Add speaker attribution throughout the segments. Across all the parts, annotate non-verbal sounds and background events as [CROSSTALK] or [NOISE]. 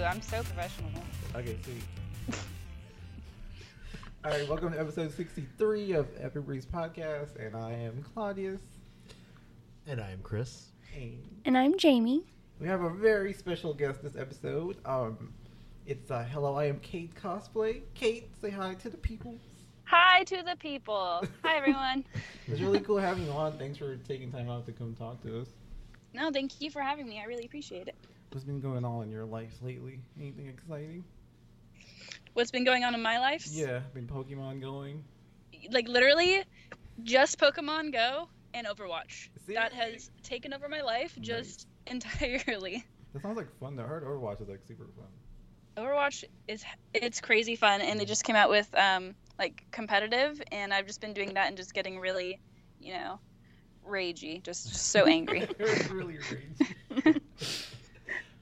Speaker 1: Oh, I'm so professional.
Speaker 2: Okay, sweet. All right, welcome to episode 63 of Epic Breeze Podcast, and I am Claudius.
Speaker 3: And I am Chris. [LAUGHS]
Speaker 2: And
Speaker 4: And I'm
Speaker 1: [LAUGHS]
Speaker 4: Jamie.
Speaker 2: we have a very special guest this episode. Um, it's uh, Hello, I Am Kate cosplay. Kate, say hi to the people.
Speaker 1: Hi to the people. Hi everyone.
Speaker 2: It's really cool having you on. Thanks for taking time out to come talk to us.
Speaker 1: no, thank you for having me. I really appreciate it.
Speaker 2: What's been going on in your life lately? Anything exciting?
Speaker 1: What's been going on in my life?
Speaker 2: Yeah, been Pokemon going.
Speaker 1: Like literally, just Pokemon Go and Overwatch. That
Speaker 2: Seriously?
Speaker 1: has taken over my life just [LAUGHS] entirely.
Speaker 2: That sounds like fun. though. I heard Overwatch is like super fun.
Speaker 1: Overwatch is it's crazy fun, and they just came out with um like competitive, and I've just been doing that and just getting really, you know, ragey, just
Speaker 2: [LAUGHS]
Speaker 1: so angry.
Speaker 2: It's really rage.
Speaker 1: [LAUGHS]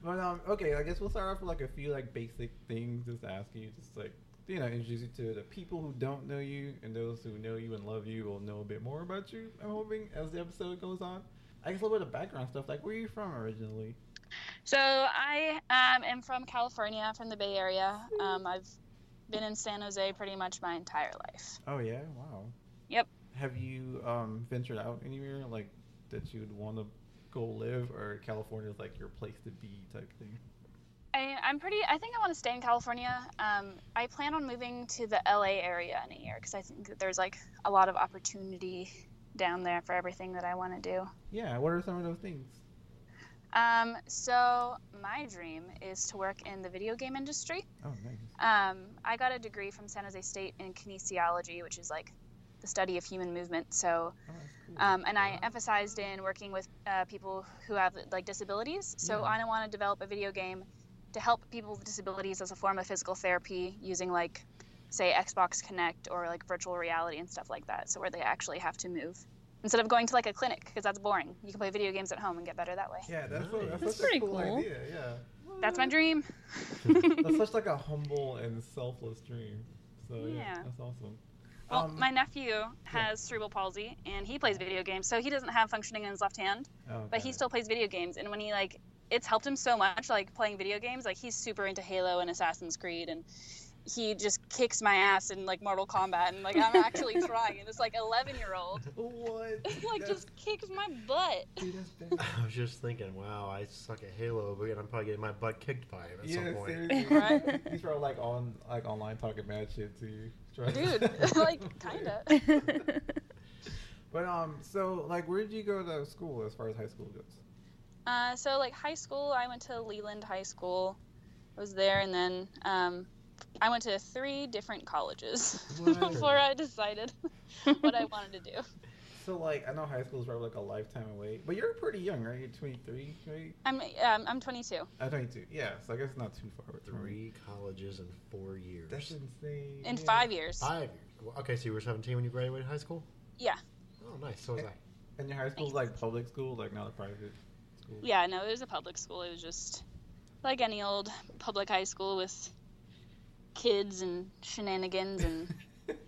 Speaker 2: But um, okay, I guess we'll start off with like a few like basic things, just asking you, just like you know, introduce you to the people who don't know you and those who know you and love you will know a bit more about you. I'm hoping as the episode goes on. I guess a little bit of background stuff, like where are you from originally?
Speaker 1: So I um, am from California, from the Bay Area. Um, I've been in San Jose pretty much my entire life.
Speaker 2: Oh yeah, wow.
Speaker 1: Yep.
Speaker 2: Have you um ventured out anywhere like that you'd want to go live, or California's like your place to be type thing?
Speaker 1: I, I'm pretty. I think I want to stay in California. Um, I plan on moving to the LA area in a year because I think that there's like a lot of opportunity down there for everything that I want to do.
Speaker 2: Yeah. What are some of those things?
Speaker 1: Um, so my dream is to work in the video game industry.
Speaker 2: Oh, nice.
Speaker 1: Um, I got a degree from San Jose State in kinesiology, which is like the study of human movement.
Speaker 2: Oh,
Speaker 1: So
Speaker 2: that's cool.
Speaker 1: um, and I
Speaker 2: Wow.
Speaker 1: emphasized in working with uh, people who have like disabilities. So
Speaker 2: Yeah.
Speaker 1: I want to develop a video game to help people with disabilities as a form of physical therapy using like, say, Xbox Connect or like virtual reality and stuff like that. So where they actually have to move instead of going to like a clinic because that's boring. You can play video games at home and get better that way.
Speaker 2: Yeah, that's, a, that's,
Speaker 3: Nice.
Speaker 4: That's
Speaker 2: such a
Speaker 4: pretty
Speaker 2: cool,
Speaker 4: cool.
Speaker 2: idea. Yeah.
Speaker 1: [LAUGHS] That's my dream.
Speaker 2: That's such like a humble and selfless dream. So yeah,
Speaker 1: Yeah.
Speaker 2: that's awesome.
Speaker 1: Well,
Speaker 2: Um,
Speaker 1: my nephew has cerebral palsy and he plays video games, so he doesn't have functioning in his left hand. but
Speaker 2: okay.
Speaker 1: he still plays video games and when he like it's helped him so much like playing video games like he's super into halo and assassin's creed and he just kicks my ass in like mortal kombat and like i'm actually trying and this like 11 year old
Speaker 2: What?
Speaker 1: [LAUGHS] like
Speaker 2: That's-
Speaker 1: just kicks my butt [LAUGHS]
Speaker 2: Dude, that's bad.
Speaker 3: I was just thinking, wow, I suck at Halo, but I'm probably getting my butt kicked by him
Speaker 2: [LAUGHS]
Speaker 3: at
Speaker 2: yeah,
Speaker 3: some point.
Speaker 2: seriously.
Speaker 1: [LAUGHS] Right?
Speaker 2: He's probably like on like online talking mad shit to you. Try-
Speaker 1: dude
Speaker 2: [LAUGHS]
Speaker 1: [LAUGHS] like kinda
Speaker 2: But um, so like, where did you go to school as far as high school goes?
Speaker 1: uh, so like high school i went to leland high school i was there and then um, i went to three different colleges [LAUGHS]
Speaker 3: Wow.
Speaker 1: before i decided [LAUGHS] what i wanted to do
Speaker 2: So like, I know high school is probably like a lifetime away, but you're pretty young, right? You're 23, right?
Speaker 1: i'm, um, I'm 22
Speaker 2: I'm 22. Yeah, so I guess it's not too far. from me.
Speaker 3: Three colleges in four years.
Speaker 2: That's insane.
Speaker 1: in
Speaker 2: yeah.
Speaker 1: five years
Speaker 3: Five years. Well, okay, so you were 17 when you graduated high school?
Speaker 1: Yeah.
Speaker 3: Oh, nice. So was I.
Speaker 2: And your high school's like public school, like not a private school.
Speaker 1: Yeah, no, it was a public school. It was just like any old public high school with kids and shenanigans
Speaker 3: [LAUGHS]
Speaker 1: and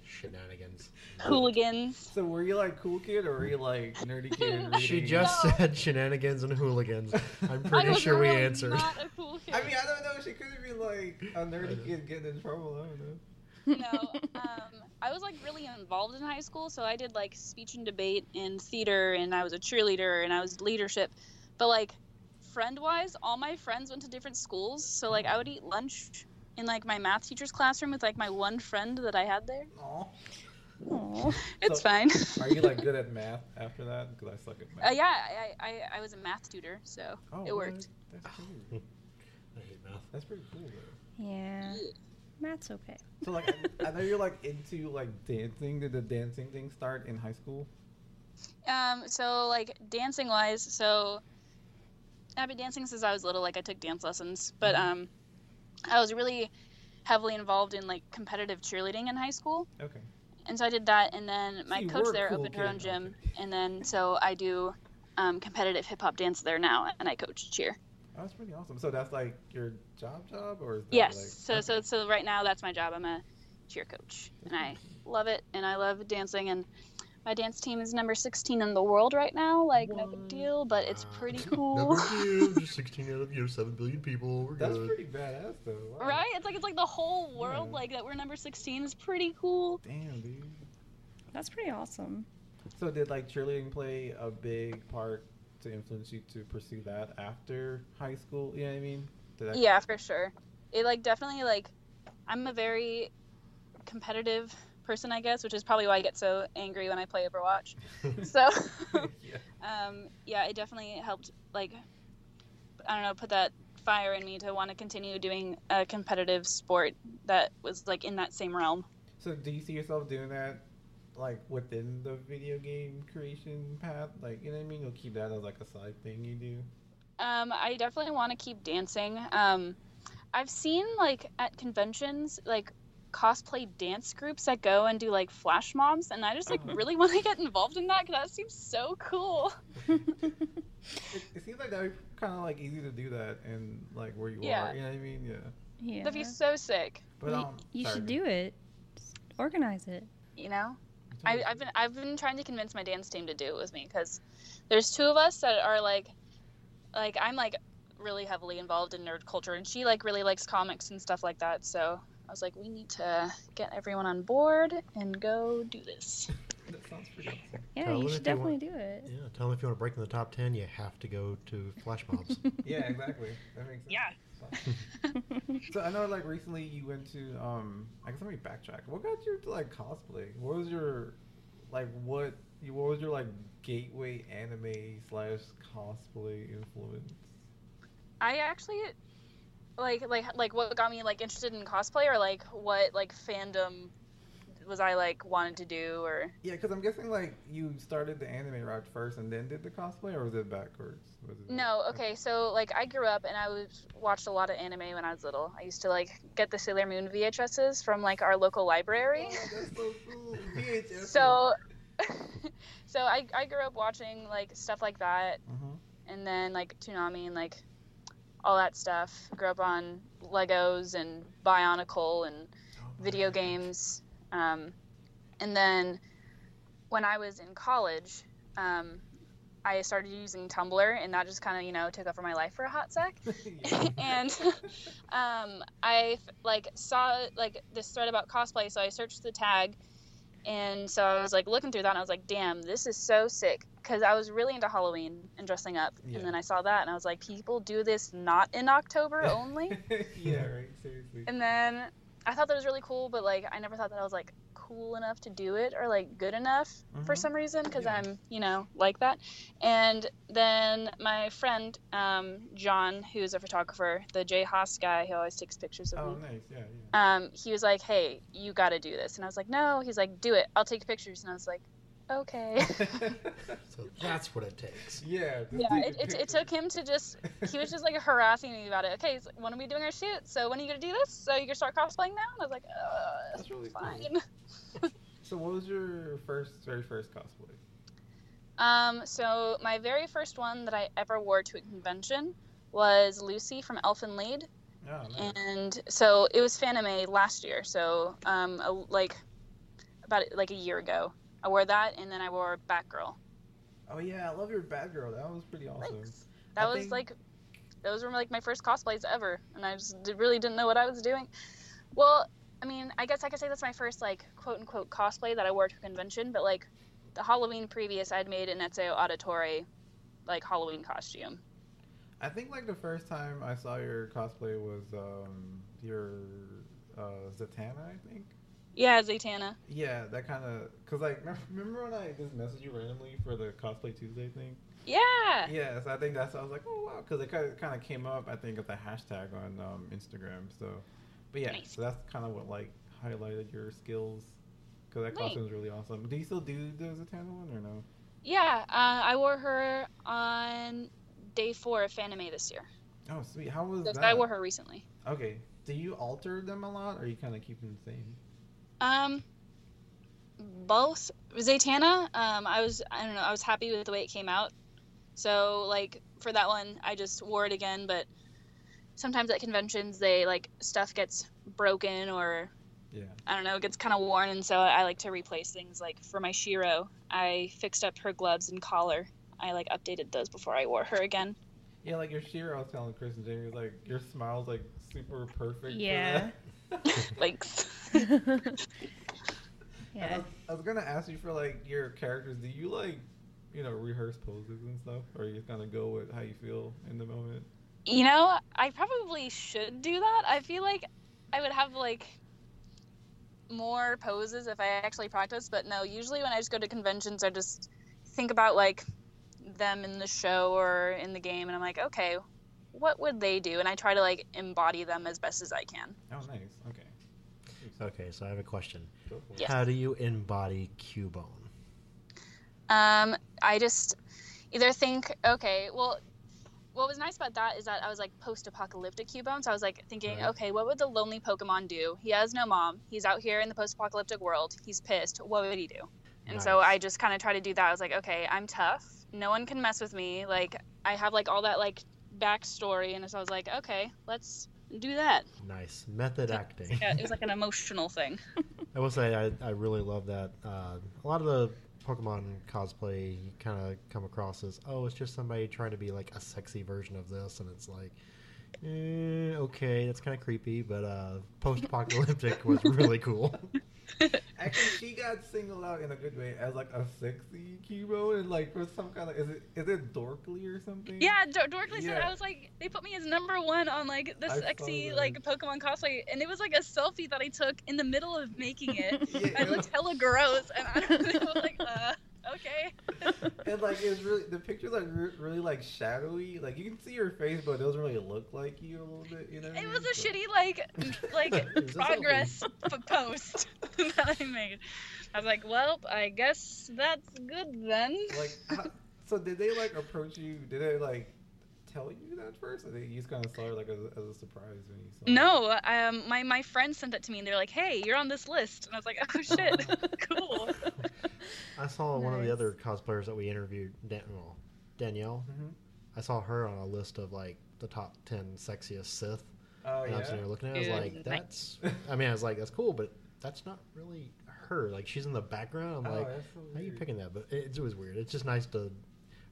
Speaker 3: Shenanigans.
Speaker 1: hooligans.
Speaker 2: [LAUGHS] So were you like cool kid or were you like nerdy
Speaker 1: [LAUGHS]
Speaker 2: kid? reading?
Speaker 3: She just
Speaker 1: No.
Speaker 3: said shenanigans and
Speaker 2: [LAUGHS]
Speaker 3: hooligans. I'm
Speaker 1: I
Speaker 3: pretty
Speaker 1: was
Speaker 3: sure we
Speaker 1: really
Speaker 3: answered.
Speaker 1: Not a cool kid.
Speaker 2: I mean, I don't know. She could have been like a nerdy kid getting in trouble. I don't know.
Speaker 1: no, um, I was like really involved in high school, so I did like speech and debate and theater, and I was a cheerleader and I was leadership. But like friend wise, all my friends went to different schools, so like I would eat lunch in like my math teacher's classroom with like my one friend that I had there.
Speaker 2: Aw.
Speaker 4: Aw.
Speaker 1: It's
Speaker 2: So-
Speaker 1: fine.
Speaker 2: Are you like good at math after that? Because I suck at math.
Speaker 1: Uh, yeah, I, I, I was a math tutor, so
Speaker 2: Oh,
Speaker 1: it
Speaker 2: what?
Speaker 1: worked.
Speaker 2: That's cool.
Speaker 3: [LAUGHS] I hate math.
Speaker 2: That's pretty cool though.
Speaker 4: yeah. Matt's okay.
Speaker 2: So like, I- I know you're like into like dancing. Did the dancing thing start in high school?
Speaker 1: Um, so like dancing wise, so I've been dancing since I was little. Like I took dance lessons, but
Speaker 2: Mm-hmm.
Speaker 1: um, I was really heavily involved in like competitive cheerleading in high school,
Speaker 2: Okay.
Speaker 1: and so I did that. And then my
Speaker 2: you
Speaker 1: coach
Speaker 2: were a
Speaker 1: there
Speaker 2: cool
Speaker 1: opened her own
Speaker 2: kid,
Speaker 1: gym, and then so I do um, competitive hip hop dance there now, and I coach cheer.
Speaker 2: Oh, that's pretty awesome. So that's like your job job or is that
Speaker 1: Yes.
Speaker 2: like
Speaker 1: so so so right now that's my job. I'm a cheer coach and I love it and I love dancing and My dance team is number 16 in the world right now. Like, no
Speaker 2: What?
Speaker 1: big deal, but it's
Speaker 3: Wow.
Speaker 1: pretty
Speaker 3: [LAUGHS] Number
Speaker 1: cool.
Speaker 3: two, just 16 out of you know 7 billion people. We're
Speaker 2: That's
Speaker 3: good.
Speaker 2: pretty badass though. Wow.
Speaker 1: [LAUGHS] right? It's like it's like the whole world
Speaker 2: Yeah.
Speaker 1: like that we're number 16 is pretty cool.
Speaker 2: Damn, dude.
Speaker 4: That's pretty
Speaker 1: [LAUGHS]
Speaker 4: awesome.
Speaker 2: So did like cheerleading play a big part to influence you to pursue that after high school? You know what I mean? Did that
Speaker 1: Yeah, for sure. It like definitely like I'm a very competitive person, I guess, which is probably why I get so angry when I play Overwatch. so
Speaker 2: [LAUGHS]
Speaker 1: [LAUGHS]
Speaker 2: yeah.
Speaker 1: um, yeah, it definitely helped. Like, I don't know, put that fire in me to want to continue doing a competitive sport that was like in that same realm.
Speaker 2: So do you see yourself doing that like within the video game creation path? Like you know what I mean? You'll keep that as like a side thing you do.
Speaker 1: Um, I definitely want to keep dancing. Um, I've seen like at conventions like cosplay dance groups that go and do like flash mobs, and I just like
Speaker 2: Uh-huh.
Speaker 1: really [LAUGHS] want to get involved in that because that seems so cool.
Speaker 2: It, it seems like that would be kind of like easy to do that and like where you
Speaker 1: Yeah.
Speaker 2: are. You know what I mean? Yeah.
Speaker 4: yeah.
Speaker 1: That'd be so sick.
Speaker 2: But
Speaker 4: You-
Speaker 2: um,
Speaker 4: you
Speaker 2: sorry,
Speaker 4: should
Speaker 2: go-
Speaker 4: do it. Just organize it.
Speaker 1: You know.
Speaker 2: I'm
Speaker 1: I,
Speaker 2: sorry.
Speaker 1: I've been I've been trying to convince my dance team to do it with me because there's two of us that are like, like I'm like really heavily involved in nerd culture, and she like really likes comics and stuff like that. So I was like, we need to get everyone on board and go do this.
Speaker 2: That sounds pretty awesome.
Speaker 4: Yeah,
Speaker 3: Tell
Speaker 4: you
Speaker 3: them
Speaker 4: should
Speaker 3: if they want-
Speaker 4: definitely do it.
Speaker 3: yeah, tell them if you want to break in the top 10, you have to go to flash mobs.
Speaker 2: Yeah, exactly. That makes sense.
Speaker 1: [LAUGHS] Yeah.
Speaker 2: So I know, like recently, you went to. Um, I guess let me backtrack. What got you to like cosplay? What was your, like, what you? What was your like gateway anime slash cosplay influence?
Speaker 1: I actually like like like what got me like interested in cosplay or like what like fandom was I like wanted to do or
Speaker 2: Yeah, because I'm guessing like you started the anime route first and then did the cosplay, or was it backwards? Was it
Speaker 1: No, okay. So like I grew up and I was watched a lot of anime when I was little. I used to like get the Sailor Moon VHSs from like our local
Speaker 2: [LAUGHS]
Speaker 1: library.
Speaker 2: Oh, that's so
Speaker 1: [LAUGHS]
Speaker 2: cool. VHS.
Speaker 1: So [LAUGHS] so I I grew up watching like stuff like that [LAUGHS]
Speaker 2: Uh-huh.
Speaker 1: and then like Toonami and like all that stuff. Grew up on Legos and Bionicle and
Speaker 3: [LAUGHS]
Speaker 1: video games. Um, and then when I was in college, um, I started using Tumblr, and that just kind of you know took over my life for a hot sec.
Speaker 2: Uh-huh. [LAUGHS] Yeah.
Speaker 1: [LAUGHS] and um, I like saw like this thread about cosplay, so I searched the tag, and so I was like looking through that, and I was like, "Damn, this is so sick!" Because I was really into Halloween and dressing up,
Speaker 2: Yeah.
Speaker 1: and then I saw that, and I was like, "People do this not in October only."
Speaker 2: yeah, right. Seriously.
Speaker 1: And then I thought that was really cool, but like I never thought that I was like cool enough to do it or like good enough for
Speaker 2: Mhm.
Speaker 1: some reason because
Speaker 2: Yeah.
Speaker 1: I'm you know like that. And then my friend um, John, who's a photographer, the Jay Haas guy who always takes pictures of
Speaker 2: Oh,
Speaker 1: me,
Speaker 2: nice. Yeah,
Speaker 1: [LAUGHS]
Speaker 2: yeah. [LAUGHS]
Speaker 1: um, he was like, "Hey, you got to do this," and I was like, "No." He's like, "Do it. I'll take pictures," and I was like,
Speaker 2: [LAUGHS]
Speaker 1: "Okay." [LAUGHS]
Speaker 3: So that's what it takes.
Speaker 2: yeah. just [LAUGHS]
Speaker 1: yeah,
Speaker 2: take
Speaker 1: it,
Speaker 2: the
Speaker 1: it, it
Speaker 2: picture.
Speaker 1: took him to just he was just like harassing me about it. Okay, he's like, when are we doing our shoot? So when are you gonna do this? So you gonna start cosplaying now? And I was like, uh,
Speaker 2: That's really cool.
Speaker 1: fine.
Speaker 2: So what was your first, very first cosplay?
Speaker 1: [LAUGHS] Um, so my very first one that I ever wore to a convention was Lucy from Elfin Lead,
Speaker 2: Oh, nice.
Speaker 1: and so it was Fanime last year. So um, a, like about like a year ago, I wore that, and then I wore Batgirl.
Speaker 2: oh yeah, I love your bad girl. That was pretty awesome.
Speaker 1: Thanks. That
Speaker 2: I
Speaker 1: was
Speaker 2: think-
Speaker 1: like those were like my first cosplays ever, and I just did, really didn't know what I was doing. Well, I mean, I guess I could say that's my first like quote unquote cosplay that I wore to a convention, but like the Halloween previous, I'd made an Ezio Auditore like Halloween costume.
Speaker 2: I think like the first time I saw your cosplay was um your uh Zatanna, I think.
Speaker 1: Yeah, Zatanna.
Speaker 2: Yeah, that kind of cause like remember- remember when I just messaged you randomly for the cosplay Tuesday thing?
Speaker 1: Yeah.
Speaker 2: Yeah, so I think that's I was like, oh wow, because it kind of came up I think as a hashtag on um, Instagram. So, but yeah,
Speaker 1: Nice.
Speaker 2: so that's kind of what like highlighted your skills because that
Speaker 1: Nice.
Speaker 2: costume is really awesome. Do you still do the Zatanna one or no?
Speaker 1: Yeah, uh, I wore her on day four of Fanime this year.
Speaker 2: Oh sweet, how was
Speaker 1: So
Speaker 2: that?
Speaker 1: I wore her recently.
Speaker 2: Okay, do you alter them a lot, or you kind of keep them the same?
Speaker 1: Um, both Zatanna. Um, I was I don't know. I was happy with the way it came out. So like for that one, I just wore it again. But sometimes at conventions, they like stuff gets broken or
Speaker 2: Yeah.
Speaker 1: I don't know, it gets kind of worn, and so I like to replace things. Like for my Shiro, I fixed up her gloves and collar. I like updated those before I wore her again. [LAUGHS]
Speaker 2: Yeah, like your Shiro, I was telling Chris and Jamie, like your smile's like super perfect. for
Speaker 4: Yeah.
Speaker 2: that.
Speaker 1: Like, [LAUGHS]
Speaker 2: I,
Speaker 4: [LAUGHS] [LAUGHS] yeah.
Speaker 2: was, I was gonna ask you for like your characters. Do you like, you know, rehearse poses and stuff, or you just kind of go with how you feel in the moment?
Speaker 1: you know, I probably should do that. I feel like I would have like more poses if I actually practiced, but no, usually when I just go to conventions, I just think about like them in the show or in the game, and I'm like, okay, what would they do? And I try to like embody them as best as I can.
Speaker 2: Oh, nice. Okay.
Speaker 3: Okay, so I have a question.
Speaker 2: Go for it.
Speaker 1: Yes.
Speaker 3: How do you embody Cubone?
Speaker 1: Um, I just either think, okay, well, what was nice about that is that I was like post-apocalyptic Cubone, so I was like thinking,
Speaker 3: Right.
Speaker 1: okay, what would the lonely Pokemon do? He has no mom. He's out here in the post-apocalyptic world. He's pissed. What would he do? And so
Speaker 3: Nice.
Speaker 1: I just kind of try to do that. I was like, okay, I'm tough. No one can mess with me. Like I have like all that like backstory, and so I was like, okay, let's do that.
Speaker 3: Nice method acting.
Speaker 1: Yeah, it was like an emotional thing.
Speaker 3: I will say I, I really love that. Uh, a lot of the Pokemon cosplay you kind of come across as oh it's just somebody trying to be like a sexy version of this, and it's like eh, okay that's kind of creepy, but uh,
Speaker 1: [LAUGHS]
Speaker 3: post-apocalyptic was really cool.
Speaker 2: Actually, she got singled out in a good way as like a sexy Cubone, and like for some kind of is it is it dorkly or something?
Speaker 1: Yeah, Dor- Dorkly said
Speaker 2: Yeah.
Speaker 1: I was like they put me as number one on like the
Speaker 2: I saw
Speaker 1: sexy
Speaker 2: that.
Speaker 1: like Pokemon cosplay, and it was like a selfie that I took in the middle of making it.
Speaker 2: [LAUGHS] Yeah,
Speaker 1: I
Speaker 2: it was-
Speaker 1: looked hella gross, and I was like, uh, okay.
Speaker 2: and like it's really the pictures are re- really like shadowy. Like you can see her face, but it doesn't really look like you a little bit. You know. what I
Speaker 1: It
Speaker 2: mean?
Speaker 1: was a
Speaker 2: So-
Speaker 1: shitty
Speaker 2: [LAUGHS]
Speaker 1: like
Speaker 3: It was
Speaker 1: like
Speaker 3: a selfie.
Speaker 1: progress p- post [LAUGHS] that I made. I was like, well, I guess that's good then.
Speaker 2: Like, how, so did they like approach you? Did they like tell you that first, or they you just kind of saw her like as, a- as a surprise when you saw? her?
Speaker 1: No, um, my my friend sent it to me, and they're like, "Hey, you're on this list," and I was like, "Oh shit, [LAUGHS] cool."
Speaker 3: I saw one of the
Speaker 4: Nice.
Speaker 3: other cosplayers that we interviewed, Dan- well, Danielle.
Speaker 2: Mhm.
Speaker 3: I saw her on a list of like the top ten sexiest Sith.
Speaker 2: Oh
Speaker 3: and I was sitting
Speaker 2: yeah.
Speaker 3: there looking at it, I was
Speaker 1: Dude,
Speaker 3: like,
Speaker 1: nice.
Speaker 3: that's. I mean, I was like, that's cool, but that's not really her. Like, she's in the background. I'm
Speaker 2: Oh,
Speaker 3: like,
Speaker 2: that's so
Speaker 3: how are you
Speaker 2: weird.
Speaker 3: picking that? But it, it was weird. It's just nice to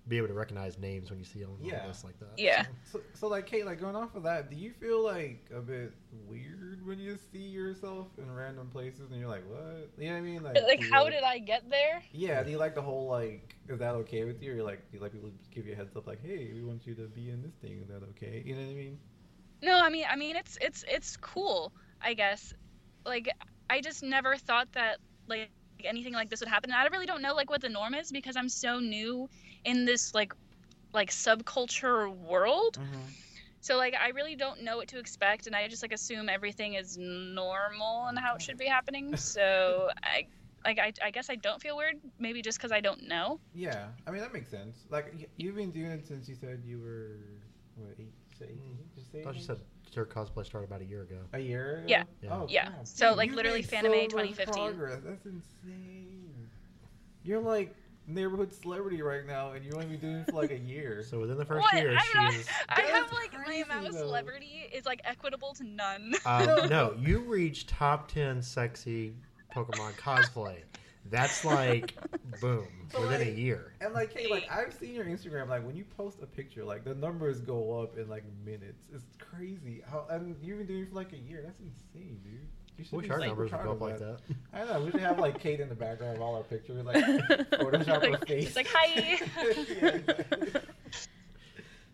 Speaker 3: be able to recognize names when you see them on
Speaker 2: Yeah.
Speaker 3: a list like that.
Speaker 1: Yeah.
Speaker 3: so.
Speaker 2: So, so like Kate, like going off of that, do you feel like a bit weird when you see yourself in random places and you're like, what? You know what [LAUGHS] I mean? Like,
Speaker 1: like
Speaker 2: do you,
Speaker 1: how did I get there?
Speaker 2: Yeah, do you like the whole like, is that okay with you? Or you like, do you like people give you a heads up like, hey, we want you to be in this thing. Is that okay? You know what I mean?
Speaker 1: No, I mean I mean it's it's it's cool, I guess. Like I just never thought that like anything like this would happen. And I really don't know like what the norm is because I'm so new in this like like subculture world.
Speaker 3: Uh-huh.
Speaker 1: So like I really don't know what to expect and I just like assume everything is normal and how it should be happening. So I like I, I guess I don't feel weird, maybe just because I don't know.
Speaker 2: Yeah, I mean that makes sense. Like y- you've been doing it since you said you were what eight? so eight-
Speaker 3: Mhm.
Speaker 2: did you
Speaker 3: I
Speaker 2: say
Speaker 3: thought she
Speaker 2: eight?
Speaker 3: said her cosplay started about a year ago.
Speaker 2: a year.
Speaker 1: Yeah.
Speaker 2: ago?
Speaker 3: Yeah.
Speaker 2: Oh,
Speaker 1: Yeah.
Speaker 2: wow.
Speaker 1: So,
Speaker 2: Dude,
Speaker 1: like,
Speaker 2: you
Speaker 1: literally
Speaker 2: made
Speaker 1: Fanime
Speaker 2: so much
Speaker 1: 2015.
Speaker 2: progress. That's insane. You're like neighborhood celebrity right now, and you only been doing it for like a year.
Speaker 3: [LAUGHS] So within the first
Speaker 1: What? I'm
Speaker 3: year,
Speaker 1: not-
Speaker 3: she's.
Speaker 1: I
Speaker 2: That's
Speaker 1: have like my
Speaker 2: crazy,
Speaker 1: amount of
Speaker 2: though.
Speaker 1: celebrity is like equitable to none. [LAUGHS]
Speaker 3: Um, no, you reached top 10 sexy Pokemon cosplay. That's like,
Speaker 1: [LAUGHS]
Speaker 3: boom,
Speaker 2: But,
Speaker 3: within a
Speaker 2: like,
Speaker 3: year.
Speaker 2: and like, hey, like I've seen your Instagram. Like when you post a picture, like the numbers go up in like minutes. It's crazy. How and you've been doing it for like a year. That's insane, dude. You should
Speaker 3: wish
Speaker 2: be
Speaker 3: our
Speaker 2: super
Speaker 3: numbers would
Speaker 2: proud
Speaker 3: go
Speaker 2: of
Speaker 3: up like that.
Speaker 2: I know. We should have like Kate in the background of all our pictures,
Speaker 1: [LAUGHS]
Speaker 2: like Photoshop her
Speaker 1: Like-
Speaker 2: face.
Speaker 1: it's like, "Hi."
Speaker 2: [LAUGHS] Yeah, exactly.
Speaker 1: [LAUGHS]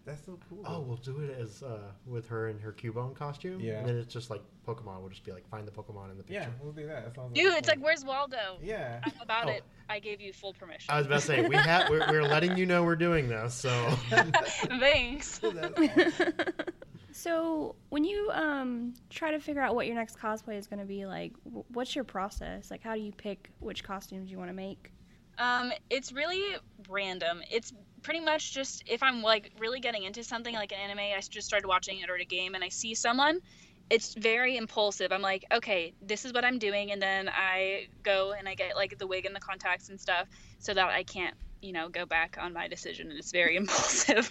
Speaker 2: That's so cool.
Speaker 3: Oh, we'll do it as uh, with her in her Cubone costume.
Speaker 2: Yeah.
Speaker 3: And then it's just like Pokemon will just be like find the Pokemon in the
Speaker 2: yeah,
Speaker 3: picture.
Speaker 2: we'll do that. that sounds
Speaker 1: Dude,
Speaker 2: a
Speaker 1: it's like
Speaker 2: plan.
Speaker 1: where's Waldo? [LAUGHS]
Speaker 2: yeah.
Speaker 1: I'm about
Speaker 3: Oh.
Speaker 1: it. I gave you full permission.
Speaker 3: I was about to say we have we're, we're letting you know we're doing
Speaker 2: [LAUGHS]
Speaker 3: this, so
Speaker 1: [LAUGHS]
Speaker 3: [LAUGHS]
Speaker 1: Thanks.
Speaker 2: That's awesome.
Speaker 4: [LAUGHS] so when you um try to figure out what your next cosplay is going to be like, wh- what's your process? Like, how do you pick which costumes you want to make?
Speaker 1: Um, it's really random. It's pretty much just if I'm like really getting into something like an anime, I just started watching it or a game, and I see someone. It's very impulsive. I'm like, okay, this is what I'm doing, and then I go and I get like the wig and the contacts and stuff, so that I can't, you [LAUGHS] know, go back on my decision. And it's very impulsive.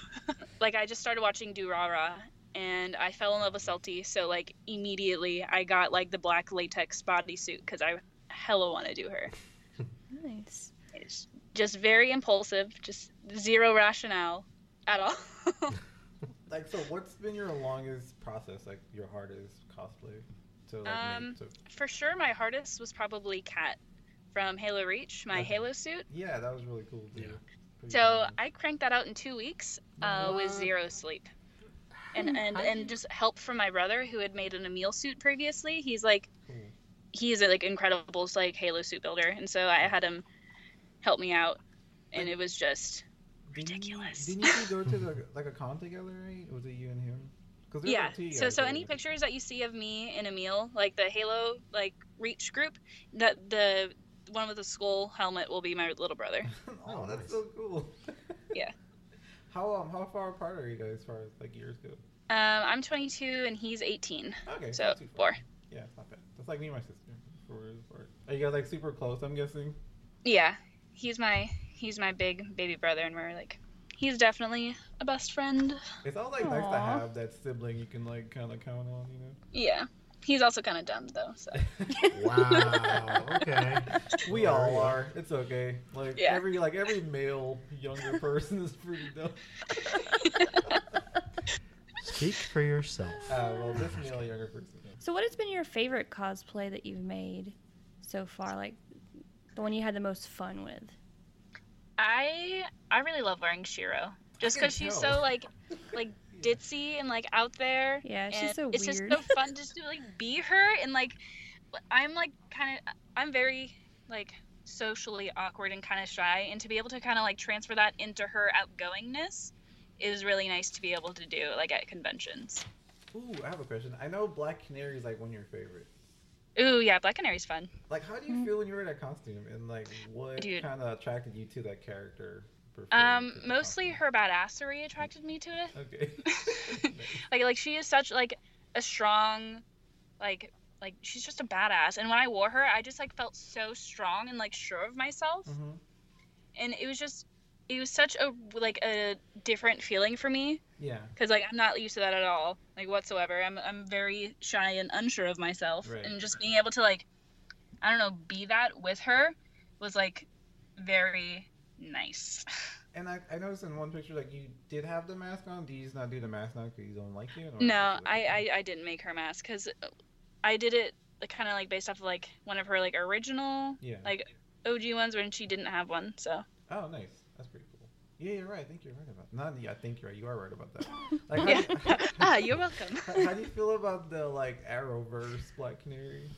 Speaker 1: like I just started watching Durara, and I fell in love with Selty. So like immediately I got like the black latex bodysuit because I hella want to do her.
Speaker 4: Nice.
Speaker 1: It's just very impulsive, just zero rationale at all. [LAUGHS]
Speaker 2: Like, so what's been your longest process? Like, your hardest cosplay to like
Speaker 1: Um,
Speaker 2: make? To...
Speaker 1: For sure, my hardest was probably Cat from Halo Reach, my
Speaker 2: Okay.
Speaker 1: Halo suit.
Speaker 2: Yeah, that was really cool. Too.
Speaker 3: Yeah.
Speaker 2: Pretty
Speaker 1: So
Speaker 2: cool.
Speaker 1: I cranked that out in two weeks uh, with
Speaker 2: What?
Speaker 1: zero sleep. And, and, and just help from my brother who had made an Emil suit previously. He's like,
Speaker 2: Cool.
Speaker 1: he's a, like incredible like Halo suit builder. And so I had him help me out. And it was just,
Speaker 2: Didn't you-
Speaker 1: ridiculous.
Speaker 2: Didn't you go to the, like a con together, right? Was it you and him? 'Cause there were,
Speaker 1: yeah.
Speaker 2: like, two
Speaker 1: So,
Speaker 2: guys
Speaker 1: so
Speaker 2: there,
Speaker 1: any
Speaker 2: right?
Speaker 1: pictures that you see of me and Emil, like the Halo like Reach group, that the one with the skull helmet will be my little brother.
Speaker 2: [LAUGHS] oh,
Speaker 3: Oh,
Speaker 2: that's
Speaker 3: nice.
Speaker 2: so cool. [LAUGHS]
Speaker 1: Yeah.
Speaker 2: How um how far apart are you guys as far as like years go?
Speaker 1: Um, I'm 22 and he's 18,
Speaker 2: Okay, it's
Speaker 1: so
Speaker 2: not too far.
Speaker 1: four.
Speaker 2: Yeah, it's not bad. That's like me and my sister. Four years apart. Are you guys like super close? I'm guessing.
Speaker 1: Yeah, he's my he's my big baby brother, and we're like, he's definitely a best friend.
Speaker 2: It's all like nice to
Speaker 4: Aw.
Speaker 2: have that sibling you can like kind of count on, you [LAUGHS] know.
Speaker 1: Yeah, he's also kind of dumb though. So [LAUGHS]
Speaker 3: Wow. Okay.
Speaker 2: We all
Speaker 3: Yeah.
Speaker 2: are. It's okay. Like
Speaker 1: Yeah.
Speaker 2: every like every male younger [LAUGHS] person is pretty dumb.
Speaker 3: Speak for yourself.
Speaker 2: Uh, well, this male younger person.
Speaker 4: So, what has been your favorite cosplay that you've made so far? Like the one you had the most fun with?
Speaker 1: I I really love wearing Shiro, just
Speaker 2: can
Speaker 1: because she's
Speaker 2: tell.
Speaker 1: so like like ditzy and like out there.
Speaker 4: Yeah, she's
Speaker 1: and
Speaker 4: so
Speaker 1: it's
Speaker 4: weird.
Speaker 1: just so fun just to like be her and like i'm like kind of i'm very like socially awkward and kind of shy and to be able to kind of like transfer that into her outgoingness is really nice to be able to do like at conventions
Speaker 2: Ooh, I have a question. I know Black Canary is like one of your favorites.
Speaker 1: ooh yeah black canary's fun
Speaker 2: Like, how do you feel when you were in that costume, and like, what
Speaker 1: Dude.
Speaker 2: kind of attracted you to that character? before you
Speaker 1: um
Speaker 2: took the
Speaker 1: mostly her badassery attracted me to it
Speaker 2: costume? Okay. [LAUGHS]
Speaker 1: [LAUGHS] like like she is such like a strong like like she's just a badass and when i wore her i just like felt so strong and like sure of myself
Speaker 2: Mhm.
Speaker 1: and it was just it was such a like a different feeling for me
Speaker 2: Yeah.
Speaker 1: because like i'm not used to that at all like whatsoever i'm, I'm very shy and unsure of myself
Speaker 2: Right.
Speaker 1: and just being able to like i don't know be that with her was like very nice
Speaker 2: And I, I noticed in one picture, like, you did have the mask on. Do you just not do the mask now because you don't like it? or
Speaker 1: no
Speaker 2: just like-
Speaker 1: I, I i didn't make her mask because i did it like kind of like based off of like one of her like original
Speaker 2: Yeah.
Speaker 1: like- og ones when she didn't have one
Speaker 2: [LAUGHS]
Speaker 1: so
Speaker 2: Oh, nice. That's pretty cool. Yeah, you're right. I think you're right about. Not. Yeah, I think you're right. You are right about
Speaker 1: [LAUGHS]
Speaker 2: that. Like, how,
Speaker 1: yeah
Speaker 2: do, you- [LAUGHS]
Speaker 1: ah you're welcome
Speaker 2: how, how do you feel about the like Arrowverse Black Canary?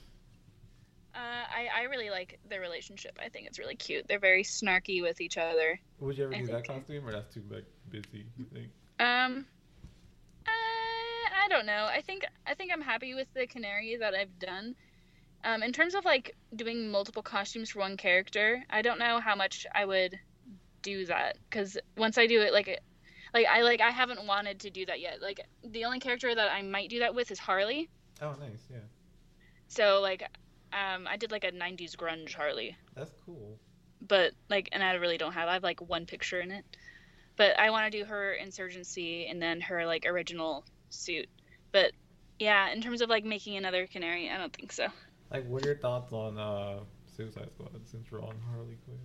Speaker 1: Uh, I, I really like their relationship. I think it's really cute. They're very snarky with each other.
Speaker 2: Would you ever
Speaker 1: I
Speaker 2: do that
Speaker 1: think-
Speaker 2: costume, or that's too like busy? You think?
Speaker 1: Um, uh, I don't know. I think I think I'm happy with the canary that I've done. Um, in terms of like doing multiple costumes for one character, I don't know how much I would do that because once I do it, like, it- like I like I haven't wanted to do that yet. Like the only character that I might do that with is Harley.
Speaker 2: Oh, nice. Yeah,
Speaker 1: So like, um, I did like a '90s grunge Harley.
Speaker 2: that's cool.
Speaker 1: but like and i really don't have i have like one picture in it but i want to do her insurgency and then her like original suit but yeah in terms of like making another canary i don't think so
Speaker 2: Like, what are your thoughts on uh, Suicide Squad since we're on Harley Quinn,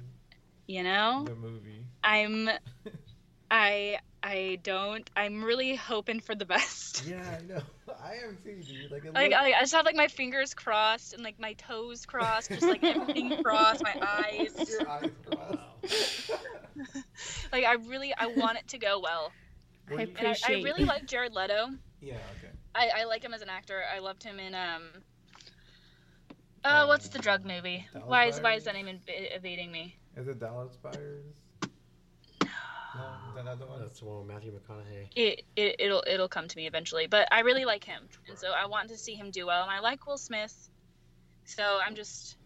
Speaker 1: you know
Speaker 2: the movie?
Speaker 1: i'm i i don't i'm really hoping for the best
Speaker 2: Yeah, I know. [LAUGHS] I am too, dude. Like, it
Speaker 1: [LAUGHS] like
Speaker 2: looked-
Speaker 1: I, I just have like my fingers crossed and like my toes crossed just like everything crossed my eyes
Speaker 2: your
Speaker 1: [LAUGHS]
Speaker 2: eyes [LAUGHS] crossed.
Speaker 1: like i really i want it to go well
Speaker 2: Were
Speaker 4: I
Speaker 2: you-
Speaker 1: and I, I
Speaker 4: Appreciate.
Speaker 1: really like jared leto
Speaker 2: yeah. Okay.
Speaker 1: I, I like him as an actor. I loved him in um.
Speaker 3: Um,
Speaker 1: Oh, what's the drug movie?
Speaker 2: Dallas
Speaker 1: Why is why
Speaker 2: Buyers?
Speaker 1: is that name inv- evading me?
Speaker 2: Is it Dallas Spires? No, is that another one?
Speaker 3: That's the one with Matthew McConaughey.
Speaker 1: It, it it'll it'll come to me eventually. But I really like him, and so I want to see him do well. And I like Will Smith, so I'm just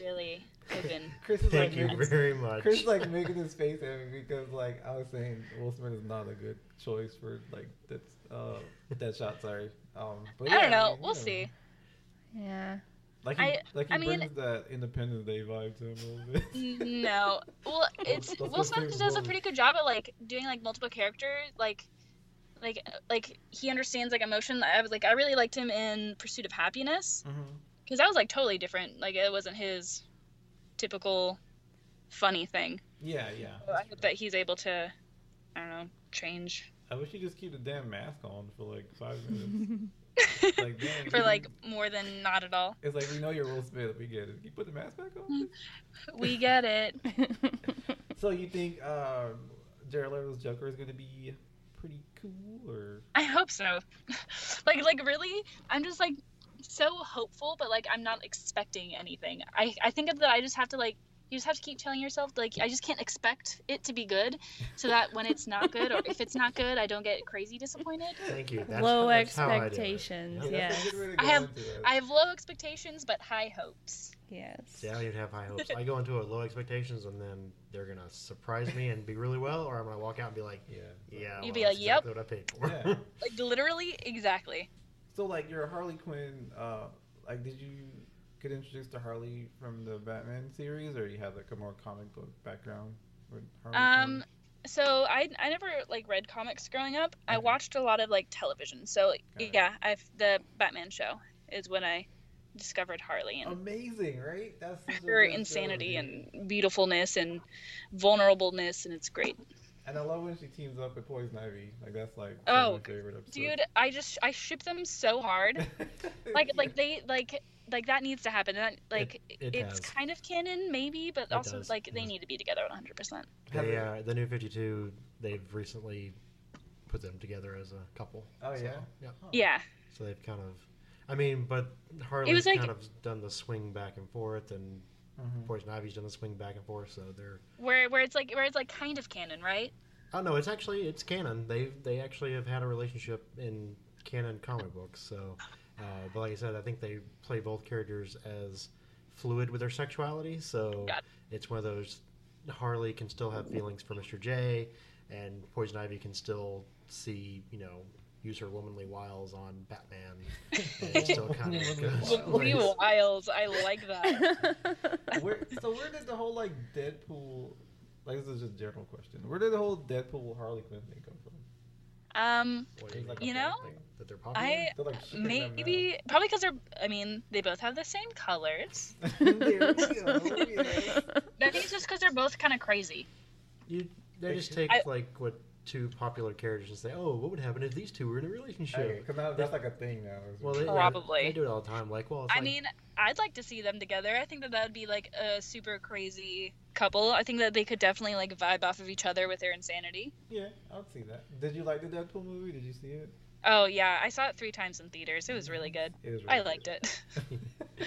Speaker 1: really
Speaker 3: [LAUGHS]
Speaker 1: hoping.
Speaker 2: [LAUGHS] Chris is like
Speaker 3: Thank
Speaker 2: making,
Speaker 3: you very much.
Speaker 2: Chris is,
Speaker 3: [LAUGHS]
Speaker 2: like making his face at me because like I was saying Will Smith is not a good choice for like that's uh [LAUGHS] that shot. Sorry. Um, but
Speaker 1: I
Speaker 2: yeah,
Speaker 1: don't know.
Speaker 2: mean,
Speaker 1: We'll
Speaker 2: yeah.
Speaker 1: see.
Speaker 4: Yeah.
Speaker 2: Like he,
Speaker 1: I-
Speaker 2: like he
Speaker 1: I mean- Mm-hmm.
Speaker 2: brings that Independence Day vibe to him a little
Speaker 1: [LAUGHS]
Speaker 2: bit.
Speaker 1: No, well, it's
Speaker 3: That's
Speaker 1: Will
Speaker 3: the thing
Speaker 1: Smith does a
Speaker 3: about-
Speaker 1: pretty good job at like doing like multiple characters, like like like he understands like emotion. I was like I really liked him in Pursuit of Happiness
Speaker 2: Mm-hmm.
Speaker 1: because that was like totally different. Like it wasn't his typical funny thing.
Speaker 2: Yeah, yeah.
Speaker 1: So I hope that he's able to, I don't know, change
Speaker 2: I wish you just keep the damn mask on for like
Speaker 1: [LAUGHS]
Speaker 2: five minutes. like, dang,
Speaker 1: for
Speaker 2: you-
Speaker 1: like more than not at all.
Speaker 2: It's like we know you're Will Smith. We get it. You put the mask back on.
Speaker 1: Mm-hmm. We get it.
Speaker 2: so you think uh, Jared Leto's Joker is going to be pretty cool, or
Speaker 1: I hope so. [LAUGHS] like like really, I'm just like so hopeful, but like I'm not expecting anything. I I think that I just have to like you just have to keep telling yourself like I just can't expect it to be good, so that when it's not good or if it's not good, I don't get crazy disappointed.
Speaker 3: Thank
Speaker 2: [LAUGHS]
Speaker 3: you. [LAUGHS] That's,
Speaker 4: Low
Speaker 3: that's how I do it.
Speaker 4: expectations.
Speaker 3: Yeah.
Speaker 2: that's a
Speaker 4: Yes.
Speaker 2: good way to
Speaker 1: I
Speaker 2: go
Speaker 1: have-
Speaker 2: into that.
Speaker 1: I have low expectations but high hopes.
Speaker 4: Yes.
Speaker 3: See,
Speaker 4: [LAUGHS]
Speaker 3: I don't even have high hopes. I go into it with low expectations, and then they're gonna surprise me and be really well, or I'm gonna walk out and be like,
Speaker 2: Yeah.
Speaker 3: "Yeah,
Speaker 1: You'd
Speaker 3: well,
Speaker 1: be
Speaker 3: that's
Speaker 1: like, "Yep."
Speaker 3: exactly what I paid for."
Speaker 2: Yeah.
Speaker 1: Like literally, exactly.
Speaker 2: So like your Harley Quinn, uh, like did you get introduced to Harley from the Batman series, or you have like a more comic book background? With Harley
Speaker 1: Um, so I I never like read comics growing up. I
Speaker 2: Okay.
Speaker 1: watched a lot of like television. So like,
Speaker 2: Got it.
Speaker 1: yeah, I've the Batman show is when I discovered Harley
Speaker 3: Oh,
Speaker 2: Quinn?
Speaker 1: and
Speaker 2: amazing, right? That's such a
Speaker 1: her
Speaker 2: good show,
Speaker 1: insanity
Speaker 2: dude.
Speaker 1: and beautifulness and vulnerableness, and it's great.
Speaker 2: and I love when she teams up with Poison Ivy. Like that's like
Speaker 1: Oh,
Speaker 2: oh, my favorite episode. [LAUGHS]
Speaker 1: Dude, I just I ship them so
Speaker 3: [LAUGHS]
Speaker 1: hard. Like like they like like that needs to happen. And that, like
Speaker 3: it
Speaker 1: it's
Speaker 3: has.
Speaker 1: kind of canon maybe, but
Speaker 3: It
Speaker 1: also
Speaker 3: does,
Speaker 1: like
Speaker 3: it
Speaker 1: they
Speaker 3: does.
Speaker 1: need to be together 100. percent
Speaker 2: Have
Speaker 3: They,
Speaker 2: it-
Speaker 3: uh, the new 52, they've recently put them together as a couple.
Speaker 2: Oh,
Speaker 3: so,
Speaker 2: yeah?
Speaker 3: yeah.
Speaker 2: Huh.
Speaker 1: Yeah,
Speaker 3: So they've kind of, I mean, but Harley's
Speaker 1: like-
Speaker 3: kind of done the swing back and forth, and
Speaker 2: Mhm.
Speaker 3: Poison Ivy's done the swing back and forth. So they're,
Speaker 1: where where it's like where it's like kind of canon, right?
Speaker 3: oh no, it's actually it's canon. They they actually have had a relationship in canon comic books. So, uh, but like I said, I think they play both characters as fluid with their sexuality. So
Speaker 1: Got
Speaker 3: it's one of those Harley can still have feelings for Mr. J, and Poison Ivy can still see you know. Use her womanly wiles on Batman. And it's still
Speaker 2: [LAUGHS]
Speaker 3: kind of
Speaker 2: Womanly wiles.
Speaker 3: goes
Speaker 1: Lee
Speaker 3: places.
Speaker 1: Wiles, I like that.
Speaker 2: where, so where did the whole like Deadpool? Like this is just a general question. Where did the whole Deadpool Harley Quinn thing come from?
Speaker 1: [LAUGHS] Um,
Speaker 3: What
Speaker 2: Is
Speaker 3: do
Speaker 2: it, like,
Speaker 1: You
Speaker 2: a
Speaker 1: know,
Speaker 2: fan thing?
Speaker 3: that they're popular?
Speaker 1: I
Speaker 2: They're, like, shipping them now.
Speaker 1: maybe probably because they're. I mean, they both have the same colors.
Speaker 2: [LAUGHS] there
Speaker 4: [LAUGHS]
Speaker 2: we go. [LAUGHS] yes.
Speaker 1: I think it's just because they're both kind of crazy.
Speaker 3: you, they just take
Speaker 1: I-
Speaker 3: like what two popular characters and say, oh, what would happen if these two were in a relationship?
Speaker 2: Okay, 'cause now that's like a thing now. is
Speaker 3: Well,
Speaker 2: it?
Speaker 3: they, yeah,
Speaker 1: Probably.
Speaker 3: they do it all the time. Like, well, it's
Speaker 1: I
Speaker 3: like,
Speaker 1: mean, I'd like to see them together. I think that that would be like a super crazy couple. I think that they could definitely like vibe off of each other with their insanity.
Speaker 2: yeah, I would see that. Did you like the Deadpool movie? Did you see it?
Speaker 1: Oh yeah, I saw it three times in theaters. It was really good.
Speaker 2: It was
Speaker 1: I liked it. [LAUGHS]
Speaker 2: [LAUGHS] did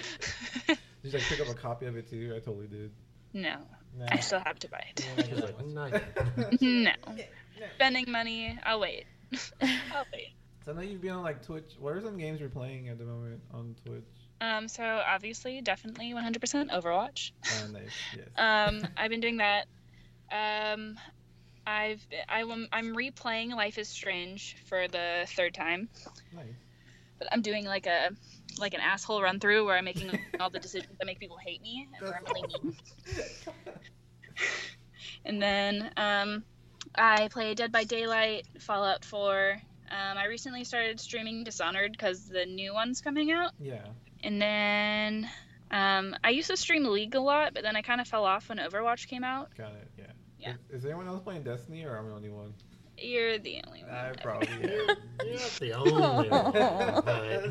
Speaker 2: you like pick up a copy of it too? I totally did.
Speaker 1: no,
Speaker 2: Nah.
Speaker 1: I still have to buy it.
Speaker 2: Yeah,
Speaker 3: She's like, "Not yet."
Speaker 1: [LAUGHS] No,
Speaker 2: [LAUGHS] Yeah, nah.
Speaker 1: [LAUGHS] spending money. I'll wait. [LAUGHS] I'll wait.
Speaker 2: So I know you've been on like Twitch. What are some games you're playing at the moment on Twitch?
Speaker 1: Um, so obviously, definitely 100% Overwatch.
Speaker 2: Oh, nice.
Speaker 1: [LAUGHS]
Speaker 2: Yes.
Speaker 1: Um, I've been doing that. Um, I've I am I'm replaying Life is Strange for the third time,
Speaker 2: nice.
Speaker 1: but I'm doing like a like an asshole run through where I'm making all the decisions that make people hate me and where I'm really mean. Uh. And then um, I play Dead by Daylight, Fallout 4. Um, I recently started streaming Dishonored because the new one's coming out.
Speaker 2: Yeah.
Speaker 1: And then um, I used to stream League a lot, but then I kind of fell off when Overwatch came out.
Speaker 2: Got it. Yeah.
Speaker 1: Yeah.
Speaker 2: Is, is anyone else playing Destiny, or am I the only one?
Speaker 1: You're the only one.
Speaker 2: I
Speaker 1: [LAUGHS]
Speaker 2: probably.
Speaker 3: You're
Speaker 2: am.
Speaker 3: you're not the only
Speaker 2: [LAUGHS]
Speaker 3: one.
Speaker 2: That's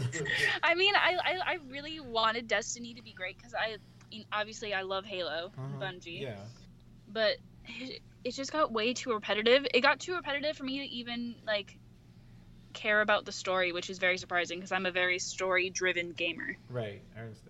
Speaker 3: but-
Speaker 2: so good.
Speaker 1: I mean, I, I, I really wanted Destiny to be great because I you know, obviously I love Halo,
Speaker 2: Uh-huh.
Speaker 1: Bungie,
Speaker 2: Yeah.
Speaker 1: but it, it just got way too repetitive. It got too repetitive for me to even like care about the story, which is very surprising because I'm a very story-driven gamer.
Speaker 2: Right, I understand.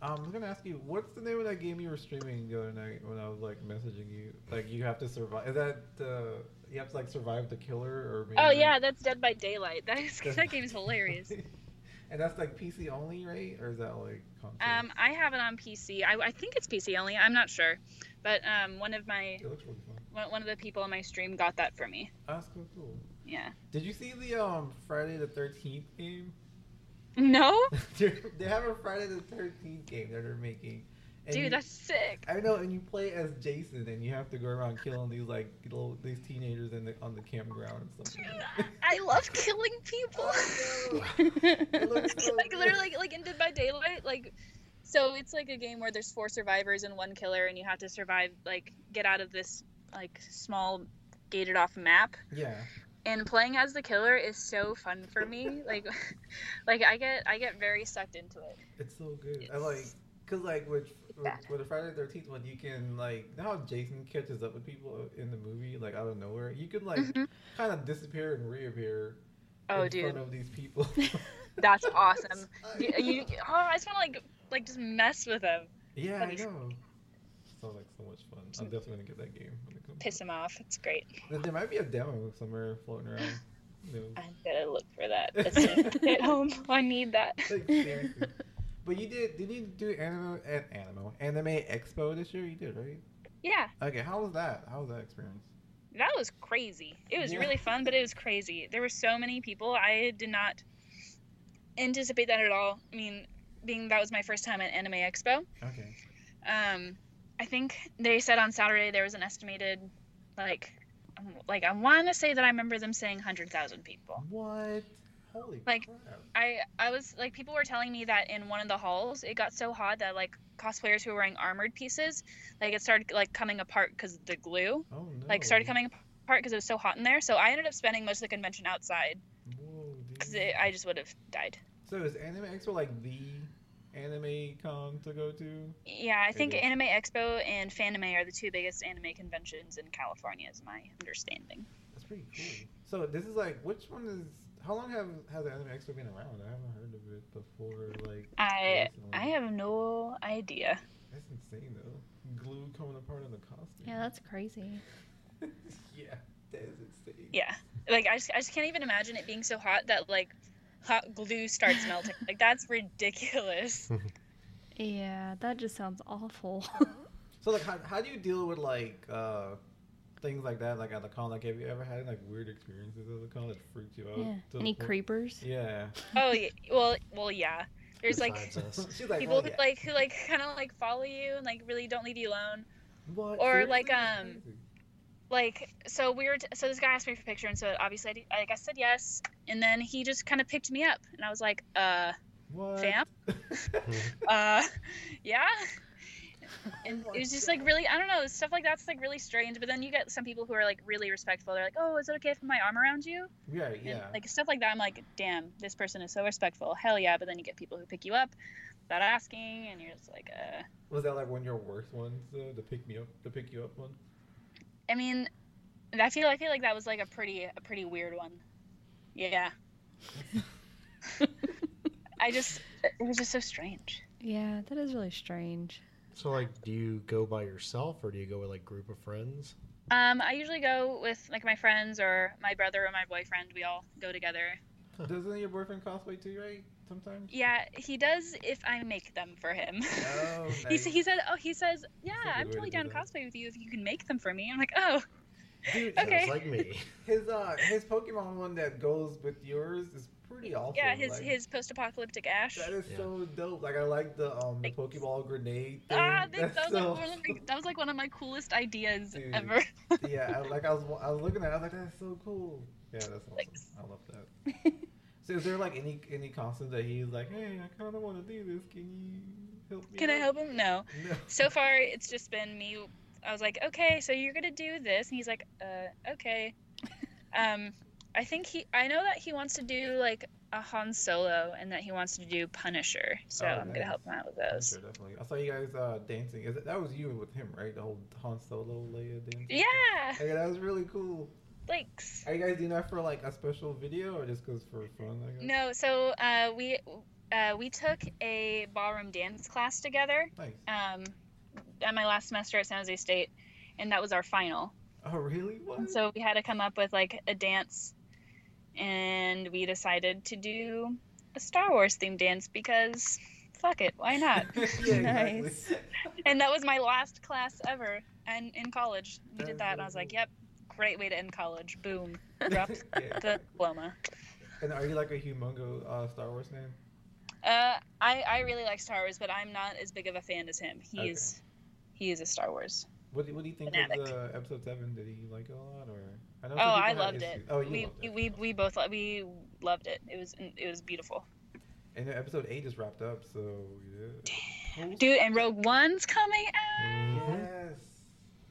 Speaker 2: Um, I was gonna ask you, what's the name of that game you were streaming the other night when I was like messaging you? Like, you have to survive. Is that uh, you have to like survive the killer or? Maybe [LAUGHS]
Speaker 1: Oh yeah, that's Dead by Daylight. [LAUGHS] That is
Speaker 2: Dead
Speaker 1: that
Speaker 2: by-
Speaker 1: game is hilarious.
Speaker 2: [LAUGHS] and that's like PC only, right? Or is that like? Console?
Speaker 1: [LAUGHS] Um, I have it on PC. I, I think it's PC only. I'm not sure, but um, one of my
Speaker 2: it looks really fun.
Speaker 1: one one of the people on my stream got that for me.
Speaker 2: Oh, that's cool, cool.
Speaker 1: Yeah. [LAUGHS]
Speaker 2: Did you see the um Friday the Thirteenth game? [LAUGHS]
Speaker 1: No.
Speaker 2: They're- they have a Friday the Thirteenth game that they're making, And
Speaker 1: Dude,
Speaker 2: you-
Speaker 1: that's sick.
Speaker 2: I know, and you play as Jason, and you have to go around killing these like little these teenagers in the, on the campground and
Speaker 1: [LAUGHS] Dude,
Speaker 2: stuff.
Speaker 1: I love killing people.
Speaker 2: Oh,
Speaker 1: [LAUGHS]
Speaker 2: It looks so
Speaker 1: like
Speaker 2: good.
Speaker 1: literally like in Dead by Daylight, like so it's like a game where there's four survivors and one killer and you have to survive like get out of this like small gated off map.
Speaker 2: Yeah,
Speaker 1: And playing as the killer is so fun for me. Like [LAUGHS] like I get I get very sucked into it.
Speaker 2: it's so good. I
Speaker 1: It's-
Speaker 2: like, cause like with with,
Speaker 1: bad.
Speaker 2: with the Friday the Thirteenth one, you can like you know how Jason catches up with people in the movie like out of nowhere. You can like
Speaker 1: Mhm.
Speaker 2: kind of disappear and reappear
Speaker 1: Oh
Speaker 2: in
Speaker 1: dude,
Speaker 2: front of these
Speaker 1: [LAUGHS]
Speaker 2: people.
Speaker 1: that's
Speaker 2: [LAUGHS]
Speaker 1: awesome.
Speaker 2: I
Speaker 1: You, you- oh, I just want to like like just mess with them,
Speaker 2: Yeah, I
Speaker 1: Funny.
Speaker 2: know. Sounds like so much fun. I'm definitely gonna get that game when it comes.
Speaker 1: piss them off. It's great.
Speaker 2: out. There might be a demo somewhere floating
Speaker 1: [LAUGHS]
Speaker 2: around. You know,
Speaker 1: I'm gonna look for that. That's it. at home. I need that. [LAUGHS]
Speaker 2: like, seriously. But you did? Did you do anime an anime anime expo this year? You did, right?
Speaker 1: Yeah,
Speaker 2: Okay, how was that? How was that experience?
Speaker 1: that was crazy. It was
Speaker 2: Yeah.
Speaker 1: really fun, but it was crazy. There were so many people. I did not anticipate that at all. I mean, being that was my first time at Anime Expo.
Speaker 2: Okay.
Speaker 1: Um, I think they said on Saturday there was an estimated, like, um, like I want to say that I remember them saying hundred thousand people.
Speaker 2: What? Holy
Speaker 1: Like-
Speaker 2: crap!
Speaker 1: I I was like people were telling me that in one of the halls it got so hot that like cosplayers who were wearing armored pieces like it started like coming apart because the glue
Speaker 2: Oh no!
Speaker 1: like started coming apart because it was so hot in there. So I ended up spending most of the convention outside
Speaker 2: Whoa,
Speaker 1: because
Speaker 2: dude.
Speaker 1: I just would have died.
Speaker 2: So is anime expo like the anime con to go to?
Speaker 1: Yeah, I think
Speaker 2: Maybe.
Speaker 1: Anime Expo and Fanime are the two biggest anime conventions in California, is my understanding.
Speaker 2: That's pretty cool. So this is like which one is? How long have has anime expo been around? I haven't heard of it before. Like
Speaker 1: I
Speaker 2: recently.
Speaker 1: I have no idea.
Speaker 2: That's insane though. Glue coming apart on the costume.
Speaker 4: Yeah, that's crazy.
Speaker 2: [LAUGHS] yeah, that is insane.
Speaker 1: Yeah, like I just I just can't even imagine it being so hot that like hot glue starts
Speaker 2: [LAUGHS]
Speaker 1: melting. like that's ridiculous.
Speaker 4: Yeah, that just sounds awful.
Speaker 2: Oh, So like, how, how do you deal with like uh, things like that? Like at the con, like have you ever had like weird experiences at the con that freaked you out?
Speaker 4: yeah.
Speaker 2: to the
Speaker 4: Any
Speaker 2: point-
Speaker 4: creepers?
Speaker 2: [LAUGHS] Yeah.
Speaker 1: Oh yeah, well well yeah. There's like
Speaker 3: [LAUGHS]
Speaker 1: [LAUGHS]
Speaker 3: Besides us.
Speaker 2: [LAUGHS] She's like,
Speaker 1: people
Speaker 2: oh,
Speaker 1: who
Speaker 2: yeah.
Speaker 1: like who like kind of like follow you and like really don't leave you alone.
Speaker 2: What?
Speaker 1: or,
Speaker 2: Seriously?
Speaker 1: like,
Speaker 2: That's
Speaker 1: um,
Speaker 2: crazy.
Speaker 1: Like so we were t- so this guy asked me for a picture and so obviously I, did- like I said yes and then he just kind of picked me up and I was like uh
Speaker 2: what? [LAUGHS]
Speaker 1: fam? [LAUGHS] uh yeah and
Speaker 2: Oh my
Speaker 1: it was just like really i don't know stuff like that's like really strange but then you get some people who are like really respectful they're like oh is it okay if I put my arm around you
Speaker 2: yeah,
Speaker 1: And,
Speaker 2: yeah.
Speaker 1: like stuff like that i'm like damn this person is so respectful hell yeah but then you get people who pick you up without asking and you're just like uh
Speaker 2: Was that like one of your worst ones? Uh, the pick me up, the pick you up one.
Speaker 1: i mean i feel i feel like that was like a pretty a pretty weird one
Speaker 2: [LAUGHS]
Speaker 1: yeah i just it was just so strange
Speaker 4: Yeah, that is really strange.
Speaker 3: so, like, do you go by yourself or do you go with like group of friends?
Speaker 1: um i usually go with like my friends or my brother or my boyfriend we all go together
Speaker 2: Doesn't your boyfriend cosplay too, right? Sometimes.
Speaker 1: Yeah, he does if I make them for him.
Speaker 2: Oh,
Speaker 1: [LAUGHS] he,
Speaker 2: nice.
Speaker 1: sa- he said, "Oh, he says, yeah,
Speaker 2: a good
Speaker 1: I'm
Speaker 2: way
Speaker 1: totally
Speaker 2: to
Speaker 1: down
Speaker 2: do
Speaker 1: to
Speaker 2: that.
Speaker 1: cosplay with you if you can make them for me." I'm like, "Oh,
Speaker 2: Dude,
Speaker 1: Okay.
Speaker 3: Sounds like me.
Speaker 2: his uh, his Pokemon one that goes with yours is pretty awesome.
Speaker 1: yeah." His
Speaker 2: like-
Speaker 1: his post-apocalyptic Ash.
Speaker 2: That is
Speaker 3: Yeah.
Speaker 2: so dope. Like I like the um the
Speaker 1: Like-
Speaker 2: Pokeball grenade thing.
Speaker 1: Ah, that,
Speaker 2: [LAUGHS] That's
Speaker 1: that was like
Speaker 2: so-
Speaker 1: one of my, that was like one of my coolest ideas
Speaker 2: Dude.
Speaker 1: ever. [LAUGHS]
Speaker 2: [LAUGHS] yeah, I, like I was I was looking at, it, I was like, that's so cool. Yeah, that's awesome.
Speaker 1: Thanks.
Speaker 2: I love that.
Speaker 1: [LAUGHS]
Speaker 2: so is there like any any constant that he's like, hey, I kind of want to do this. Can you help me?
Speaker 1: Can I
Speaker 2: out?"
Speaker 1: help him? No.
Speaker 2: [LAUGHS]
Speaker 1: [LAUGHS]
Speaker 2: No.
Speaker 1: So far, it's just been me. I was like, "Okay, so you're gonna do this," and he's like, "Uh,
Speaker 2: [LAUGHS]
Speaker 1: okay." Um, I think he. I know that he wants to do like a Han Solo and that he wants to do Punisher. So
Speaker 2: Oh,
Speaker 1: I'm gonna
Speaker 2: nice.
Speaker 1: help him out with
Speaker 2: I'm
Speaker 1: those.
Speaker 2: Sure, definitely. I saw you guys uh, dancing. Is it, that was you with him, right? The whole Han Solo Leia dance.
Speaker 1: Yeah,
Speaker 2: Okay, that was really cool.
Speaker 1: thanks.
Speaker 2: Are you guys doing that for like a special video or just cause for fun? I guess?
Speaker 1: No, so uh, we uh, we took a ballroom dance class together
Speaker 2: Nice.
Speaker 1: um, at my last semester at San Jose State, and that was our final.
Speaker 2: Oh really? What? [LAUGHS]
Speaker 1: And so we had to come up with like a dance, and we decided to do a Star Wars themed dance because fuck it,
Speaker 2: [LAUGHS]
Speaker 1: why not?
Speaker 2: Yeah, exactly.
Speaker 4: Nice.
Speaker 1: and that was my last class ever, and in college we
Speaker 2: That is
Speaker 1: did that, and
Speaker 2: really
Speaker 1: I was like,
Speaker 2: cool.
Speaker 1: yep, great way to end college. Boom, drop
Speaker 2: [LAUGHS]
Speaker 1: [LAUGHS]
Speaker 2: Yeah.
Speaker 1: the diploma.
Speaker 2: And are you like a humongo uh, Star Wars fan?
Speaker 1: Uh, I I really like Star Wars, but I'm not as big of a fan as him. He is, he is a Star Wars.
Speaker 2: What do, what do you think
Speaker 1: Fanatic.
Speaker 2: of uh, episode seven? Did you like it a lot, or I know some
Speaker 1: Oh,
Speaker 2: people
Speaker 1: I
Speaker 2: had
Speaker 1: loved it.
Speaker 2: issues- Oh, you
Speaker 1: we,
Speaker 2: loved
Speaker 1: we
Speaker 2: it.
Speaker 1: we we both lo- we loved it. It was it was beautiful,
Speaker 2: And then episode eight is wrapped up, so yeah.
Speaker 1: dude. And Rogue One's coming out.
Speaker 3: Mhm.
Speaker 2: Yes. Mm-hmm.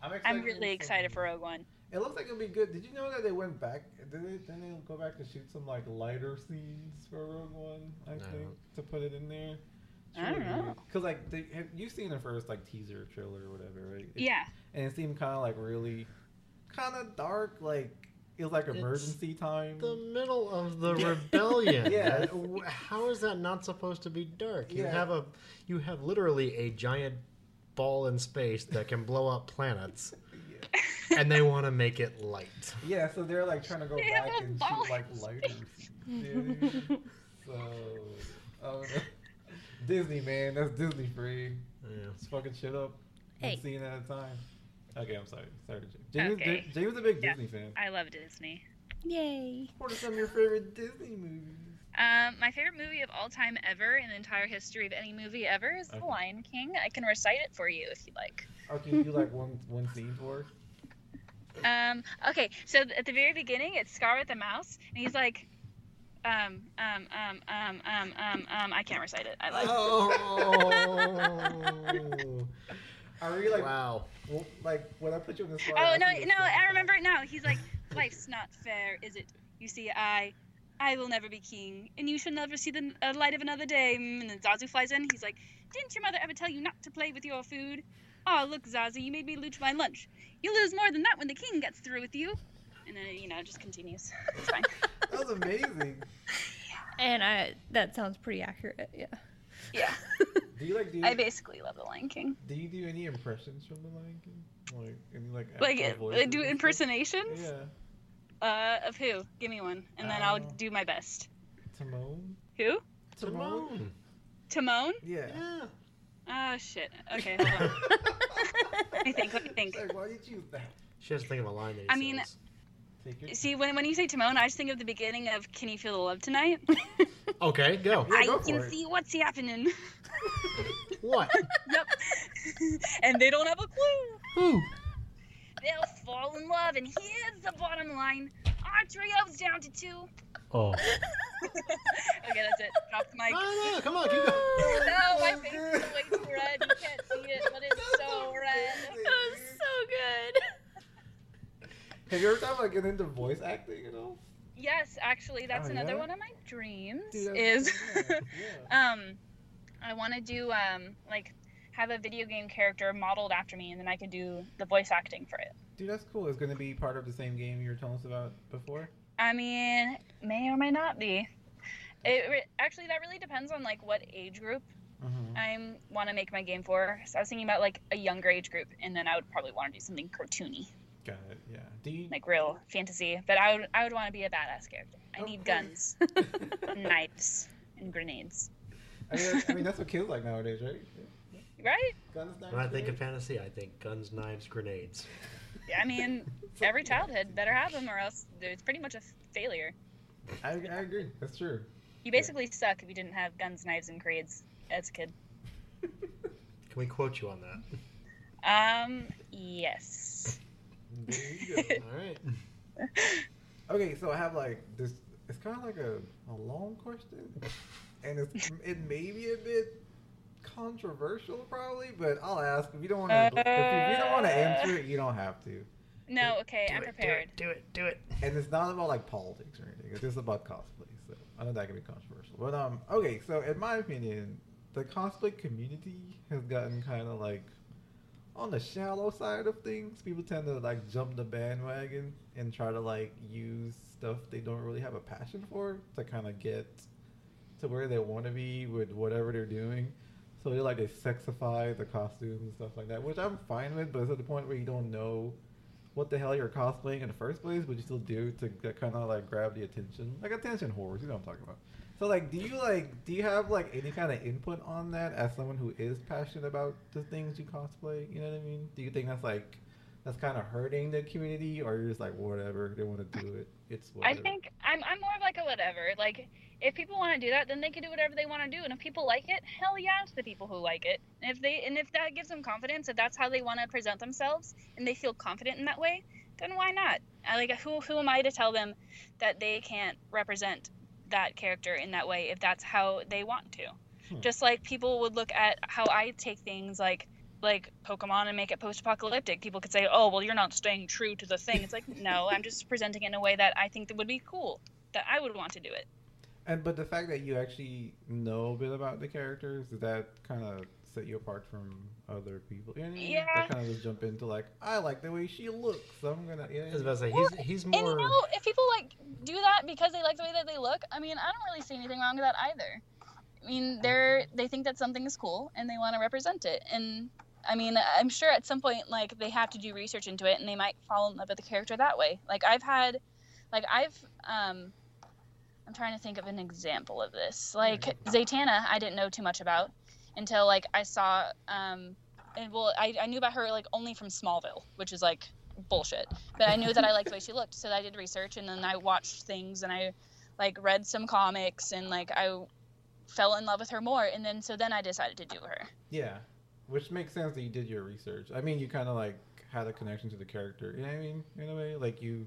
Speaker 2: I'm,
Speaker 1: I'm
Speaker 2: excited
Speaker 1: really excited for Rogue One.
Speaker 2: It looks like it'll be good. Did you know that they went back? Did they, didn't they go back to shoot some like lighter scenes for Rogue One? I
Speaker 3: No.
Speaker 2: think to put it in there.
Speaker 1: I don't know.
Speaker 2: Because like they, have, you've seen the first like teaser trailer or whatever, right? It-
Speaker 1: Yeah,
Speaker 2: And it seemed kind of like really, kind of dark. Like it was like
Speaker 3: It's
Speaker 2: emergency time.
Speaker 3: The middle of the
Speaker 2: Yeah. [LAUGHS]
Speaker 3: rebellion.
Speaker 2: Yeah.
Speaker 3: W- How is that not supposed to be dark? You
Speaker 2: Yeah.
Speaker 3: have a, you have literally a giant ball in space that can blow up planets,
Speaker 2: Yeah.
Speaker 3: and they want to make it light.
Speaker 2: Yeah, so they're like trying to go
Speaker 1: They have
Speaker 2: back
Speaker 1: a
Speaker 2: and
Speaker 1: ball
Speaker 2: shoot like
Speaker 1: in
Speaker 2: lighter. scenes,
Speaker 4: [LAUGHS]
Speaker 2: dude. so, oh, no. Disney man, that's Disney free.
Speaker 3: Yeah.
Speaker 2: It's fucking shit up.
Speaker 4: Hey.
Speaker 2: One scene at a time. Okay, I'm sorry. Sorry, James. James,
Speaker 1: Okay.
Speaker 2: James is a big
Speaker 1: Yeah.
Speaker 2: Disney fan.
Speaker 1: [LAUGHS] I love Disney.
Speaker 4: Yay.
Speaker 2: What are some of your favorite Disney movies?
Speaker 1: Um, my favorite movie of all time ever in the entire history of any movie ever is
Speaker 2: Okay.
Speaker 1: The Lion King. I can recite it for you if you like.
Speaker 2: Okay, Oh, you like one one scene for? us?
Speaker 1: Um, okay, so th- at the very beginning, it's Scarlet the mouse, and he's like, um, um, um, um, um, um, um, I can't recite it. I like.
Speaker 3: [LAUGHS] Oh.
Speaker 2: Are we like
Speaker 3: wow.
Speaker 2: w- like when I put you on the spot?
Speaker 1: Oh
Speaker 2: I
Speaker 1: no,
Speaker 2: think it's
Speaker 1: no,
Speaker 2: something
Speaker 1: I
Speaker 2: like-
Speaker 1: remember it now. He's like, life's not fair, is it? You see, I, I will never be king, and you shall never see the uh, light of another day. Mm, And then Zazu flies in. He's like, didn't your mother ever tell you not to play with your food? Oh look, Zazu, you made me lose my lunch. You lose more than that when the king gets through with you. And then you know, it just continues. [LAUGHS] It's fine.
Speaker 2: That was amazing.
Speaker 4: And I that sounds pretty accurate. Yeah. [LAUGHS]
Speaker 1: yeah,
Speaker 2: Do you like do
Speaker 1: I basically love The Lion King.
Speaker 2: Do you do any impressions from the Lion King? Like any like
Speaker 1: Like,
Speaker 2: actual
Speaker 1: uh,
Speaker 2: voices
Speaker 1: do
Speaker 2: and stuff?
Speaker 1: impersonations
Speaker 2: Yeah,
Speaker 1: uh, of who? Give me one, and then I'll
Speaker 2: Oh.
Speaker 1: do my best.
Speaker 2: Timon.
Speaker 1: Who?
Speaker 3: Timon.
Speaker 1: Timon?
Speaker 2: Yeah. [LAUGHS]
Speaker 3: Yeah.
Speaker 1: Oh shit. Okay. Hold on. Let me think. Let me think.
Speaker 2: Like, why did you that?
Speaker 3: She has to think of a line that he
Speaker 1: I mean,
Speaker 3: says.
Speaker 2: Take your
Speaker 1: See, when, when you say Timon, I just think of the beginning of Can You Feel the Love Tonight?
Speaker 3: Okay, go.
Speaker 2: Yeah,
Speaker 1: [LAUGHS] I
Speaker 2: go for
Speaker 1: can
Speaker 2: it.
Speaker 1: see what's happening.
Speaker 3: What?
Speaker 1: yep. [LAUGHS] and they don't have a clue.
Speaker 3: Who?
Speaker 1: They'll fall in love, and here's the bottom line our trio's down to two.
Speaker 3: Oh.
Speaker 1: Okay, that's it. Drop
Speaker 2: [LAUGHS]
Speaker 1: the mic.
Speaker 3: No, no, come on,
Speaker 1: [LAUGHS]
Speaker 3: keep going.
Speaker 1: No, my face is
Speaker 2: Oh,
Speaker 1: way too red. You can't see it, but it's so
Speaker 2: [LAUGHS]
Speaker 1: red.
Speaker 4: That was so good.
Speaker 2: Have you ever thought about getting into voice acting at all?
Speaker 1: Yes, actually, that's
Speaker 2: Oh,
Speaker 1: another
Speaker 2: yeah?
Speaker 1: one of my dreams.
Speaker 2: Dude, that's
Speaker 1: is. [LAUGHS]
Speaker 2: so cool. yeah.
Speaker 1: um i want to do um like have a video game character modeled after me and then i could do the voice acting for it
Speaker 2: Dude, that's cool. It's gonna be part of the same game you were telling us about before.
Speaker 1: i mean may or may not be it re- actually that really depends on like what age group
Speaker 2: Mhm.
Speaker 1: i'm want to make my game for so i was thinking about like a younger age group and then i would probably want to do something cartoony
Speaker 2: Got it. Yeah. Do you?
Speaker 1: like real fantasy but i would i would want to be a badass character i
Speaker 2: Of
Speaker 1: need
Speaker 2: course.
Speaker 1: guns
Speaker 2: [LAUGHS]
Speaker 1: knives and grenades
Speaker 2: I mean,
Speaker 1: [LAUGHS]
Speaker 2: that's- I mean, that's what kids like nowadays, right?
Speaker 1: right
Speaker 2: Guns, knives,
Speaker 3: When I think of
Speaker 2: blades.
Speaker 3: fantasy, I think guns, knives, grenades.
Speaker 1: i
Speaker 2: [LAUGHS]
Speaker 1: mean every childhood better have them or else it's pretty much a f- failure
Speaker 2: I, I agree. That's true.
Speaker 1: You basically suck if you didn't have guns, knives, and grades as a kid.
Speaker 3: Can we quote you on that?
Speaker 1: [LAUGHS] Um, yes.
Speaker 2: There you go.
Speaker 1: [LAUGHS]
Speaker 3: All right.
Speaker 2: Okay, so I have like this. It's kind of like a, a long question, and it's it may be a bit controversial, probably. But I'll ask if you don't want to. if you don't want to answer it, you don't have to.
Speaker 1: No, okay,
Speaker 3: Do
Speaker 1: I'm
Speaker 3: it, do it,
Speaker 1: prepared.
Speaker 3: Do it, do it.
Speaker 2: And it's not about like politics or anything. It's just about cosplay. So I know that can be controversial. But um, okay. So in my opinion, the cosplay community has gotten kind of like on the shallow side of things. People tend to like jump the bandwagon and try to like use stuff they don't really have a passion for to kind of get to where they want to be with whatever they're doing. So they like they sexify the costumes and stuff like that, which I'm fine with. But it's at the point where you don't know what the hell you're cosplaying in the first place, but you still do to kind of like grab the attention, like attention whores. You know what I'm talking about. So like, do you like, do you have like any kind of input on that as someone who is passionate about the things you cosplay? You know what I mean? Do you think that's like, that's kind of hurting the community, or you're just like whatever they want to do it, it's
Speaker 1: I
Speaker 2: whatever.
Speaker 1: think I'm, I'm more of like a whatever. Like, if people want to do that, then they can do whatever they want to do. And if people like it, hell yeah, to the people who like it. And if they and if that gives them confidence, if that's how they want to present themselves, and they feel confident in that way, then why not? I, like who who am I to tell them that they can't represent that character in that way if that's how they want to?
Speaker 2: Hmm.
Speaker 1: Just like people would look at how I take things like like Pokemon and make it post-apocalyptic. People could say, "Oh, well, you're not staying true to the thing." It's like, [LAUGHS] no, I'm just presenting it in a way that I think that would be cool, that I would want to do it.
Speaker 2: And but the fact that you actually know a bit about the characters, does that kind of set you apart from other people? You know what I mean?
Speaker 1: Yeah.
Speaker 2: That kind of just jump into like, I like the way she looks. So I'm gonna. You know
Speaker 3: I
Speaker 2: what I
Speaker 3: was
Speaker 2: mean?
Speaker 3: about to say he's he's
Speaker 1: And you
Speaker 3: more.
Speaker 1: know, if people like do that because they like the way that they look, I mean, I don't really see anything wrong with that either. I mean, they're they think that something is cool and they want to represent it. And I mean, I'm sure at some point like they have to do research into it and they might fall in love with the character that way. Like I've had, like I've um, I'm trying to think of an example of this. Like Zatanna, I didn't know too much about until like I saw um, and well, I, I knew about her like only from Smallville, which is like bullshit. But I knew that I liked the way she looked, so I did research and then I watched things and I like read some comics and like I fell in love with her more and then so then I decided to do her.
Speaker 2: Yeah, which makes sense that you did your research. I mean, you kind of like had a connection to the character. You know what I mean? In a way, like you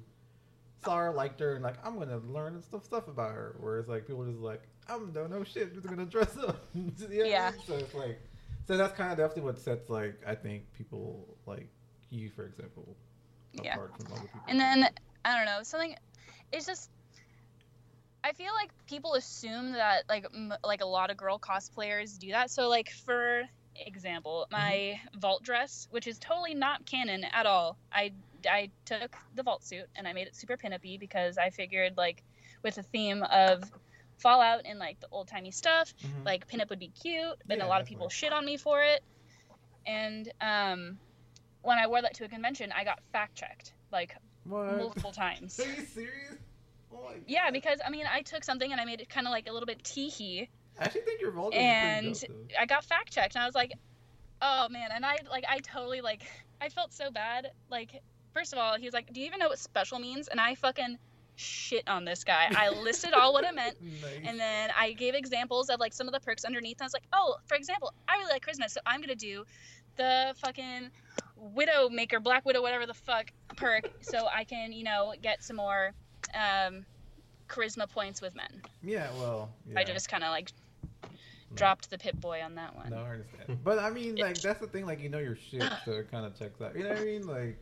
Speaker 2: saw her, liked her, and like I'm gonna learn stuff stuff about her. Whereas like people are just like I'm don't know shit. Just gonna dress up. [LAUGHS] You know what I mean?
Speaker 1: Yeah.
Speaker 2: So it's like, so that's kind of definitely what sets like I think people like you, for example,
Speaker 1: Yeah.
Speaker 2: apart from other people.
Speaker 1: And then I don't know something. It's just I feel like people assume that like m- like a lot of girl cosplayers do that. So like for example,
Speaker 2: Mm-hmm.
Speaker 1: my vault dress, which is totally not canon at all. I I took the vault suit and I made it super pin uppy because I figured like with the theme of Fallout and like the old timey stuff,
Speaker 2: Mhm.
Speaker 1: like pinup would be cute and
Speaker 2: Yeah,
Speaker 1: a lot of people
Speaker 2: definitely.
Speaker 1: shit on me for it and um when i wore that to a convention i got fact checked like
Speaker 2: what?
Speaker 1: multiple
Speaker 2: [LAUGHS]
Speaker 1: times
Speaker 2: Are you serious? Oh my
Speaker 1: yeah
Speaker 2: God.
Speaker 1: because i mean i took something and i made it kind of like a little bit teehee
Speaker 2: I actually think your vulgar
Speaker 1: and
Speaker 2: is pretty dope, though.
Speaker 1: i got fact checked and i was like oh man and i like i totally like i felt so bad like first of all he was like do you even know what special means and i fucking shit on this guy i listed all what it meant
Speaker 2: Nice.
Speaker 1: and then I gave examples of like some of the perks underneath. And I was like, oh, for example, I really like charisma, so I'm gonna do the fucking widow maker, black widow, whatever the fuck perk, so I can you know get some more um, charisma points with men.
Speaker 2: yeah, well, yeah.
Speaker 1: I just kind of like
Speaker 2: No.
Speaker 1: dropped the pit boy on that one.
Speaker 2: No, I [LAUGHS] understand. But I mean, like, that's the thing. Like, you know your shit,
Speaker 1: Ah.
Speaker 2: so it kind of checks out. You know what I mean? Like,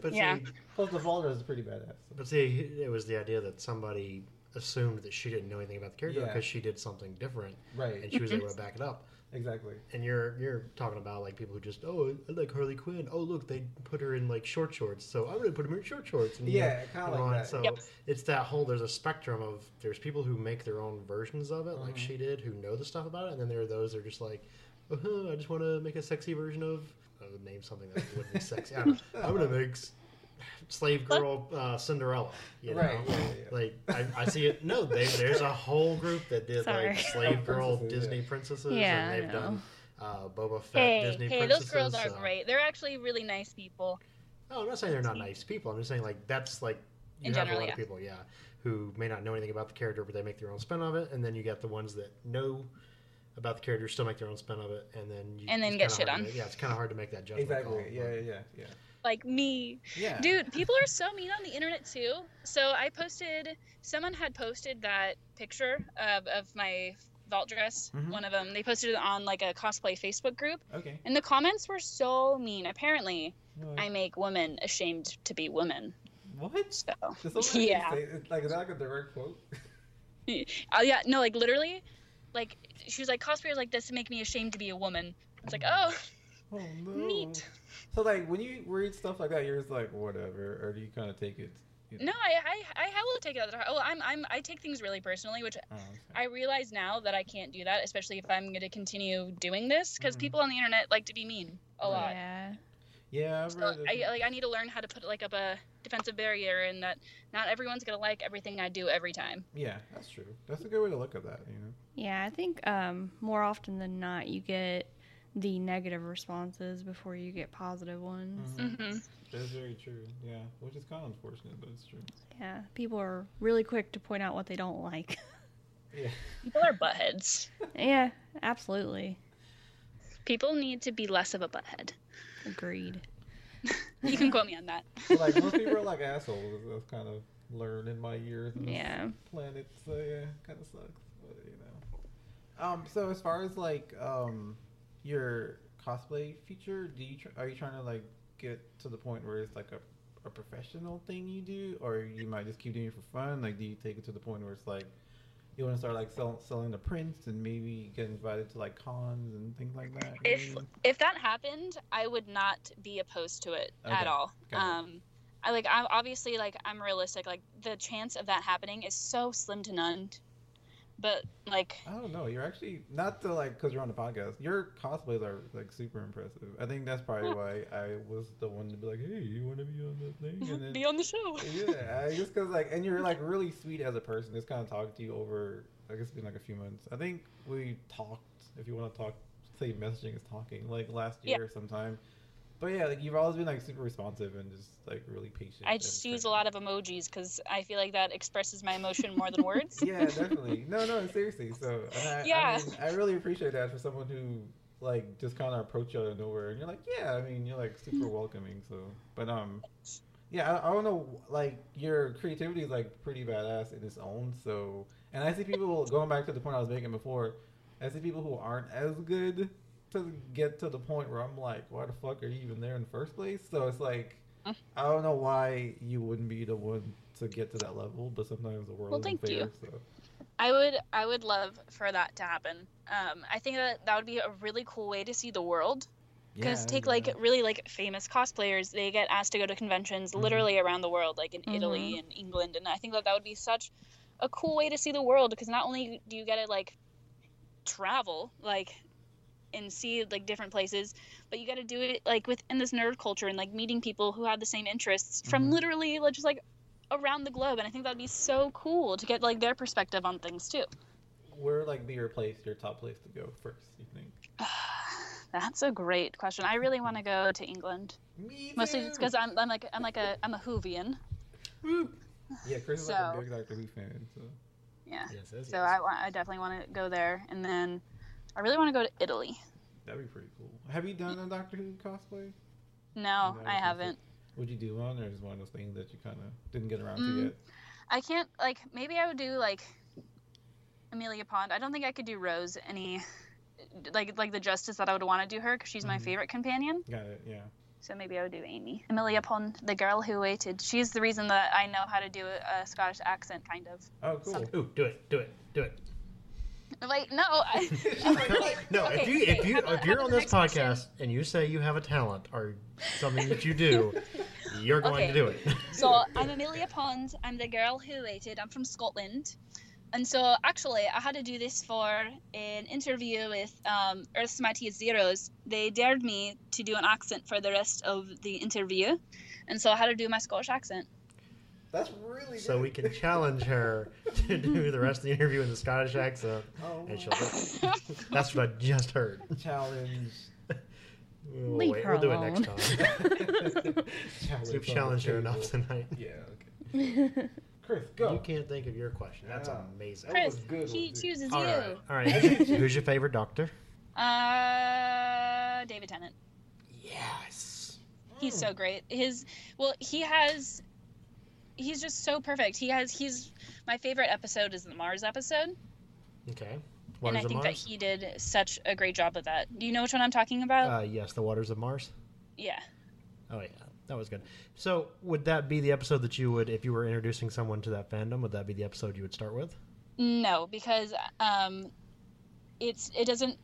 Speaker 3: But
Speaker 1: Yeah.
Speaker 3: see,
Speaker 2: plus the Volder is pretty badass.
Speaker 3: but see, it was the idea that somebody assumed that she didn't know anything about the character
Speaker 2: Yeah.
Speaker 3: because she did something different, and
Speaker 2: Right.
Speaker 3: she was
Speaker 1: Mm-hmm.
Speaker 3: able to back it up.
Speaker 2: Exactly.
Speaker 3: And you're you're talking about like people who just oh I like Harley Quinn. Oh look, they put her in like short shorts, so I'm gonna put her in short shorts. And, you know,
Speaker 2: Yeah, kind
Speaker 3: and
Speaker 2: of
Speaker 3: on.
Speaker 2: like that.
Speaker 3: So
Speaker 1: Yep.
Speaker 3: it's that whole there's a spectrum of there's people who make their own versions of it, like
Speaker 2: Mhm.
Speaker 3: she did, who know the stuff about it, and then there are those that are just like, uh I just want to make a sexy version of I would name something that wouldn't be sexy. I don't know. I'm
Speaker 2: [LAUGHS]
Speaker 3: gonna make s- slave girl uh, Cinderella. You know?
Speaker 2: Right, yeah, yeah.
Speaker 3: Like I, I see it. No, they, there's a whole group that did
Speaker 4: Sorry.
Speaker 3: like slave
Speaker 2: [LAUGHS]
Speaker 3: girl
Speaker 2: Princesses, yeah.
Speaker 3: Disney princesses,
Speaker 4: Yeah, I
Speaker 3: and they've
Speaker 4: know.
Speaker 3: done uh, Boba Fett
Speaker 1: Hey,
Speaker 3: Disney
Speaker 1: hey, those
Speaker 3: princesses. uh,
Speaker 1: girls are
Speaker 3: so-
Speaker 1: great. They're actually really nice people.
Speaker 3: no, I'm not saying they're not nice people. I'm just saying like that's like you
Speaker 1: In
Speaker 3: have
Speaker 1: general,
Speaker 3: a lot
Speaker 1: yeah.
Speaker 3: of people, yeah, who may not know anything about the character, but they make their own spin of it, and then you got the ones that know about the character, still make their own spin of it, and then you,
Speaker 1: And then get
Speaker 3: it's kinda
Speaker 1: shit
Speaker 3: hard to
Speaker 1: on.
Speaker 3: make- yeah, it's kind of hard to make that judgment.
Speaker 2: Exactly.
Speaker 3: call.
Speaker 2: Yeah, yeah, yeah, yeah.
Speaker 1: Like me.
Speaker 2: Yeah.
Speaker 1: Dude, people are so mean on the internet too. So I posted, someone had posted that picture of, of my vault dress,
Speaker 2: Mhm.
Speaker 1: one of them. They posted it on like a cosplay Facebook group,
Speaker 2: Okay.
Speaker 1: and the comments were so mean. Apparently,
Speaker 2: Well,
Speaker 1: I make women ashamed to be women.
Speaker 2: what?
Speaker 1: So,
Speaker 2: Did someone actually
Speaker 1: Yeah.
Speaker 2: Say, it's like, is that like a direct quote? [LAUGHS]
Speaker 1: oh yeah, no, like literally, like she was like, cosplayers like this make me ashamed to be a woman. It's like, oh,
Speaker 2: Oh no.
Speaker 1: Neat.
Speaker 2: So like, when you read stuff like that, you're just like, whatever, or do you kind of take it? you know?
Speaker 1: no, I, I, I hella take that. Oh, I'm, I'm, I take things really personally, which
Speaker 2: Oh, okay.
Speaker 1: I realize now that I can't do that, especially if I'm going to continue doing this, because
Speaker 2: Mhm.
Speaker 1: people on the internet like to be mean a lot.
Speaker 4: Yeah.
Speaker 2: yeah, I've
Speaker 1: So
Speaker 2: read.
Speaker 1: I uh,
Speaker 2: it.
Speaker 1: like I need to learn how to put like up a defensive barrier, and that not everyone's going to like everything I do every time.
Speaker 2: yeah, that's true. That's a good way to look at that. You know.
Speaker 4: Yeah, I think um, more often than not, you get the negative responses before you get positive ones.
Speaker 2: Mm-hmm. Mm.
Speaker 1: hmm
Speaker 2: That's very true. Yeah, which is kind of unfortunate, but it's true.
Speaker 4: Yeah, people are really quick to point out what they don't like. [LAUGHS]
Speaker 2: Yeah.
Speaker 1: People are buttheads.
Speaker 4: yeah, absolutely.
Speaker 1: People need to be less of a butthead. [LAUGHS]
Speaker 4: Agreed.
Speaker 1: You can quote me on that.
Speaker 2: But, like most people are like assholes. I've kind of learned in my years. on this
Speaker 4: Yeah.
Speaker 2: Planet, so yeah, kind of sucks. But you know. Um. So as far as like um, your cosplay future, do you tr- are you trying to like get to the point where it's like a a professional thing you do, or you might just keep doing it for fun? Like, do you take it to the point where it's like you want to start like sell- selling the prints and maybe get invited to like cons and things like that? you know
Speaker 1: If
Speaker 2: what
Speaker 1: [LAUGHS] if that happened, I would not be opposed to it
Speaker 2: Okay,
Speaker 1: at all.
Speaker 2: got it.
Speaker 1: Um, I like I'm obviously like I'm realistic. Like the chance of that happening is so slim to none. But like
Speaker 2: I don't know. You're actually not to like because you're on the podcast. Your cosplays are like super impressive. I think that's probably why I was the one to be like, "Hey, you want to be on the thing?" And then,
Speaker 1: [LAUGHS] be on the show.
Speaker 2: [LAUGHS] yeah, I, just because like, and you're like really sweet as a person. Just kind of talking to you over. I guess it's been like a few months. I think we talked. If you want to talk, say messaging is talking. Like last
Speaker 1: Yeah.
Speaker 2: year sometime. But yeah, like you've always been like super responsive and just like really patient.
Speaker 1: I just use a lot of emojis because I feel like that expresses my emotion more than [LAUGHS] words.
Speaker 2: yeah, definitely. No, no, seriously. So and I,
Speaker 1: Yeah.
Speaker 2: I, mean, I really appreciate that for someone who like just kind of approached you out of nowhere, and you're like, yeah, I mean, you're like super welcoming. So, but um, yeah, I, I don't know, like your creativity is like pretty badass in its own. So, and I see people going back to the point I was making before. I see people who aren't as good to get to the point where I'm like, why the fuck are you even there in the first place? So it's like. I don't know why you wouldn't be the one to get to that level, but sometimes the world
Speaker 1: Well,
Speaker 2: isn't
Speaker 1: thank
Speaker 2: fair.
Speaker 1: you.
Speaker 2: So.
Speaker 1: I would I would love for that to happen. Um, I think that that would be a really cool way to see the world. Because
Speaker 2: Yeah,
Speaker 1: take
Speaker 2: yeah.
Speaker 1: like really like famous cosplayers, they get asked to go to conventions
Speaker 2: Mhm.
Speaker 1: literally around the world, like in Italy and England, and I think that that would be such a cool way to see the world. Because not only do you get to like travel, like and see like different places, but you got to do it like within this nerd culture and like meeting people who have the same interests from
Speaker 2: Mhm.
Speaker 1: literally like, just like around the globe. And I think that'd be so cool to get like their perspective on things too. [SIGHS]
Speaker 2: where like be your place, your top place to go first? You think?
Speaker 1: That's a great question. I really want to go to England.
Speaker 2: Me
Speaker 1: Mostly just because I'm, I'm like I'm like a I'm a Hoovian.
Speaker 2: yeah, Chris is like a
Speaker 1: So-
Speaker 2: big Doctor Who fan. So
Speaker 1: Yeah.
Speaker 3: Yes, yes,
Speaker 1: So
Speaker 3: yes.
Speaker 1: I, wa- I definitely want to go there, and then I really want to go to Italy.
Speaker 2: that'd be pretty cool. Have you done a Doctor Who cosplay?
Speaker 1: No,
Speaker 2: That
Speaker 1: I
Speaker 2: is
Speaker 1: haven't.
Speaker 2: Would you do one, or is one of those things that you kind of didn't get around to
Speaker 1: Mm.
Speaker 2: yet?
Speaker 1: I can't like maybe I would do like Amelia Pond. I don't think I could do Rose any like like the justice that I would want to do her because she's my
Speaker 2: Mhm.
Speaker 1: favorite companion.
Speaker 2: Got it. Yeah.
Speaker 1: So maybe I would do Amy. Amelia Pond, the girl who waited. She's the reason that I know how to do a Scottish accent, kind of.
Speaker 2: Oh, cool.
Speaker 3: Ooh, do it, do it, do it.
Speaker 1: Like no, I,
Speaker 2: [LAUGHS]
Speaker 1: I'm like, wait,
Speaker 3: [LAUGHS] no,
Speaker 1: okay,
Speaker 3: if you
Speaker 1: okay,
Speaker 3: if you
Speaker 1: how about-
Speaker 3: if you're
Speaker 1: how
Speaker 3: on
Speaker 1: about
Speaker 3: this
Speaker 1: the next question?
Speaker 3: podcast and you say you have a talent or something that you do, you're going
Speaker 1: Okay.
Speaker 3: to do it.
Speaker 1: So I'm Amelia Pond. I'm the girl who waited. I'm from Scotland. And so actually, I had to do this for an interview with um, Earth's Mightiest Zeros. They dared me to do an accent for the rest of the interview. And so I had to do my Scottish
Speaker 3: [LAUGHS]
Speaker 1: accent. [LAUGHS]
Speaker 2: That's really
Speaker 3: so we can challenge her to do the rest of the interview in the Scottish accent,
Speaker 2: Oh,
Speaker 3: and she'll. That's what I just heard.
Speaker 2: challenge.
Speaker 3: [LAUGHS] We'll,
Speaker 4: Leave
Speaker 3: wait,
Speaker 4: her
Speaker 3: we'll do it
Speaker 1: [LAUGHS]
Speaker 4: alone.
Speaker 3: next time.
Speaker 2: challenge
Speaker 3: We've challenged her enough
Speaker 2: unbelievable. [LAUGHS]
Speaker 3: [LAUGHS] tonight.
Speaker 2: Yeah. Okay.
Speaker 4: That's
Speaker 2: Chris, go.
Speaker 3: You can't think of your question. That's
Speaker 2: Yeah.
Speaker 3: amazing.
Speaker 2: That
Speaker 1: Chris,
Speaker 2: was a good
Speaker 1: he
Speaker 2: one, dude.
Speaker 1: chooses
Speaker 3: All
Speaker 1: you.
Speaker 3: right, all right. Who's your- who's your favorite doctor?
Speaker 1: Uh, David Tennant.
Speaker 3: Yes.
Speaker 1: He's
Speaker 3: Hmm.
Speaker 1: so great. His well, he has. He's just so perfect. He has. He's my favorite episode is the Mars episode.
Speaker 3: Okay. Waters
Speaker 1: and I
Speaker 3: of
Speaker 1: think
Speaker 3: Mars.
Speaker 1: that he did such a great job with that. Do you know which one I'm talking about?
Speaker 3: Uh, yes, the waters of Mars.
Speaker 1: yeah.
Speaker 3: Oh yeah, that was good. So would that be the episode that you would, if you were introducing someone to that fandom, would that be the episode you would start with?
Speaker 1: No, because um, it's it doesn't.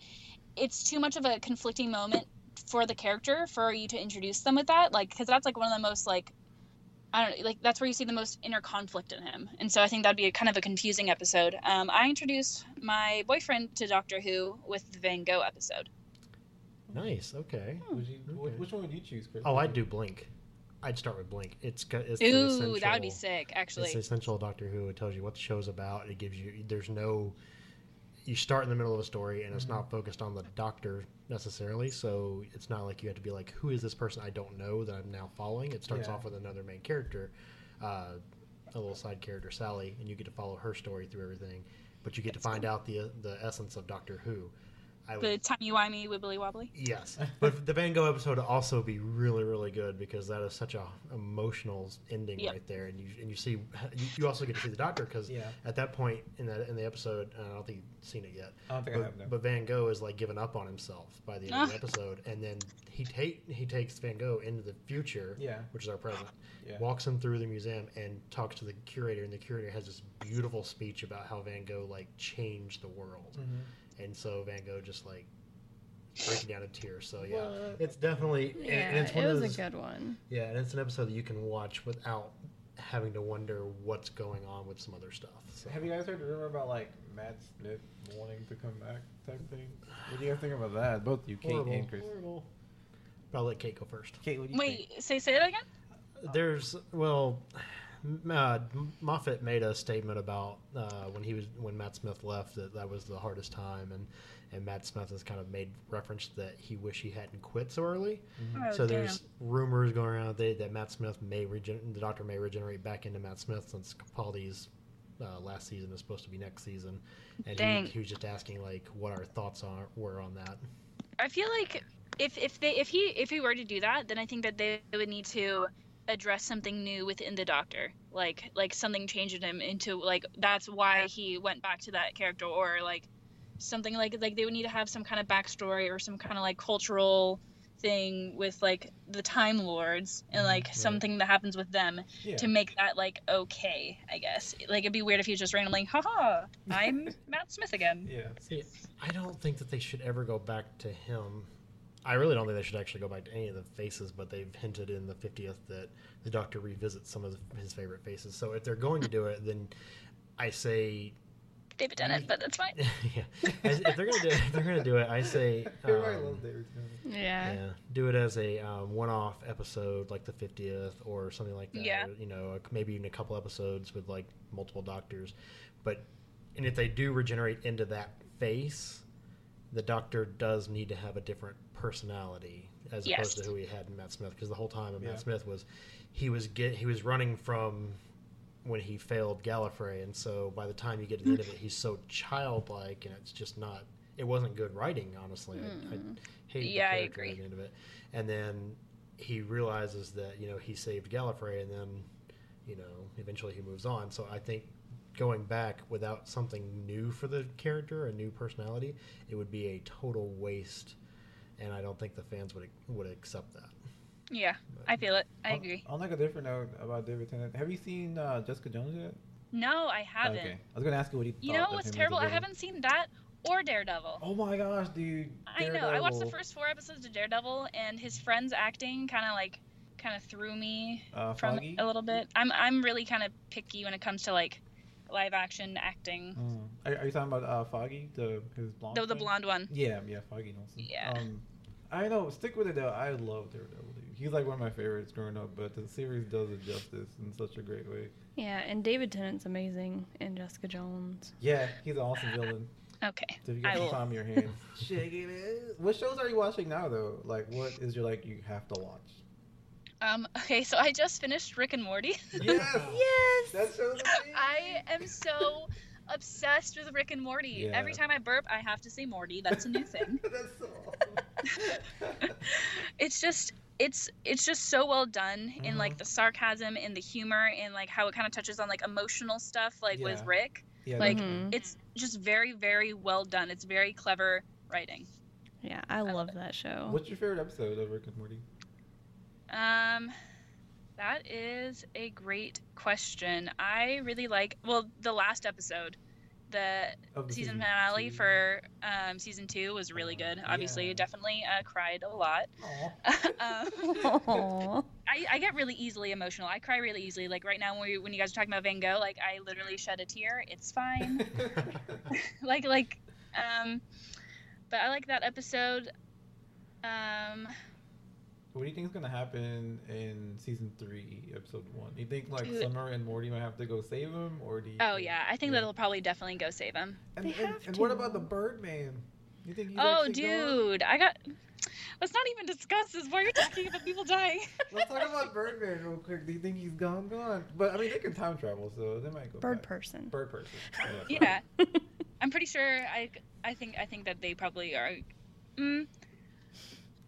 Speaker 1: It's too much of a conflicting moment for the character for you to introduce them with that, like because that's like one of the most like. I don't know, like that's where you see the most inner conflict in him, and so I think that'd be a kind of a confusing episode. Um, I introduced my boyfriend to Doctor Who with the Van Gogh episode.
Speaker 3: Nice. Okay.
Speaker 2: Would you,
Speaker 3: Okay.
Speaker 2: Which one would you choose, Chris?
Speaker 3: Oh, I'd do Blink. I'd start with Blink. It's got- it's the
Speaker 1: Ooh, that would be
Speaker 3: essential-
Speaker 1: sick, actually.
Speaker 3: It's the essential Doctor Who. It tells you what the show's about. It gives you. There's no. You start in the middle of a story, and it's not focused on the Doctor necessarily. So it's not like you have to be like, "Who is this person I don't know that I'm now following?" It starts
Speaker 2: Yeah.
Speaker 3: off with another main character, uh, a little side character, Sally, and you get to follow her story through everything. but you get to find out the the essence of Doctor Who. I would,
Speaker 1: The timey wimey wibbly wobbly.
Speaker 3: yes, but the Van Gogh episode would also be really really good because that is such a emotional ending
Speaker 1: Yep.
Speaker 3: right there, and you and you see you, you also get to see the Doctor because
Speaker 2: Yeah.
Speaker 3: at that point in that in the episode, and I don't think you've seen it yet.
Speaker 2: I don't think I
Speaker 3: But,
Speaker 2: have no.
Speaker 3: but Van Gogh is like giving up on himself by the end of the
Speaker 1: Ah.
Speaker 3: episode, and then he take he takes Van Gogh into the future,
Speaker 2: yeah,
Speaker 3: which is our present.
Speaker 2: [SIGHS] yeah.
Speaker 3: Walks him through the museum and talks to the curator, and the curator has this beautiful speech about how Van Gogh like changed the world,
Speaker 2: Mhm.
Speaker 3: and so Van Gogh just like breaking down in tears. So yeah,
Speaker 2: What?
Speaker 3: it's definitely and-
Speaker 4: Yeah,
Speaker 3: and it's one
Speaker 4: it
Speaker 3: of
Speaker 4: was
Speaker 3: those,
Speaker 4: a good one.
Speaker 3: yeah, and it's an episode that you can watch without having to wonder what's going on with some other stuff. So.
Speaker 2: Have you guys heard the rumor about like Matt Smith wanting to come back type thing? What do you guys think about that? Both you, Kate
Speaker 3: horrible,
Speaker 2: and Chris.
Speaker 3: horrible. But I'll let Kate go first.
Speaker 2: Kate, what do you think?
Speaker 1: Wait, say say that again.
Speaker 3: There's well, M- uh, Moffat made a statement about uh, when he was when Matt Smith left that that was the hardest time, and and Matt Smith has kind of made reference that he wish he hadn't quit so early.
Speaker 1: Oh,
Speaker 3: so
Speaker 1: damn.
Speaker 3: there's rumors going around that, that Matt Smith may regen- the Doctor may regenerate back into Matt Smith since Capaldi's. Uh, last season is supposed to be next season, and
Speaker 1: Dang.
Speaker 3: he, he was just asking like what our thoughts on were on that.
Speaker 1: I feel like if if they if he if he were to do that, then I think that they would need to address something new within the Doctor, like like something changing him into like that's why he went back to that character, or like something like like they would need to have some kind of backstory or some kind of like cultural thing with like the Time Lords and like
Speaker 3: right.
Speaker 1: something that happens with them
Speaker 2: Mm-hmm. Yeah.
Speaker 1: to make that like okay, I guess. Like it'd be weird if he was just randomly, haha, I'm Matt Smith again.
Speaker 2: [LAUGHS] yeah.
Speaker 3: See, I don't think that they should ever go back to him. I really don't think they should actually go back to any of the faces, but they've hinted in the 50th that the Doctor revisits some of his favorite faces. So if they're going to do it, then I say, [LAUGHS]
Speaker 1: David Tennant, but that's fine.
Speaker 3: yeah, I- if they're gonna do, if they're gonna do it,
Speaker 2: [LAUGHS]
Speaker 3: I say,
Speaker 2: Everybody
Speaker 3: um,
Speaker 2: loves David Tennant.
Speaker 4: Yeah.
Speaker 3: yeah, do it as a um, one-off episode, like the 50th or something like that.
Speaker 1: Yeah.
Speaker 3: or, you know, maybe even a couple episodes with like multiple Doctors, but and if they do regenerate into that face, the Doctor does need to have a different personality as
Speaker 1: Yes.
Speaker 3: opposed to who he had in Matt Smith, because the whole time in
Speaker 2: Yeah.
Speaker 3: Matt Smith was he was get he was running from when he failed Gallifrey, and so by the time you get to the end of it, he's so childlike, and it's just not. It wasn't good writing, honestly. I, I hate
Speaker 1: Hmm. Yeah, I
Speaker 3: the character
Speaker 1: agree.
Speaker 3: at the end of it, and then he realizes that you know he saved Gallifrey, and then you know eventually he moves on. So I think going back without something new for the character, a new personality, it would be a total waste, and I don't think the fans would would accept that.
Speaker 1: Yeah, I feel it. I
Speaker 2: On-
Speaker 1: agree.
Speaker 2: On like a different note about David Tennant, have you seen uh, Jessica Jones yet?
Speaker 1: No, I haven't.
Speaker 2: Okay. Oh, I was gonna ask you what you.
Speaker 1: You
Speaker 2: thought
Speaker 1: know
Speaker 2: of
Speaker 1: what's
Speaker 2: him as a
Speaker 1: terrible? I
Speaker 2: villain.
Speaker 1: haven't seen that or Daredevil.
Speaker 2: Oh my gosh, dude!
Speaker 1: I know. I watched the
Speaker 2: Daredevil.
Speaker 1: first four episodes of Daredevil, and his friend's acting kind of like kind of threw me
Speaker 2: Uh,
Speaker 1: from
Speaker 2: Foggy.
Speaker 1: a little bit. I'm I'm really kind of picky when it comes to like live action acting.
Speaker 2: Mm. Are, are you talking about uh, Foggy, the his blonde?
Speaker 1: Though the
Speaker 2: friend?
Speaker 1: blonde one.
Speaker 2: Yeah, yeah, Foggy Nelson.
Speaker 1: Yeah.
Speaker 2: Um, I know. Stick with it though. I love Daredevil. Dude. He's like one of my favorites growing up, but the series does it justice in such a great way.
Speaker 4: Yeah, and David Tennant's amazing, and Jessica Jones.
Speaker 2: Yeah, he's an awesome villain.
Speaker 1: Okay.
Speaker 2: So if you got
Speaker 1: I
Speaker 2: the
Speaker 1: will. [LAUGHS]
Speaker 2: time in your hand, shaking it. What shows are you watching now though? Like, what is your like you have to
Speaker 1: [LAUGHS]
Speaker 2: watch?
Speaker 1: Um. Okay. So I just finished Rick and Morty. [LAUGHS]
Speaker 4: Yes.
Speaker 2: that shows.
Speaker 1: I am so obsessed with Rick and Morty.
Speaker 2: Yeah.
Speaker 1: Every time I burp, I have to say Morty. That's a new thing.
Speaker 2: [LAUGHS] That's so awesome.
Speaker 1: it's just it's it's just so well done in
Speaker 2: Mhm.
Speaker 1: like the sarcasm and the humor and like how it kind of touches on like emotional stuff like with
Speaker 2: Yeah.
Speaker 1: Rick.
Speaker 2: [LAUGHS] yeah,
Speaker 1: Like, mm.
Speaker 4: Mhm.
Speaker 1: It's just very very well done. It's very clever writing.
Speaker 4: yeah, I
Speaker 1: love
Speaker 4: love
Speaker 1: it.
Speaker 4: that show.
Speaker 2: What's your favorite episode of Rick and Morty?
Speaker 1: Um that is a great question. I really like well the last episode the
Speaker 2: Of the
Speaker 1: season finale
Speaker 2: two?
Speaker 1: for um, season two was really
Speaker 2: Uh,
Speaker 1: good. Obviously,
Speaker 2: yeah.
Speaker 1: definitely uh, cried a lot.
Speaker 2: Aw.
Speaker 1: [LAUGHS] um,
Speaker 4: Aw.
Speaker 1: I, I get really easily emotional. I cry really easily. Like right now, when, we, when you guys are talking about Van Gogh, like I literally shed a tear.
Speaker 2: [LAUGHS]
Speaker 1: It's fine. [LAUGHS] like like, um, but I like that episode. Um,
Speaker 2: what do you think is gonna happen in season three, episode one? You think like
Speaker 1: Dude.
Speaker 2: Summer and Morty might have to go save him, or do you?
Speaker 1: oh
Speaker 2: think-
Speaker 1: yeah, I think
Speaker 2: Yeah.
Speaker 1: that'll probably definitely go save him.
Speaker 2: And,
Speaker 4: They
Speaker 2: and,
Speaker 4: have
Speaker 2: and
Speaker 4: to.
Speaker 2: what about the Birdman? You think? He's
Speaker 1: oh
Speaker 2: actually gone?
Speaker 1: dude, I got. Let's not even discuss this while you're talking about people dying. [LAUGHS]
Speaker 2: Let's talk about Birdman real quick. Do you think he's gone, gone? But I mean, they can time travel, so they might go.
Speaker 4: [LAUGHS] Bird
Speaker 2: back.
Speaker 1: [LAUGHS]
Speaker 4: person.
Speaker 2: [LAUGHS] Bird person.
Speaker 1: yeah. I'm pretty sure. I I think I think that they probably are. Mm,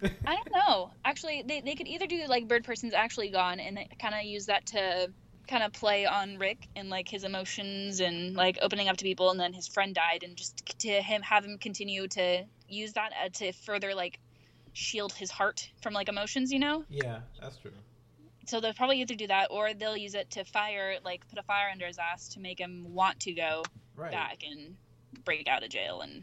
Speaker 1: I don't know. Actually, they, they could either do like Bird Person's actually gone and kind of use that to kind of play on Rick and like his emotions and like opening up to people, and then his friend died, and just c- to him have him continue to use that uh, to further like shield his heart from like emotions, you know?
Speaker 2: [LAUGHS] yeah, that's true.
Speaker 1: So they'll probably either do that or they'll use it to fire like put a fire under his ass to make him want to go
Speaker 2: Right.
Speaker 1: back and break out of jail and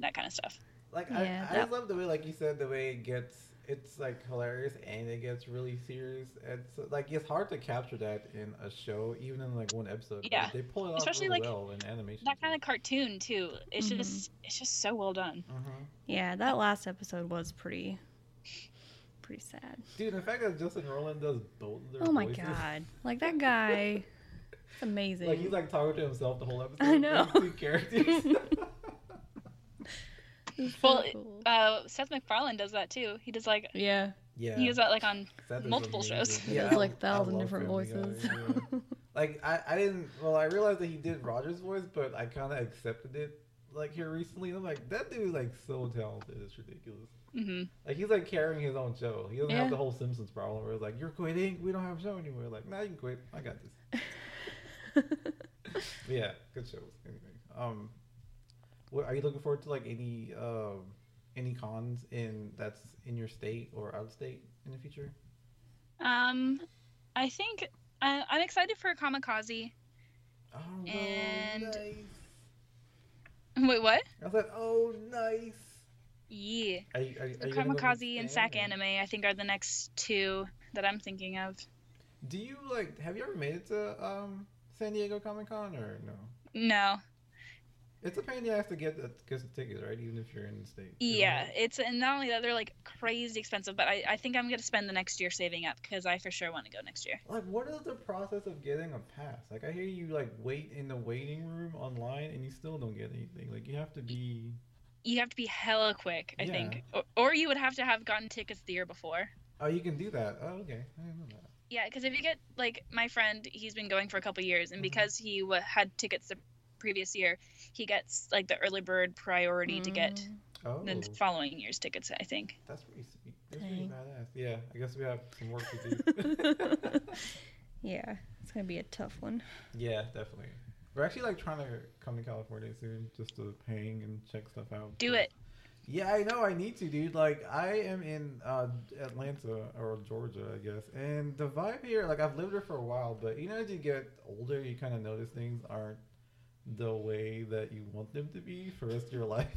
Speaker 1: that kind of stuff.
Speaker 2: Like
Speaker 4: Yeah,
Speaker 2: I, I
Speaker 4: that-
Speaker 2: love the way, like you said, the way it gets. It's like hilarious and it gets really serious. And so, like it's hard to capture that in a show, even in like one episode. but
Speaker 1: Yeah.
Speaker 2: they pull it off
Speaker 1: Especially,
Speaker 2: really
Speaker 1: like,
Speaker 2: well in animation.
Speaker 1: That kind of cartoon too. It's
Speaker 4: Mhm.
Speaker 1: just it's just so well done.
Speaker 2: hmm
Speaker 4: Yeah, that last episode was pretty, pretty sad.
Speaker 2: Dude, the fact that Justin Roland does both of their
Speaker 4: Oh my
Speaker 2: voices,
Speaker 4: god! Like that guy, it's amazing.
Speaker 2: [LAUGHS] like he's like talking to himself the whole episode.
Speaker 4: I know.
Speaker 2: Two characters.
Speaker 4: [LAUGHS]
Speaker 2: [LAUGHS]
Speaker 4: It's so
Speaker 1: Well,
Speaker 4: cool.
Speaker 1: Uh, Seth MacFarlane does that too. He does like
Speaker 4: yeah,
Speaker 2: yeah.
Speaker 1: he does that like on
Speaker 2: Seth is
Speaker 1: multiple
Speaker 2: amazing.
Speaker 1: shows.
Speaker 4: he
Speaker 2: Yeah,
Speaker 4: does
Speaker 2: I-
Speaker 4: like
Speaker 2: I
Speaker 4: thousand
Speaker 2: love
Speaker 4: different
Speaker 2: Family Guy,
Speaker 4: voices.
Speaker 2: yeah.
Speaker 4: [LAUGHS]
Speaker 2: like I, I didn't well i realized that he did roger's voice but i kind of accepted it like here recently and i'm like that dude is like so talented it's ridiculous
Speaker 1: hmm
Speaker 2: like he's like carrying his own show he doesn't
Speaker 4: Yeah.
Speaker 2: have the whole simpsons problem where it's like you're quitting we don't have a show anymore like nah you can quit i got this But yeah good shows anyway um what, are you looking forward to like any um any cons in that's in your state or out of state in the future
Speaker 1: Um, I think I, I'm excited for Kamikaze.
Speaker 2: oh
Speaker 1: And-
Speaker 2: no, nice
Speaker 1: Wait, what?
Speaker 2: i was like oh nice
Speaker 1: Yeah.
Speaker 2: Are you, are, you-
Speaker 1: So
Speaker 2: are you gonna go with
Speaker 1: Kamikaze and Sack
Speaker 2: Stan, or-
Speaker 1: Anime, I think, are the next two that I'm thinking of.
Speaker 2: Do you like? Have you ever made it to um, San Diego Comic Con or no?
Speaker 1: No.
Speaker 2: It's a pain in the ass to get the, get the tickets, right? Even if you're in the state. isn't
Speaker 1: Yeah,
Speaker 2: it?
Speaker 1: it's and not only that they're like crazy expensive, but I, I think I'm gonna spend the next year saving up because I for sure want to go next year.
Speaker 2: Like, what is the process of getting a pass? Like, I hear you like wait in the waiting room online, and you still don't get anything. Like, you have to be.
Speaker 1: You have to be hella quick, I
Speaker 2: Yeah.
Speaker 1: think, or, or you would have to have gotten tickets the year before.
Speaker 2: Oh, you can do that. Oh, okay. I didn't know that.
Speaker 1: Yeah, because if you get like my friend, he's been going for a couple years, and
Speaker 2: Mhm.
Speaker 1: because he w- had tickets the previous year, he gets like the early bird priority
Speaker 2: [LAUGHS]
Speaker 1: to get
Speaker 2: Oh,
Speaker 1: the following year's tickets. I think.
Speaker 2: that's pretty sweet. That's pretty
Speaker 4: Dang.
Speaker 2: badass. Yeah, I guess we have some work to
Speaker 1: [LAUGHS]
Speaker 2: do. [LAUGHS]
Speaker 4: Mm. [LAUGHS] yeah, it's gonna be a tough [LAUGHS] one. [SIGHS]
Speaker 2: yeah, definitely. We're actually like trying to come to California soon, just to hang and check stuff out.
Speaker 1: Do
Speaker 2: 'cause-
Speaker 1: it.
Speaker 2: Yeah, I know. I need to, dude. Like, I am in uh, Atlanta or Georgia, I guess, and the vibe here, like, I've lived here for a while, but you know, as you get older, you kind of notice things aren't the way that you want them to be for the rest of your [LAUGHS] life.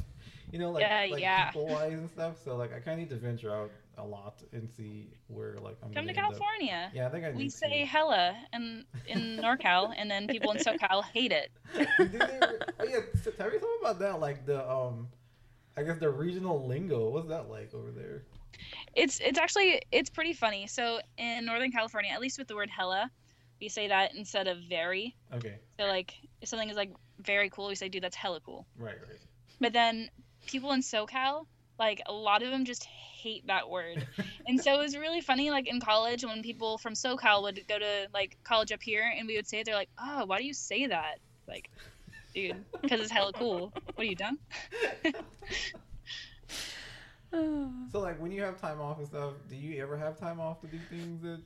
Speaker 2: You know, like,
Speaker 1: Yeah,
Speaker 2: like
Speaker 1: yeah.
Speaker 2: people wise and stuff. So, like, I kind of need to venture out a lot and see where, like, I'm
Speaker 1: Come
Speaker 2: gonna end
Speaker 1: to
Speaker 2: up.
Speaker 1: California.
Speaker 2: Yeah, I think I need
Speaker 1: We
Speaker 2: to.
Speaker 1: say hella in in NorCal, and then people in SoCal hate it.
Speaker 2: [LAUGHS] We did it- oh yeah, so tell me something about that. Like the um, I guess the regional lingo. What's that like over there?
Speaker 1: It's it's actually it's pretty funny. So in Northern California, at least with the word hella, we say that instead of very.
Speaker 2: Okay,
Speaker 1: So like if something is like very cool, we say dude that's hella cool.
Speaker 2: right, right.
Speaker 1: But then people in SoCal, like a lot of them just hate that word. [LAUGHS] and so it was really funny like in college when people from SoCal would go to like college up here and we would say it, they're like, "Oh, why do you say that?" Like, dude, cuz it's hella cool. What are you done?
Speaker 4: Oh.
Speaker 2: So like when you have time off and stuff, do you ever have time off to do things that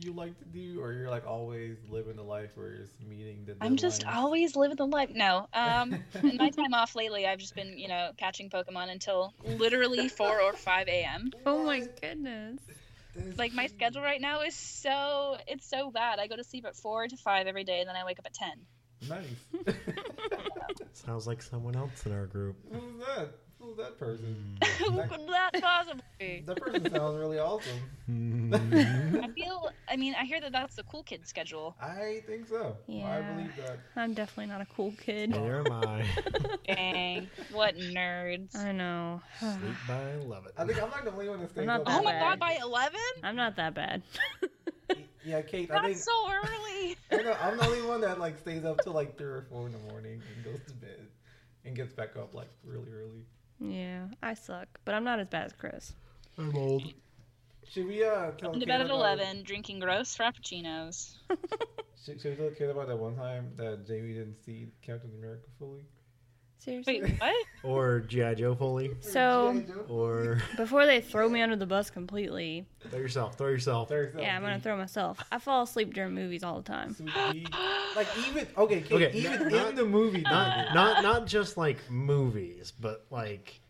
Speaker 2: you like to do, or you're like always living the life where you're just meeting the?
Speaker 1: I'm just
Speaker 2: deadlines?
Speaker 1: always living the life. No. Um in my time off lately, I've just been, you know, catching Pokemon until literally 4 or 5 a.m.
Speaker 4: oh my goodness.
Speaker 2: That's
Speaker 1: Like my
Speaker 2: crazy.
Speaker 1: schedule right now is so it's so bad. I go to sleep at 4 to 5 every day and then I wake up at 10. [LAUGHS]
Speaker 2: Nice. [LAUGHS]
Speaker 3: Sounds like someone else in our [LAUGHS] group.
Speaker 2: Who's that? Who's that person?
Speaker 1: [LAUGHS] Who could that possibly be?
Speaker 2: [LAUGHS] That person sounds really awesome.
Speaker 1: I feel. I mean, I hear that that's the cool kid schedule.
Speaker 2: I think so. I
Speaker 4: Yeah.
Speaker 2: believe that.
Speaker 4: I'm definitely not a cool kid.
Speaker 3: Neither am [SIGHS] I.
Speaker 1: Dang, what nerds!
Speaker 4: I know.
Speaker 3: Sleep by eleven.
Speaker 2: I think I'm like the only one that stays
Speaker 4: not
Speaker 2: up.
Speaker 4: that
Speaker 1: oh my
Speaker 4: bad.
Speaker 1: god, by eleven?
Speaker 4: [SIGHS] I'm not that bad. [LAUGHS]
Speaker 2: Yeah, Kate. I think
Speaker 1: That's
Speaker 2: [LAUGHS]
Speaker 1: so early.
Speaker 2: I know, I'm the only one that like stays up till like three or four in the morning and goes to bed and gets back up like really early.
Speaker 4: yeah, I suck, but I'm not as bad as Chris.
Speaker 3: I'm old.
Speaker 2: Should we uh tell
Speaker 1: I'm
Speaker 2: Kate
Speaker 1: to bed at
Speaker 2: about-
Speaker 1: eleven, drinking gross frappuccinos.
Speaker 2: Should, should we tell Kate about that one time that Jamie didn't see Captain America fully? [LAUGHS]
Speaker 4: Seriously.
Speaker 1: Wait, what?
Speaker 3: or GI Joe Foley,
Speaker 4: So
Speaker 2: Oh,
Speaker 3: or
Speaker 4: before they throw me under the bus completely,
Speaker 3: throw yourself, throw yourself.
Speaker 4: yeah, I'm gonna throw myself. I fall asleep during movies all the time.
Speaker 2: Like even okay, Kate,
Speaker 3: Okay,
Speaker 2: even
Speaker 3: not-
Speaker 2: in the movie, [LAUGHS]
Speaker 3: Not, not, not just like movies, but like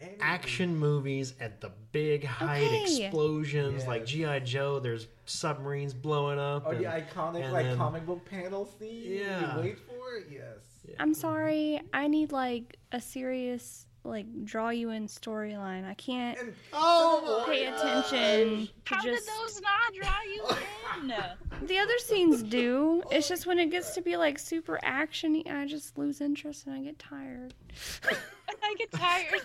Speaker 2: dude,
Speaker 3: action movies and the big height
Speaker 4: Okay.
Speaker 3: explosions, like
Speaker 2: Yes.
Speaker 3: GI Joe. There's submarines blowing up.
Speaker 2: Oh,
Speaker 3: and-
Speaker 2: the iconic
Speaker 3: and
Speaker 2: like
Speaker 3: then-
Speaker 2: comic book panel scene.
Speaker 3: Yeah.
Speaker 2: You wait for it. Yes.
Speaker 3: Yeah.
Speaker 4: I'm sorry. I need like a serious like draw you in storyline. I can't
Speaker 2: And
Speaker 3: Oh,
Speaker 4: pay attention to
Speaker 1: How
Speaker 4: just
Speaker 1: did those not
Speaker 2: [LAUGHS]
Speaker 1: draw you in? [LAUGHS]
Speaker 4: the other scenes do. It's just when it gets to be like super action, I just lose interest and I get tired.
Speaker 1: I get
Speaker 2: [LAUGHS]
Speaker 1: tired.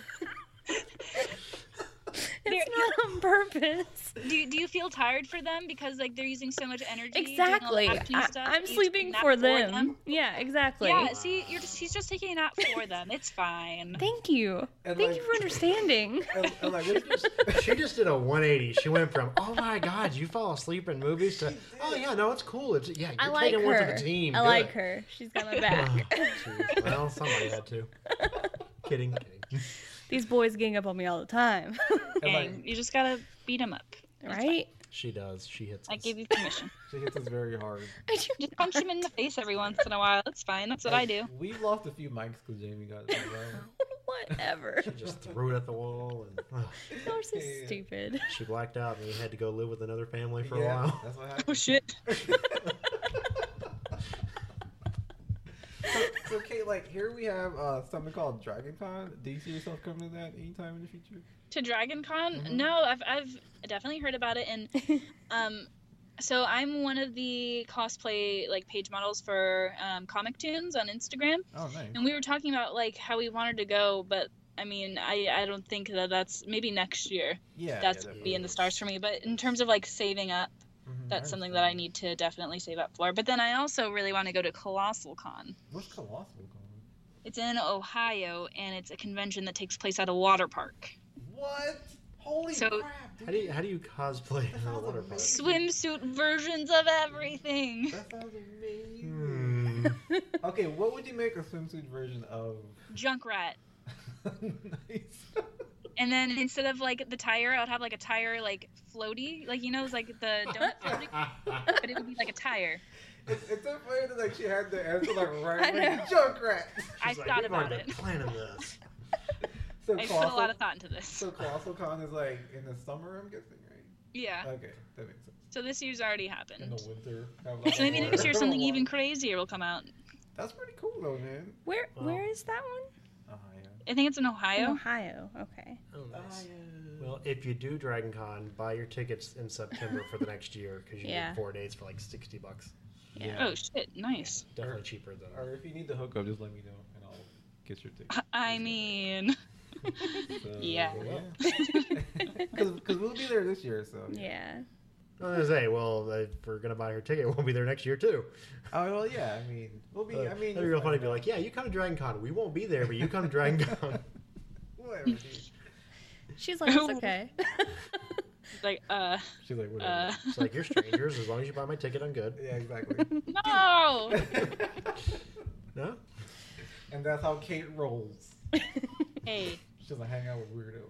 Speaker 4: It's [LAUGHS] not on purpose.
Speaker 1: Do you, do you feel tired for them because like they're using so much energy? doing all the
Speaker 4: Exactly.
Speaker 1: action
Speaker 4: I,
Speaker 1: stuff,
Speaker 4: I'm
Speaker 1: you
Speaker 4: sleeping
Speaker 1: take a nap
Speaker 4: for them. Yeah, exactly.
Speaker 1: Yeah, see, you're just, she's just taking a nap for them. It's fine.
Speaker 4: Thank you.
Speaker 2: And,
Speaker 4: Thank
Speaker 2: like-
Speaker 4: you for understanding.
Speaker 2: and, and, like, what if you-
Speaker 3: she just did a 180. She went from "Oh my God, you fall asleep in movies" to "Oh yeah, no, it's cool. It's yeah, you're
Speaker 4: [LAUGHS] I like
Speaker 3: taking one for
Speaker 4: her.
Speaker 3: the team.
Speaker 4: I
Speaker 3: Good."
Speaker 4: like her. She's got my
Speaker 3: Oh,
Speaker 4: back. [LAUGHS]
Speaker 3: jeez. well, somebody had to. kidding, kidding.
Speaker 4: These boys gang up on me all the time, [LAUGHS]
Speaker 2: and, like,
Speaker 1: Gang, you just gotta beat them up. That's fine.
Speaker 4: right?
Speaker 3: She does. She hits.
Speaker 1: I
Speaker 3: us.
Speaker 1: gave you permission.
Speaker 2: she hits us very hard.
Speaker 4: [LAUGHS]
Speaker 1: Just punch him in the face every once in a while. It's fine. That's what I do.
Speaker 2: We've lost a few mics because Jamie got it wrong.
Speaker 3: [LAUGHS]
Speaker 4: Whatever.
Speaker 3: She just threw it at the wall, and ugh,
Speaker 4: You're so
Speaker 2: Yeah.
Speaker 4: stupid. [LAUGHS]
Speaker 3: she blacked out, and we had to go live with another family for
Speaker 2: yeah,
Speaker 3: a while.
Speaker 2: That's
Speaker 1: [LAUGHS]
Speaker 2: what
Speaker 1: Oh
Speaker 2: happened.
Speaker 1: shit.
Speaker 2: so, [LAUGHS] so Kate, like here we have uh, something called Dragon Con. Do you see yourself coming to that anytime in the future?
Speaker 1: To Dragon Con? No, I've, I've definitely heard about it. And um, so I'm one of the cosplay like page models for um, Comic Tunes on Instagram.
Speaker 2: Oh, nice.
Speaker 1: And we were talking about like how we wanted to go, but I mean, I, I don't think that that's maybe next year.
Speaker 2: Yeah,
Speaker 1: that's
Speaker 2: yeah,
Speaker 1: be in the stars for me. But in terms of like saving up,
Speaker 2: Mhm,
Speaker 1: that's something that I
Speaker 2: understand.
Speaker 1: need to definitely save up for. But then I also really want to go to Colossal Con.
Speaker 2: What's colossal going?
Speaker 1: It's in Ohio, and it's a convention that takes place at a water park.
Speaker 2: What? Holy
Speaker 1: So-
Speaker 2: crap!
Speaker 3: How
Speaker 2: Dude.
Speaker 3: do you how do you cosplay in the
Speaker 2: sounds
Speaker 3: water park?
Speaker 2: amazing.
Speaker 1: Swimsuit versions of everything.
Speaker 2: That sounds amazing.
Speaker 3: Hmm.
Speaker 2: Okay, what would you make a swimsuit version of? [LAUGHS]
Speaker 1: Junkrat.
Speaker 2: nice.
Speaker 1: And then instead of like the tire, I would have like a tire like floaty, like you know, it's like the donut
Speaker 3: [LAUGHS]
Speaker 1: floaty, but it would be like a tire.
Speaker 2: It's, it's so funny that like she had the answer like
Speaker 1: [LAUGHS]
Speaker 2: right
Speaker 4: I
Speaker 2: away.
Speaker 4: know.
Speaker 2: Junk rat.
Speaker 1: I
Speaker 3: She's like,
Speaker 1: thought
Speaker 3: "We've
Speaker 1: about
Speaker 2: [LAUGHS]
Speaker 3: already been
Speaker 1: it.
Speaker 3: Planning this.
Speaker 2: So
Speaker 1: I put a
Speaker 2: colossal,
Speaker 1: lot of thought into this.
Speaker 2: so colossal con is like in the summer, I'm guessing, right?
Speaker 1: Yeah.
Speaker 2: Okay, that makes sense.
Speaker 1: So this year's already
Speaker 2: In
Speaker 1: happened.
Speaker 2: the winter.
Speaker 1: [LAUGHS] So maybe next year
Speaker 2: [LAUGHS]
Speaker 1: something even crazier will come out.
Speaker 2: That's pretty cool though, man.
Speaker 4: Where
Speaker 3: Well.
Speaker 4: where is that one?
Speaker 2: Oh yeah.
Speaker 1: I think it's in
Speaker 4: In
Speaker 1: Ohio.
Speaker 4: Ohio. Okay.
Speaker 3: Oh, nice.
Speaker 2: yeah.
Speaker 3: Well, if you do Dragon Con, buy your tickets in September for the next year because you
Speaker 4: Yeah.
Speaker 3: get four days for like sixty bucks.
Speaker 1: Oh shit, nice.
Speaker 3: Definitely cheaper than.
Speaker 1: Oh.
Speaker 2: Or if you need the hookup, just let me know and I'll get your ticket.
Speaker 1: I mean,
Speaker 2: [LAUGHS] So,
Speaker 1: [LAUGHS] Yeah.
Speaker 2: [LAUGHS] Because we'll be there this year, so.
Speaker 4: Yeah.
Speaker 3: I was gonna say, well, if we're gonna buy her ticket, [LAUGHS] we'll be there next year too.
Speaker 2: Oh well, yeah. I mean, we'll Uh, be. I mean,
Speaker 3: that'd be real funny. to Be like, yeah, you come to Dragon Con. We won't be there, but you come
Speaker 2: [LAUGHS]
Speaker 3: to Dragon Con.
Speaker 2: Whatever. [LAUGHS] dude.
Speaker 4: She's [LAUGHS] like, it's okay.
Speaker 1: like, uh,
Speaker 2: She's like, whatever.
Speaker 1: uh,
Speaker 3: [LAUGHS] It's like you're strangers. As long as you buy my ticket, I'm good.
Speaker 2: yeah, exactly.
Speaker 1: [LAUGHS]
Speaker 2: [LAUGHS]
Speaker 1: no.
Speaker 3: No,
Speaker 2: and that's how Kate rolls.
Speaker 1: Hey,
Speaker 2: She doesn't hang out with weirdos.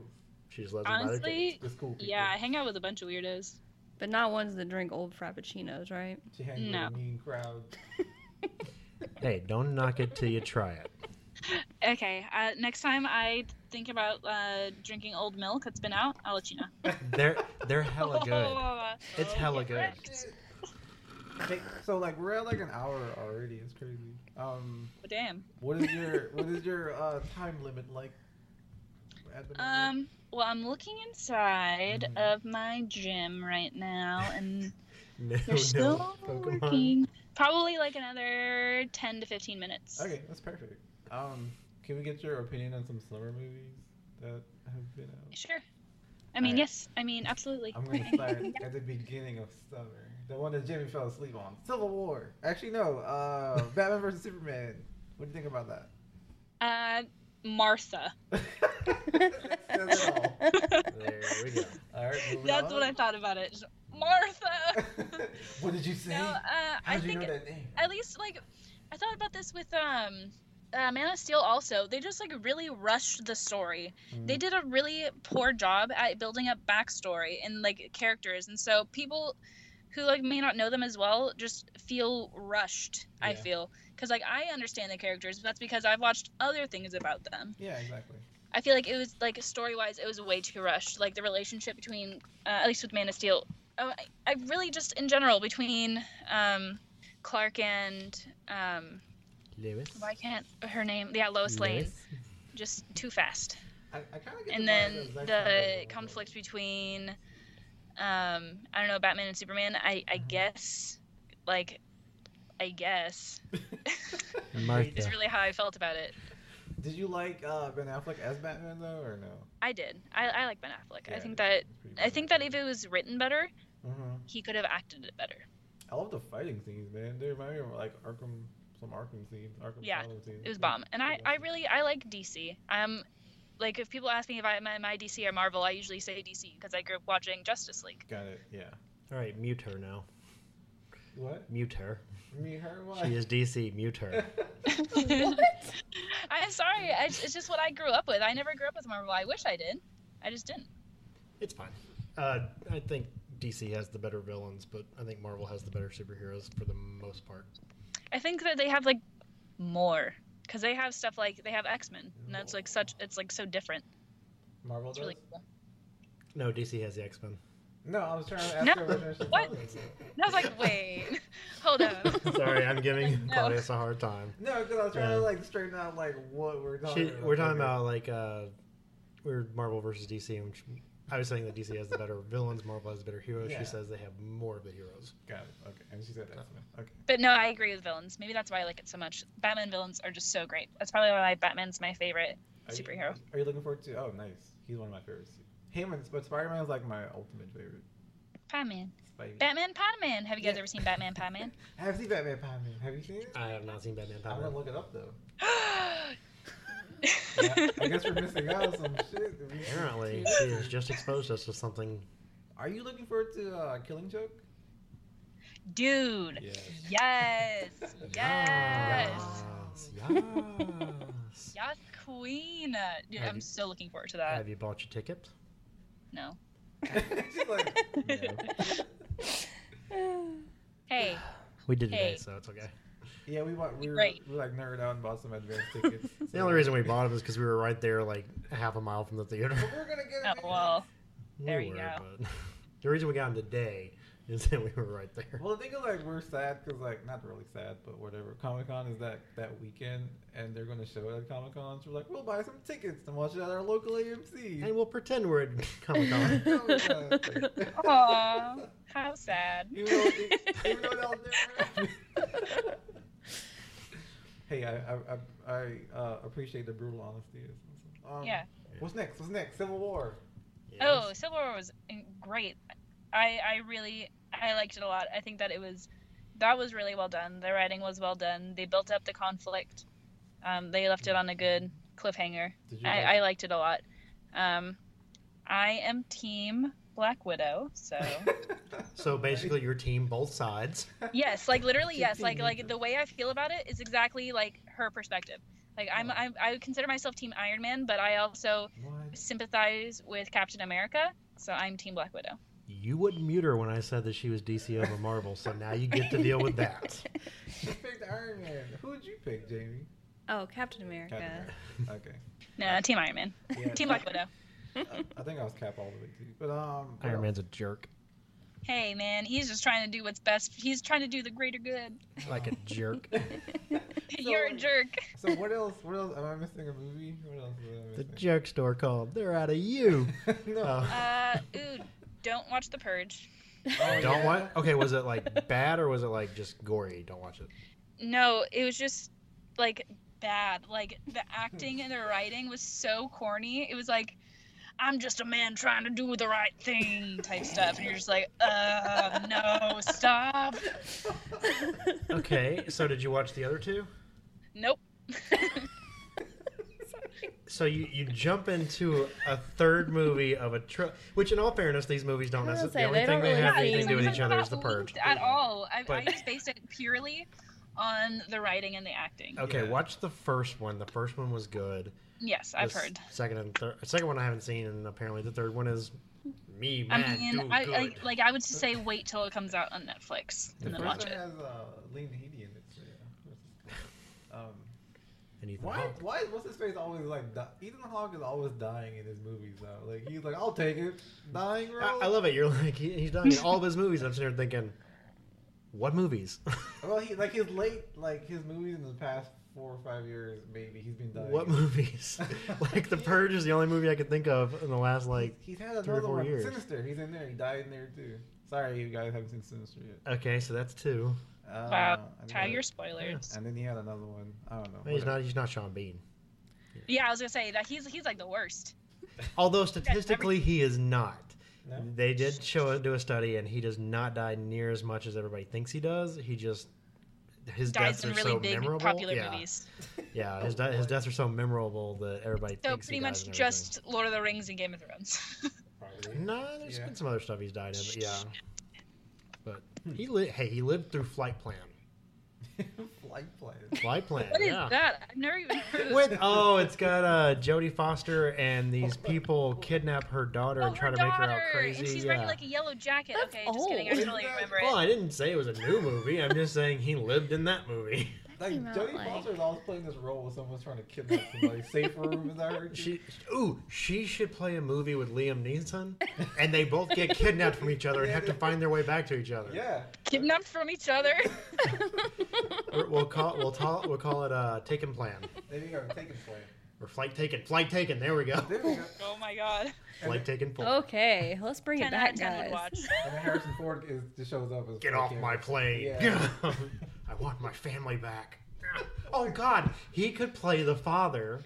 Speaker 3: she just lets us buy her tickets.
Speaker 1: honestly,
Speaker 2: It's cool. People.
Speaker 1: yeah, I hang out with a bunch of weirdos.
Speaker 4: but not ones that drink old
Speaker 1: [LAUGHS]
Speaker 4: frappuccinos, right?
Speaker 2: She hangs
Speaker 1: No.
Speaker 2: with a mean
Speaker 1: [LAUGHS]
Speaker 2: crowd.
Speaker 3: Hey, don't knock it till you try it.
Speaker 1: Okay, uh, next time I think about uh, drinking old milk that's been out, I'll let you know.
Speaker 3: They're they're hella
Speaker 1: [LAUGHS] Oh.
Speaker 3: good.
Speaker 1: good.
Speaker 3: It's hella good.
Speaker 1: Oh,
Speaker 2: Okay, so like we're at like an hour already. It's crazy. Um,
Speaker 1: damn.
Speaker 2: what is
Speaker 1: [LAUGHS]
Speaker 2: your what is your uh time limit like? At the moment?
Speaker 1: Um. Well, I'm looking inside
Speaker 2: Mhm.
Speaker 1: of my gym right now, and
Speaker 3: No,
Speaker 1: they're still
Speaker 3: Pokemon.
Speaker 1: working. Probably like another ten to fifteen minutes.
Speaker 2: Okay, that's perfect. Um, can we get your opinion on some summer movies that have been out?
Speaker 1: Sure. I mean,
Speaker 2: Alright.
Speaker 1: yes. I mean, absolutely.
Speaker 2: I'm gonna start
Speaker 1: [LAUGHS]
Speaker 2: at the beginning of summer. The one that Jimmy fell asleep on. Civil War. Actually, no.
Speaker 1: [LAUGHS]
Speaker 2: Uh, Batman versus Superman. What do you think about that?
Speaker 1: Uh, Martha. [LAUGHS]
Speaker 2: [LAUGHS] That says it all.
Speaker 3: There we go.
Speaker 2: All right, moving
Speaker 1: That's
Speaker 2: on.
Speaker 1: what I thought about it. Martha.
Speaker 2: [LAUGHS] what did you say?
Speaker 1: no, uh,
Speaker 2: How
Speaker 1: I
Speaker 2: did you
Speaker 1: think
Speaker 2: know that name?
Speaker 1: at least like I thought about this with um uh, Man of Steel also, they just like really rushed the story. They did a really poor job at building up backstory and like characters, and so people who like may not know them as well just feel rushed. I
Speaker 2: Yeah.
Speaker 1: feel because like I understand the characters, but that's because I've watched other things about them.
Speaker 2: Yeah, exactly.
Speaker 1: I feel like it was like story wise, it was way too rushed. Like the relationship between, uh, at least with Man of Steel, oh, I, I really just in general between um, Clark and um,
Speaker 3: Lewis.
Speaker 1: [LAUGHS] why can't her name? Yeah, Lois Lane. Just too fast.
Speaker 2: I, I kind of get
Speaker 1: And
Speaker 2: the vibe
Speaker 1: then
Speaker 2: that Zack Snyder
Speaker 1: the
Speaker 2: wrote it. [LAUGHS]
Speaker 1: conflict between, um, I don't know, Batman and Superman. I I guess, like, I guess [LAUGHS]
Speaker 3: And Martha.
Speaker 1: is really how I felt about it.
Speaker 2: Did you like uh, Ben Affleck as Batman though, or no?
Speaker 1: I did. I, I like Ben Affleck. I
Speaker 2: Yeah,
Speaker 1: think that
Speaker 2: it's pretty
Speaker 1: I think that
Speaker 2: bad.
Speaker 1: if it was written better,
Speaker 2: Mhm.
Speaker 1: he could have acted it better.
Speaker 2: I love the fighting scenes, man. They remind me of like Arkham, some Arkham scenes. Arkham
Speaker 1: Yeah,
Speaker 2: Asylum scenes.
Speaker 1: It was bomb. And I, I really I like DC. Um like if people ask me if I am I DC or Marvel, I usually say DC because I grew up watching Justice
Speaker 2: [LAUGHS]
Speaker 1: League. [LAUGHS]
Speaker 2: Got it. Yeah.
Speaker 3: All right, mute her now.
Speaker 2: What?
Speaker 3: Mute her.
Speaker 2: Me her? What? [LAUGHS]
Speaker 3: She is DC. Mute her.
Speaker 1: I'm sorry. I, it's just what I grew up with. I never grew up with Marvel. I wish I did. I just didn't.
Speaker 3: It's fine. Uh, I think DC has the better villains, but I think Marvel has the better superheroes for the most part.
Speaker 1: I think that they have like more because they have stuff like they have X-Men and that's like such it's like so different.
Speaker 2: Marvel
Speaker 1: It's
Speaker 2: does?
Speaker 1: really cool.
Speaker 3: No, DC has the X Men.
Speaker 2: No, I was trying to ask
Speaker 1: No.
Speaker 2: her what I should
Speaker 1: What?
Speaker 2: talk about.
Speaker 1: And I was like, "Wait. [LAUGHS] Hold up."
Speaker 3: [LAUGHS] Sorry, I'm giving
Speaker 1: [LAUGHS] No.
Speaker 3: Claudius a hard time.
Speaker 2: No, because I was trying
Speaker 3: Yeah.
Speaker 2: to like straighten out like what we're talking
Speaker 3: She,
Speaker 2: about.
Speaker 3: we're talking about like uh, we're Marvel versus DC, and she- I was saying that DC has the better villains, Marvel has the better heroes.
Speaker 2: Yeah.
Speaker 3: She says they have more of the heroes.
Speaker 2: Got it. Okay. And she said that. Okay.
Speaker 1: But no, I agree with villains. Maybe that's why I like it so much. Batman villains are just so great. That's probably why Batman's my favorite
Speaker 2: Are you-
Speaker 1: superhero.
Speaker 2: Are you looking forward to? Oh, nice. He's one of my favorites. Him and but Spider Man is like my ultimate favorite.
Speaker 1: Batman.
Speaker 2: Spider-
Speaker 1: Batman Podman. Have you guys
Speaker 2: Yeah.
Speaker 1: ever seen Batman Podman?
Speaker 2: Have you seen Batman? Batman? Have you seen it?
Speaker 3: I have not seen Batman.
Speaker 2: I'm
Speaker 3: Batman.
Speaker 2: gonna look it up
Speaker 1: [LAUGHS]
Speaker 2: though. Yeah, I guess we're missing out on some shit. if we-
Speaker 3: Apparently, she has just exposed us to something.
Speaker 2: Are you looking forward to uh, Killing Joke?
Speaker 1: Dude.
Speaker 2: Yes. [LAUGHS]
Speaker 1: Yes. Yes.
Speaker 3: Yes. yes.
Speaker 1: Yes, queen. Dude,
Speaker 3: Have
Speaker 1: I'm
Speaker 3: you-
Speaker 1: so looking forward to that.
Speaker 3: Have you bought your ticket?
Speaker 1: No.
Speaker 2: She's like, no.
Speaker 1: Hey,
Speaker 3: We did today,
Speaker 1: Hey.
Speaker 3: so it's okay.
Speaker 2: [LAUGHS] yeah, we bought we were,
Speaker 1: Right.
Speaker 2: we were like nerded out and bought some
Speaker 3: [LAUGHS]
Speaker 2: advanced tickets.
Speaker 3: The only reason we bought it is because we were right there, like half a mile from the theater. [LAUGHS]
Speaker 2: But we're gonna get
Speaker 1: oh
Speaker 2: it.
Speaker 1: well. There
Speaker 3: we
Speaker 1: you
Speaker 3: were,
Speaker 1: go.
Speaker 3: But [LAUGHS] the reason we got them today is that we were right there.
Speaker 2: Well, I think like we're sad because like not really sad, but whatever. Comic Con is that that weekend, and they're going to show it at Comic Con. So we're like, we'll buy some tickets and watch it at our local
Speaker 3: And
Speaker 2: AMC.
Speaker 3: we'll pretend we're at [LAUGHS] Comic Con.
Speaker 1: [LAUGHS] Oh,
Speaker 2: No, we're [LAUGHS] not.
Speaker 1: Aw, how sad.
Speaker 2: even though, even though that'll never happen. hey, I I, I, I uh, appreciate the brutal honesty. It's awesome. Um,
Speaker 1: Yeah.
Speaker 2: What's next? What's next? Civil War.
Speaker 1: Oh, Civil War was in- great. I I really I liked it a lot. I think that it was that was really well done. The writing was well done. They built up the conflict. Um, they left it on a good cliffhanger.
Speaker 2: Did you?
Speaker 1: I, I liked it a lot. Um, I am team Black Widow,
Speaker 2: [LAUGHS]
Speaker 1: so
Speaker 3: So basically, your team, both sides.
Speaker 1: yes, like literally yes, like like the way I feel about it is exactly like her perspective. Like I'm, I'm I would consider myself team Iron Man, but I also
Speaker 2: What?
Speaker 1: sympathize with Captain America, so I'm team Black Widow.
Speaker 3: You wouldn't mute her when I said that she was DC over Marvel, so now you get to deal with that.
Speaker 1: [LAUGHS]
Speaker 2: You picked Iron Man. Who would you pick, Jamie?
Speaker 4: Oh, Captain America. [LAUGHS]
Speaker 2: Captain America.
Speaker 1: No, team Iron Man,
Speaker 2: Okay. Yeah.
Speaker 1: team Black Widow.
Speaker 2: I, I think I was Cap all the way too. But um,
Speaker 3: Iron
Speaker 2: well, [LAUGHS]
Speaker 3: Man's a jerk,
Speaker 1: Hey man, he's just trying to do what's best. He's trying to do the greater good. [LAUGHS]
Speaker 3: like a [LAUGHS] jerk.
Speaker 1: [LAUGHS] You're a
Speaker 2: like-
Speaker 1: jerk.
Speaker 2: So what else? What else? Am I missing a movie? What else?
Speaker 3: The
Speaker 2: Am
Speaker 3: joke store called. They're out of you.
Speaker 2: I missing? [LAUGHS] no.
Speaker 3: Uh,
Speaker 1: Uh, ooh, don't watch The Purge.
Speaker 2: Oh,
Speaker 3: Don't
Speaker 2: yeah.
Speaker 3: what? Okay, was it like bad or was it like just gory? Don't watch it.
Speaker 1: No, it was just like bad. Like the acting and the writing was so corny. It was like, I'm just a man trying to do the right thing type stuff, and you're just like, uh, no, stop.
Speaker 3: Okay, so did you watch the other two?
Speaker 1: Nope.
Speaker 3: So you, you jump into a third movie of a tri- which in all fairness these movies don't
Speaker 4: I was gonna
Speaker 3: necessarily the
Speaker 4: say,
Speaker 3: only
Speaker 4: they
Speaker 3: thing
Speaker 4: don't
Speaker 3: they have
Speaker 4: really
Speaker 3: anything to do with
Speaker 1: because
Speaker 3: each other
Speaker 1: I'm
Speaker 3: is the
Speaker 1: not
Speaker 3: purge.
Speaker 1: linked At all. I, I
Speaker 3: But-
Speaker 1: just based it purely on the writing and the acting.
Speaker 3: Okay,
Speaker 2: Yeah.
Speaker 3: watch the first one. The first one was good.
Speaker 1: Yes,
Speaker 3: The
Speaker 1: I've
Speaker 3: s-
Speaker 1: heard.
Speaker 3: Second and third. Second one I haven't seen, and apparently the third one is me. Man,
Speaker 1: I mean,
Speaker 3: do
Speaker 1: I, I
Speaker 3: good.
Speaker 1: like I would say wait till it comes out on Netflix
Speaker 2: The
Speaker 1: and then
Speaker 2: first
Speaker 1: watch
Speaker 2: one
Speaker 1: it.
Speaker 2: has uh, Lane Headey in it. So
Speaker 3: [LAUGHS]
Speaker 2: yeah. um,
Speaker 3: And Ethan
Speaker 2: why?
Speaker 3: Hawke.
Speaker 2: Why is what's his face always like? Di- Ethan Hawke is always dying in his movies though. Like he's like, I'll take it, dying
Speaker 3: I,
Speaker 2: role.
Speaker 3: I love it. You're like he, he's done all of his movies. I'm sitting here thinking, what movies? [LAUGHS]
Speaker 2: Well, he like his late like his movies in the past four or five years, maybe he's been dying.
Speaker 3: what movies? [LAUGHS] like The Purge is the only movie I could think of in the last like.
Speaker 2: he's, he's had
Speaker 3: three or
Speaker 2: another
Speaker 3: four
Speaker 2: one.
Speaker 3: years.
Speaker 2: Sinister. He's in there. He died in there too. Sorry, you guys haven't seen Sinister yet.
Speaker 3: Okay, so that's two.
Speaker 2: Uh,
Speaker 1: Wow,
Speaker 2: and then-
Speaker 1: Tiger spoilers.
Speaker 2: And then he had another one. I don't know.
Speaker 3: He's
Speaker 2: whatever.
Speaker 3: not. He's not Sean Bean.
Speaker 1: Yeah, I was gonna say that he's he's like the worst.
Speaker 3: Although statistically, he is not. [LAUGHS]
Speaker 2: No?
Speaker 3: They did show do a study, and he does not die near as much as everybody thinks he does. He just his
Speaker 1: Dies
Speaker 3: deaths
Speaker 1: in
Speaker 3: are
Speaker 1: really
Speaker 3: so
Speaker 1: big
Speaker 3: memorable.
Speaker 1: popular
Speaker 3: yeah,
Speaker 1: movies.
Speaker 3: yeah. His, de- his deaths are so memorable that everybody
Speaker 1: So
Speaker 3: thinks
Speaker 1: pretty
Speaker 3: he dies
Speaker 1: much
Speaker 3: and
Speaker 1: just Lord of the Rings and Game of Thrones. [LAUGHS]
Speaker 3: everything.
Speaker 2: Probably.
Speaker 3: No, there's
Speaker 2: Yeah.
Speaker 3: been some other stuff he's died in, but yeah.
Speaker 2: Hmm.
Speaker 3: But he li- hey, he lived through Flight Plan.
Speaker 2: [LAUGHS] Flight plan.
Speaker 3: Flight Plan.
Speaker 1: What is
Speaker 3: yeah.
Speaker 1: that? I've never even heard of [LAUGHS]
Speaker 2: Wait,
Speaker 1: that.
Speaker 3: Oh, it's got uh, Jodie Foster and these people kidnap her daughter
Speaker 1: Oh,
Speaker 3: and try
Speaker 1: her
Speaker 3: to make her out
Speaker 1: daughter,
Speaker 3: crazy.
Speaker 1: And she's
Speaker 3: yeah.
Speaker 1: wearing like a yellow jacket.
Speaker 4: That's
Speaker 1: okay, just kidding. I
Speaker 4: old.
Speaker 1: totally remember
Speaker 3: Well,
Speaker 1: it.
Speaker 3: I didn't say it was a new movie. I'm just saying he lived in that movie. [LAUGHS]
Speaker 2: Like
Speaker 4: came out,
Speaker 2: Jodie
Speaker 4: like-
Speaker 2: Foster is always playing this role where someone's trying to kidnap
Speaker 3: [LAUGHS]
Speaker 2: somebody. Safe room is that her?
Speaker 3: She, ooh, she should play a movie with Liam Neeson, and they both get kidnapped from each other and have to find their way back to each other.
Speaker 2: yeah.
Speaker 1: Kidnapped from each other.
Speaker 3: [LAUGHS] Or We'll call we'll call we'll call it uh, Taken Plan
Speaker 2: There you go. Take it play.
Speaker 3: or Flight Taken. Flight Taken. There we go.
Speaker 2: There we go.
Speaker 1: oh my
Speaker 4: [LAUGHS]
Speaker 1: god.
Speaker 3: Flight Taken Full.
Speaker 4: [LAUGHS]
Speaker 1: Oh.
Speaker 4: okay, let's bring it
Speaker 1: Ten out
Speaker 4: back,
Speaker 1: of ten would
Speaker 4: guys.
Speaker 1: watch.
Speaker 3: [LAUGHS]
Speaker 2: And then Harrison Ford is, just shows up as
Speaker 3: Get off
Speaker 2: fucking-
Speaker 3: my plane.
Speaker 2: Yeah.
Speaker 3: [LAUGHS] I want my family back. [LAUGHS] Oh God, he could play the father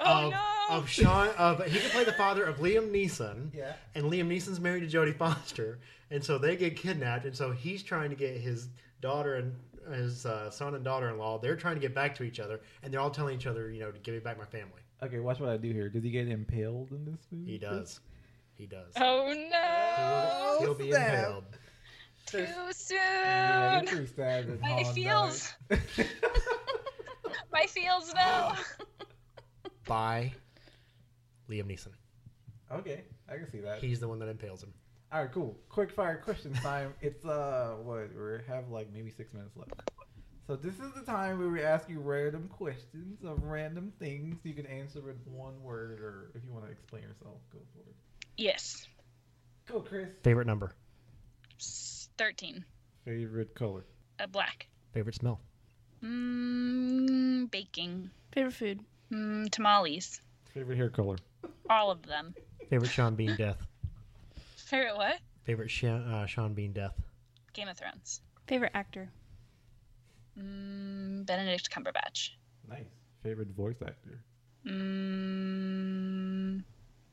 Speaker 1: Oh
Speaker 3: of,
Speaker 1: no.
Speaker 3: of Sean of he could play the father of Liam Neeson.
Speaker 2: Yeah.
Speaker 3: and Liam Neeson's married to Jodie Foster, and so they get kidnapped, and so he's trying to get his daughter and his uh, son and daughter-in-law. They're trying to get back to each other, and they're all telling each other, you know, to give me back my family.
Speaker 2: Okay, watch what I do here. Does he get impaled in this movie?
Speaker 3: He does. He does. [LAUGHS]
Speaker 1: Oh no.
Speaker 3: He'll, he'll be
Speaker 2: snap.
Speaker 3: impaled.
Speaker 1: Too soon.
Speaker 2: Yeah, he pretty stabbed and
Speaker 1: My
Speaker 2: Han
Speaker 1: feels.
Speaker 2: died. [LAUGHS]
Speaker 1: My feels now.
Speaker 3: [LAUGHS] by Liam Neeson.
Speaker 2: okay, I can see that.
Speaker 3: He's the one that impales him.
Speaker 2: All right, cool. Quick fire question time. [LAUGHS] It's uh, what we have like maybe six minutes left. So this is the time where we ask you random questions of random things. You can answer with one word, or if you want to explain yourself, go for it.
Speaker 1: Yes.
Speaker 2: Go, Chris.
Speaker 3: Favorite number.
Speaker 1: S- Thirteen.
Speaker 2: Favorite color.
Speaker 1: Uh, black.
Speaker 3: Favorite smell.
Speaker 1: Mm, baking.
Speaker 4: Favorite food.
Speaker 1: Mm, tamales.
Speaker 2: Favorite hair color.
Speaker 1: All of them.
Speaker 3: Favorite Sean Bean death.
Speaker 1: Favorite what?
Speaker 3: Favorite Sean, uh, Sean Bean death.
Speaker 1: Game of Thrones.
Speaker 4: Favorite actor.
Speaker 1: Mm, Benedict Cumberbatch.
Speaker 2: Nice. Favorite voice actor.
Speaker 1: Mm,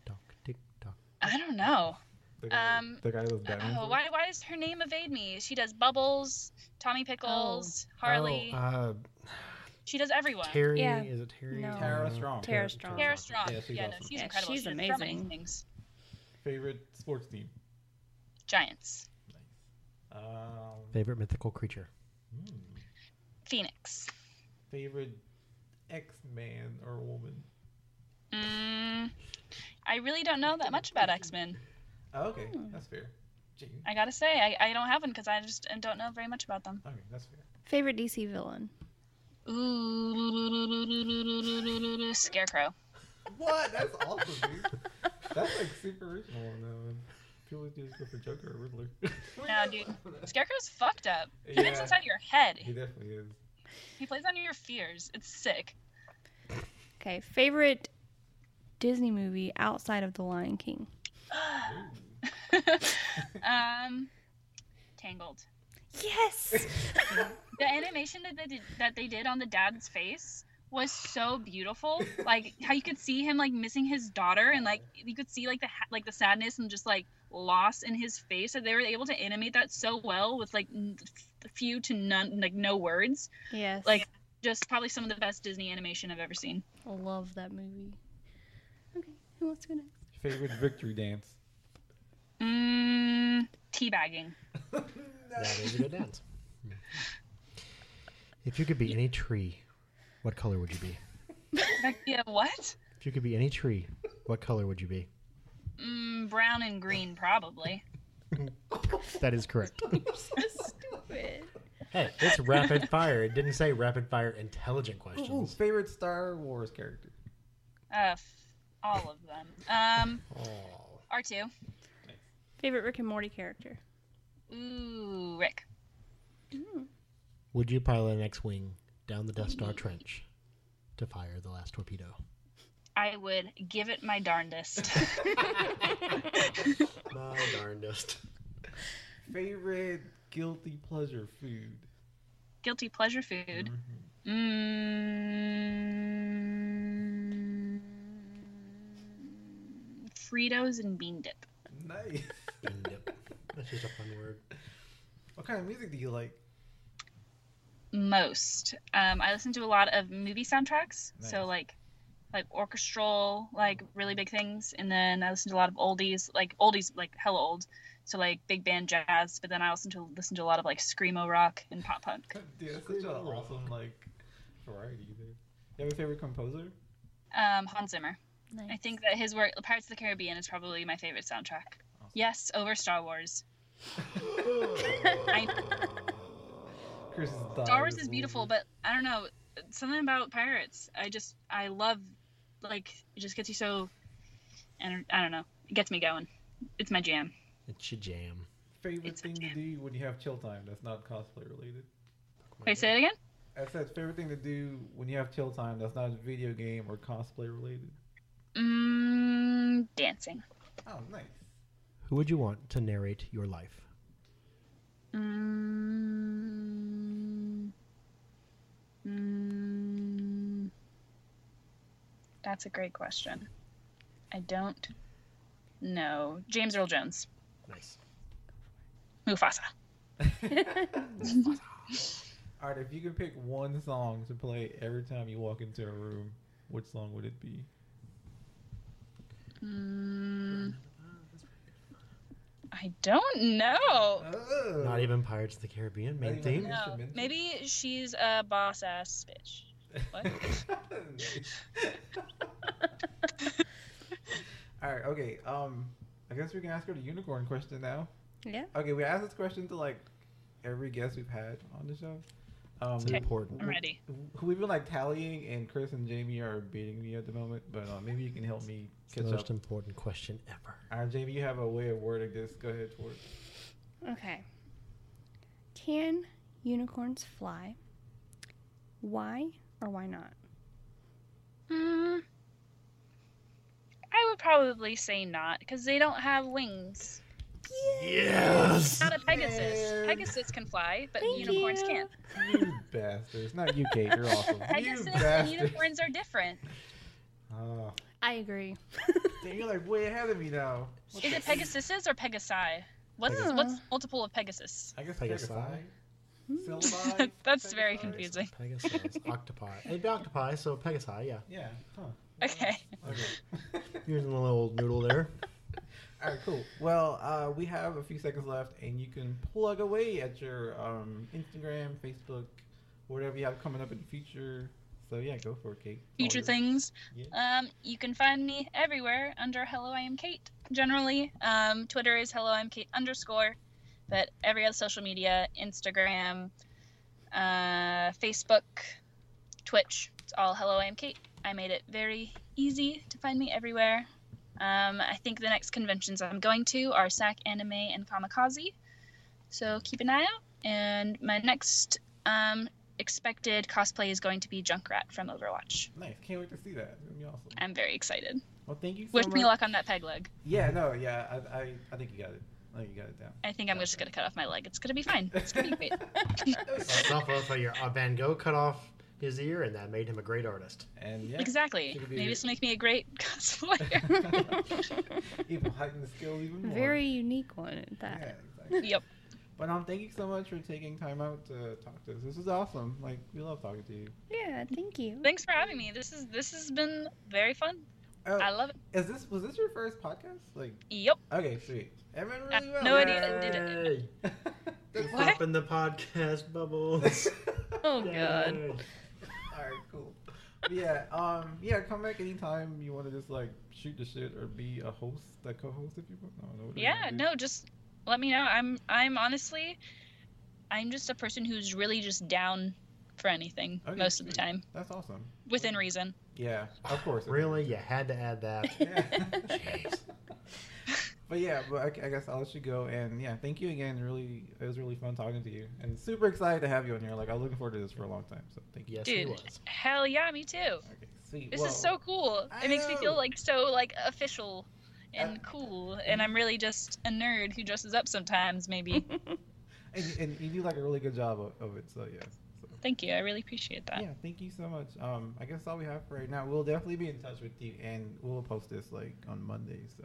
Speaker 3: Talk, tick, talk.
Speaker 1: I don't know.
Speaker 2: The guy,
Speaker 1: Um,
Speaker 2: the guy
Speaker 4: uh,
Speaker 2: with Batman.
Speaker 1: Oh,
Speaker 2: voice?
Speaker 1: why, why does her name evade me? She does Bubbles, Tommy Pickles, Harley.
Speaker 3: Oh, uh,
Speaker 1: she does everyone.
Speaker 3: Terry.
Speaker 4: Yeah.
Speaker 3: Is it Terry?
Speaker 4: No.
Speaker 2: Tara
Speaker 3: Uh,
Speaker 2: Strong.
Speaker 4: Tara Strong.
Speaker 1: Tara Strong.
Speaker 2: Yeah,
Speaker 1: Yeah,
Speaker 2: she's
Speaker 1: no,
Speaker 2: awesome.
Speaker 1: she's
Speaker 4: Yeah,
Speaker 1: incredible.
Speaker 4: she's
Speaker 1: she does so many
Speaker 4: amazing.
Speaker 1: things.
Speaker 2: Favorite sports team.
Speaker 1: Giants.
Speaker 2: Nice. Um,
Speaker 3: Favorite mythical creature.
Speaker 2: hmm.
Speaker 1: Phoenix.
Speaker 2: Favorite X man or woman.
Speaker 1: Mm, I really don't know that much about X Men.
Speaker 2: Oh, okay, that's fair. Jane.
Speaker 1: I gotta say, I, I don't have one because I just don't know very much about them.
Speaker 2: Okay, that's fair.
Speaker 4: Favorite DC villain.
Speaker 1: Ooh, Scarecrow.
Speaker 2: What? [LAUGHS] That's awesome, dude. That's like super original on that one. People just go for Joker or [LAUGHS] Riddler.
Speaker 1: No, dude. Scarecrow's fucked up. He lives
Speaker 2: Yeah.
Speaker 1: inside your head.
Speaker 2: [LAUGHS] He definitely is.
Speaker 1: He plays on your fears.
Speaker 2: [LAUGHS]
Speaker 1: It's sick.
Speaker 4: Okay, favorite Disney movie outside of The Lion King.
Speaker 2: Ooh.
Speaker 1: um, Tangled.
Speaker 4: [LAUGHS] Yes.
Speaker 1: The animation that they did, that they did on the dad's face was so beautiful. Like how you could see him like missing his daughter, and like you could see like the ha- like the sadness and just like loss in his face. So they were able to animate that so well with like n- f- few to none like no words.
Speaker 4: yes.
Speaker 1: Like just probably some of the best Disney animation I've ever seen.
Speaker 4: I love that movie. Okay, who wants to go next?
Speaker 2: [LAUGHS] Favorite victory dance.
Speaker 1: Mm, teabagging.
Speaker 3: That is a good dance. [LAUGHS] If you could be any tree, what color would you be?
Speaker 1: Yeah, what?
Speaker 3: If you could be any tree, what color would you be?
Speaker 1: Mm, brown and green, probably.
Speaker 3: That is
Speaker 2: [LAUGHS]
Speaker 3: correct.
Speaker 4: Stupid.
Speaker 3: hey, it's rapid fire. It didn't say rapid fire intelligent
Speaker 2: Ooh,
Speaker 3: questions.
Speaker 2: favorite Star Wars character?
Speaker 1: Uh, f- all of them. Um,
Speaker 3: Oh.
Speaker 1: R2.
Speaker 4: Favorite Rick and Morty character.
Speaker 1: Ooh, Rick.
Speaker 3: Would you pilot an X-wing down the Death Star trench to fire the last torpedo?
Speaker 1: I would give it my darndest.
Speaker 3: My darndest.
Speaker 2: Favorite guilty pleasure food?
Speaker 1: Guilty pleasure food. Mm, Fritos and bean dip.
Speaker 2: Nice.
Speaker 3: Yep. That's just a fun word.
Speaker 2: what kind of music do you like?
Speaker 1: most. Um, I listen to a lot of movie soundtracks, so
Speaker 2: Nice.
Speaker 1: like like orchestral, like really big things, and then I listen to a lot of oldies, like oldies, like hella old, so like big band jazz. But then I also to listen to a lot of like screamo rock and pop punk.
Speaker 2: Dude, that's such an awesome like variety there. You have a favorite [LAUGHS] composer?
Speaker 1: Um, Hans Zimmer.
Speaker 4: Nice.
Speaker 1: I think [LAUGHS] that his work, Pirates of the Caribbean, is probably my favorite soundtrack. Yes, over Star Wars. I,
Speaker 2: Chris is
Speaker 1: Star Wars is beautiful, but I don't know something about pirates. I just I love like it just gets you so and I don't know it gets me going. It's my jam.
Speaker 3: It's your jam.
Speaker 2: favorite
Speaker 1: it's a
Speaker 2: thing to
Speaker 1: jam.
Speaker 2: do when you have chill time that's not cosplay related.
Speaker 1: Wait, say it again.
Speaker 2: I said favorite thing to do when you have chill time that's not video game or cosplay related.
Speaker 1: Mm, dancing.
Speaker 2: Oh, nice.
Speaker 3: Who would you want to narrate your life?
Speaker 1: Mm, mm, that's a great question. I don't know. James Earl Jones,
Speaker 3: Nice.
Speaker 1: Mufasa.
Speaker 2: All right, if you could pick one song to play every time you walk into a room, which song would it be?
Speaker 1: Mm, I don't
Speaker 2: Oh.
Speaker 1: know.
Speaker 3: Not
Speaker 2: [LAUGHS]
Speaker 3: even Pirates of the Caribbean main
Speaker 2: Not even-
Speaker 3: theme.
Speaker 1: No,
Speaker 2: Instrumental?
Speaker 1: maybe she's a boss ass bitch.
Speaker 2: [LAUGHS]
Speaker 1: What?
Speaker 2: All right, okay. Um, I guess we can ask her the unicorn question now.
Speaker 4: Yeah.
Speaker 2: Okay, we asked this question to like every guest we've had on the show. Um,
Speaker 3: It's
Speaker 2: we-
Speaker 3: important.
Speaker 1: I'm ready.
Speaker 2: who we've been like tallying, and Chris and Jamie are beating me at the moment. But uh, maybe you can help me
Speaker 3: It's the
Speaker 2: catch
Speaker 3: most
Speaker 2: up.
Speaker 3: important question ever.
Speaker 2: All right, Jamie, you have a way of wording this. Go ahead, for it.
Speaker 4: Okay. Can unicorns fly? Why or why not?
Speaker 1: Mm, I would probably say not because they don't have wings.
Speaker 3: Yes.
Speaker 1: Not a Pegasus.
Speaker 2: Man.
Speaker 1: Pegasus can fly, but
Speaker 4: Thank
Speaker 1: Uh, unicorns
Speaker 4: you.
Speaker 1: can't. [LAUGHS]
Speaker 2: You bastards! Not you, Kate. You're awesome. You
Speaker 1: Pegasus and
Speaker 2: bastards.
Speaker 1: unicorns are different.
Speaker 2: Oh,
Speaker 4: I agree.
Speaker 2: damn, you're like way ahead of me now. What
Speaker 1: [LAUGHS] Is
Speaker 2: the-
Speaker 1: it Pegasus's or Pegasi? What's
Speaker 4: Pegasus.
Speaker 1: what's multiple of Pegasus?
Speaker 2: I guess
Speaker 3: Pegasi?
Speaker 2: Pegasi. Syllabi?
Speaker 1: Hmm. [LAUGHS] That's very
Speaker 2: Pegasi?
Speaker 1: confusing.
Speaker 3: Pegasus, octopi. [LAUGHS] It'd be octopi, so Pegasi, yeah.
Speaker 2: Yeah. Huh.
Speaker 1: Okay.
Speaker 2: Okay.
Speaker 1: [LAUGHS]
Speaker 2: [LAUGHS]
Speaker 3: Using a little old noodle there.
Speaker 2: All right, cool. Well, uh, we have a few seconds left, and you can plug away at your um, Instagram, Facebook, whatever you have coming up in the future. So yeah, go for it, Kate. It's all
Speaker 1: future
Speaker 2: yours.
Speaker 1: things.
Speaker 2: Oh, Yeah.
Speaker 1: Um, you can find me everywhere under Hello I Am Kate. Generally, um, Twitter is Hello I'm Kate underscore, but every other social media, Instagram, uh, Facebook, Twitch, it's all Hello I Am Kate. I made it very easy to find me everywhere. Um, I think the next conventions I'm going to are SAC Anime and Kamikaze, so keep an eye out. And my next um, expected cosplay is going to be Junkrat from Overwatch.
Speaker 2: Nice. Can't wait to see that. It's gonna be awesome.
Speaker 1: I'm very excited.
Speaker 2: Well, thank you. So
Speaker 1: Uh, Wish
Speaker 2: much.
Speaker 1: me luck on that peg leg.
Speaker 2: Yeah. No. Yeah. I, I. I think you got it. I think you got it down.
Speaker 1: I think I'm just gonna cut off my leg. It's gonna be fine. It's gonna be
Speaker 2: [LAUGHS]
Speaker 1: great.
Speaker 3: Off of uh, your uh, Van Gogh cut off his ear, and that made him a great artist.
Speaker 2: And yeah.
Speaker 1: Exactly.
Speaker 2: Should be-
Speaker 1: Maybe this will make me a great [LAUGHS] cosplayer.
Speaker 2: even heighten the skill even more.
Speaker 4: [LAUGHS] Very unique one at
Speaker 2: Yeah.
Speaker 4: that.
Speaker 2: Exactly.
Speaker 1: yep.
Speaker 2: But um, thank you so much for taking time out to talk to us. This is awesome. Like we love talking to you.
Speaker 4: Yeah, thank you.
Speaker 1: Thanks for having me. This is this has been very fun.
Speaker 2: Oh,
Speaker 1: I love it.
Speaker 2: is this was this your first podcast? Like
Speaker 1: Yep.
Speaker 2: okay, sweet. It went
Speaker 1: I
Speaker 2: really
Speaker 1: have
Speaker 2: well. [LAUGHS]
Speaker 1: no idea. I did it.
Speaker 3: Yay!
Speaker 2: That's
Speaker 1: What?
Speaker 2: [LAUGHS]
Speaker 3: Popping the podcast bubbles.
Speaker 2: fun.
Speaker 4: Oh god.
Speaker 3: Yay.
Speaker 2: All right, cool. But yeah, um, yeah, come back anytime you want to just like shoot the shit or be a host, a co-host if you want. I don't know. whatever you
Speaker 1: yeah
Speaker 2: wanna do.
Speaker 1: no just let me know i'm i'm honestly i'm just a person who's really just down for anything
Speaker 2: Okay,
Speaker 1: most of the
Speaker 2: sweet.
Speaker 1: time
Speaker 2: That's awesome.
Speaker 1: within reason
Speaker 2: Yeah, of course.
Speaker 3: [LAUGHS] Really? You had to add that.
Speaker 2: Yeah.
Speaker 3: Jeez.
Speaker 2: but yeah, but I, I guess I'll let you go. And yeah, thank you again. Really, it was really fun talking to you, and super excited to have you on here. Like I'm looking forward to this for a long time. So thank you.
Speaker 3: Yes, he
Speaker 1: dude
Speaker 3: was.
Speaker 1: hell yeah me too
Speaker 2: Okay, sweet.
Speaker 1: this is
Speaker 2: Well,
Speaker 1: so cool
Speaker 2: I
Speaker 1: it makes me feel
Speaker 2: know.
Speaker 1: like so like official and
Speaker 2: Uh,
Speaker 1: cool and i'm really just a nerd who dresses up
Speaker 2: [LAUGHS]
Speaker 1: sometimes
Speaker 4: [LAUGHS]
Speaker 1: maybe
Speaker 2: And, and you do like a really good job of, of it. So yeah. So.
Speaker 1: thank you i really appreciate that
Speaker 2: Yeah, thank you so much. Um, I guess all we have for right now. We'll definitely be in touch with you, and we'll post this like on Monday. So,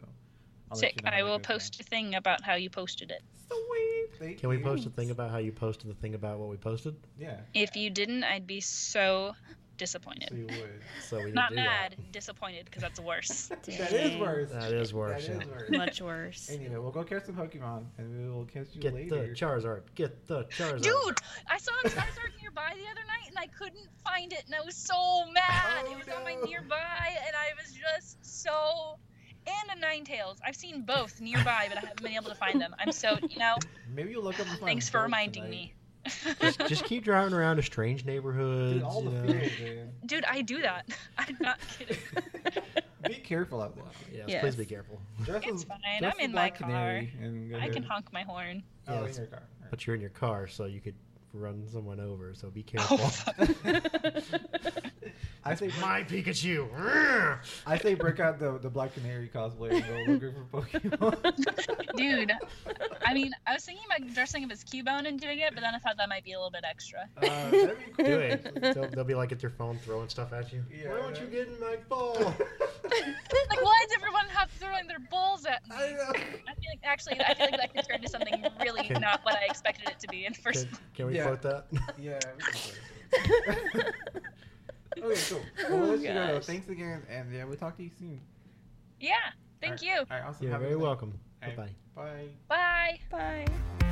Speaker 2: I'll let
Speaker 1: sick
Speaker 2: you know how
Speaker 1: i
Speaker 2: it
Speaker 1: will
Speaker 2: goes
Speaker 1: post a thing about how you posted it
Speaker 2: down. Sweet. Thank
Speaker 3: Can we
Speaker 2: you.
Speaker 3: post a thing about how you posted the thing about what we posted?
Speaker 2: Yeah.
Speaker 1: if you didn't i'd be so disappointed
Speaker 2: So you
Speaker 1: [LAUGHS]
Speaker 2: would.
Speaker 3: So we didn't
Speaker 1: not
Speaker 3: do
Speaker 1: mad disappointed because
Speaker 2: [LAUGHS]
Speaker 1: that's worse
Speaker 2: that is
Speaker 4: Dang.
Speaker 2: worse.
Speaker 3: That is worse.
Speaker 2: That is
Speaker 3: yeah.
Speaker 2: worse.
Speaker 4: Much
Speaker 2: [LAUGHS]
Speaker 4: worse.
Speaker 2: Anyway, we'll go catch some Pokemon, and we will catch you
Speaker 3: Get
Speaker 2: later.
Speaker 3: the Charizard. Get the Charizard.
Speaker 1: Dude, I saw a Charizard nearby the other night and I couldn't find it and I was so mad.
Speaker 2: Oh,
Speaker 1: it was on my
Speaker 2: no.
Speaker 1: nearby and I was just so and a nine tails. I've seen both nearby, but I haven't been able to find them. I'm so
Speaker 2: [LAUGHS]
Speaker 1: you know.
Speaker 2: Maybe you'll look up. and find
Speaker 1: Ah, Thanks for
Speaker 2: Bolt
Speaker 1: reminding
Speaker 2: tonight.
Speaker 1: me.
Speaker 3: Just, just keep driving around to strange neighborhoods.
Speaker 2: Dude, all the
Speaker 3: you know.
Speaker 2: fields, man.
Speaker 1: [LAUGHS] Dude, I do that. [LAUGHS] I'm not kidding.
Speaker 2: Be careful out there.
Speaker 3: [LAUGHS] Yes,
Speaker 4: Yes.
Speaker 3: please be careful.
Speaker 2: Dress
Speaker 1: It's
Speaker 2: as-
Speaker 1: fine.
Speaker 2: dress
Speaker 1: I'm
Speaker 2: as
Speaker 1: in my
Speaker 2: Black
Speaker 1: car.
Speaker 2: Canary and go
Speaker 1: I can
Speaker 2: ahead.
Speaker 1: honk my
Speaker 2: [LAUGHS]
Speaker 1: horn.
Speaker 2: Oh, in
Speaker 3: Yes.
Speaker 2: your car. All right.
Speaker 3: But you're in your car, so you could run someone over. So be careful.
Speaker 1: [LAUGHS] Oh,
Speaker 2: [LAUGHS]
Speaker 1: fuck.
Speaker 2: I say
Speaker 3: My Pikachu.
Speaker 1: [LAUGHS]
Speaker 2: I say break out the, the Black Canary cosplay and go looking for [LAUGHS]
Speaker 4: [LAUGHS]
Speaker 2: Pokemon.
Speaker 1: Dude, I mean, I was thinking about dressing up as Cubone and doing it, but then I thought that might be a little bit extra.
Speaker 2: Uh, that'd be cool.
Speaker 3: do it. They'll, they'll be like at their phone throwing stuff at you.
Speaker 2: Yeah,
Speaker 3: Why won't
Speaker 2: yeah.
Speaker 3: you get in my phone?
Speaker 1: Like, why does everyone have throwing their balls at me?
Speaker 2: I know.
Speaker 1: I feel like actually, I feel like that could turn
Speaker 2: [LAUGHS]
Speaker 1: to something really
Speaker 3: Can-
Speaker 1: not what I expected it to be in the first.
Speaker 3: Can, can we
Speaker 2: Yeah.
Speaker 3: quote that?
Speaker 2: [LAUGHS] Yeah. we can play it. okay, cool. Well,
Speaker 4: Oh,
Speaker 2: we'll let you go.
Speaker 4: gosh.
Speaker 2: Thanks again, and yeah, we'll talk to you soon.
Speaker 1: [LAUGHS] Yeah. Thank you.
Speaker 2: All right, awesome.
Speaker 3: You're
Speaker 2: Have a
Speaker 3: very
Speaker 2: good night.
Speaker 3: welcome.
Speaker 2: All right,
Speaker 3: Bye bye.
Speaker 2: Bye.
Speaker 1: Bye.
Speaker 4: Bye.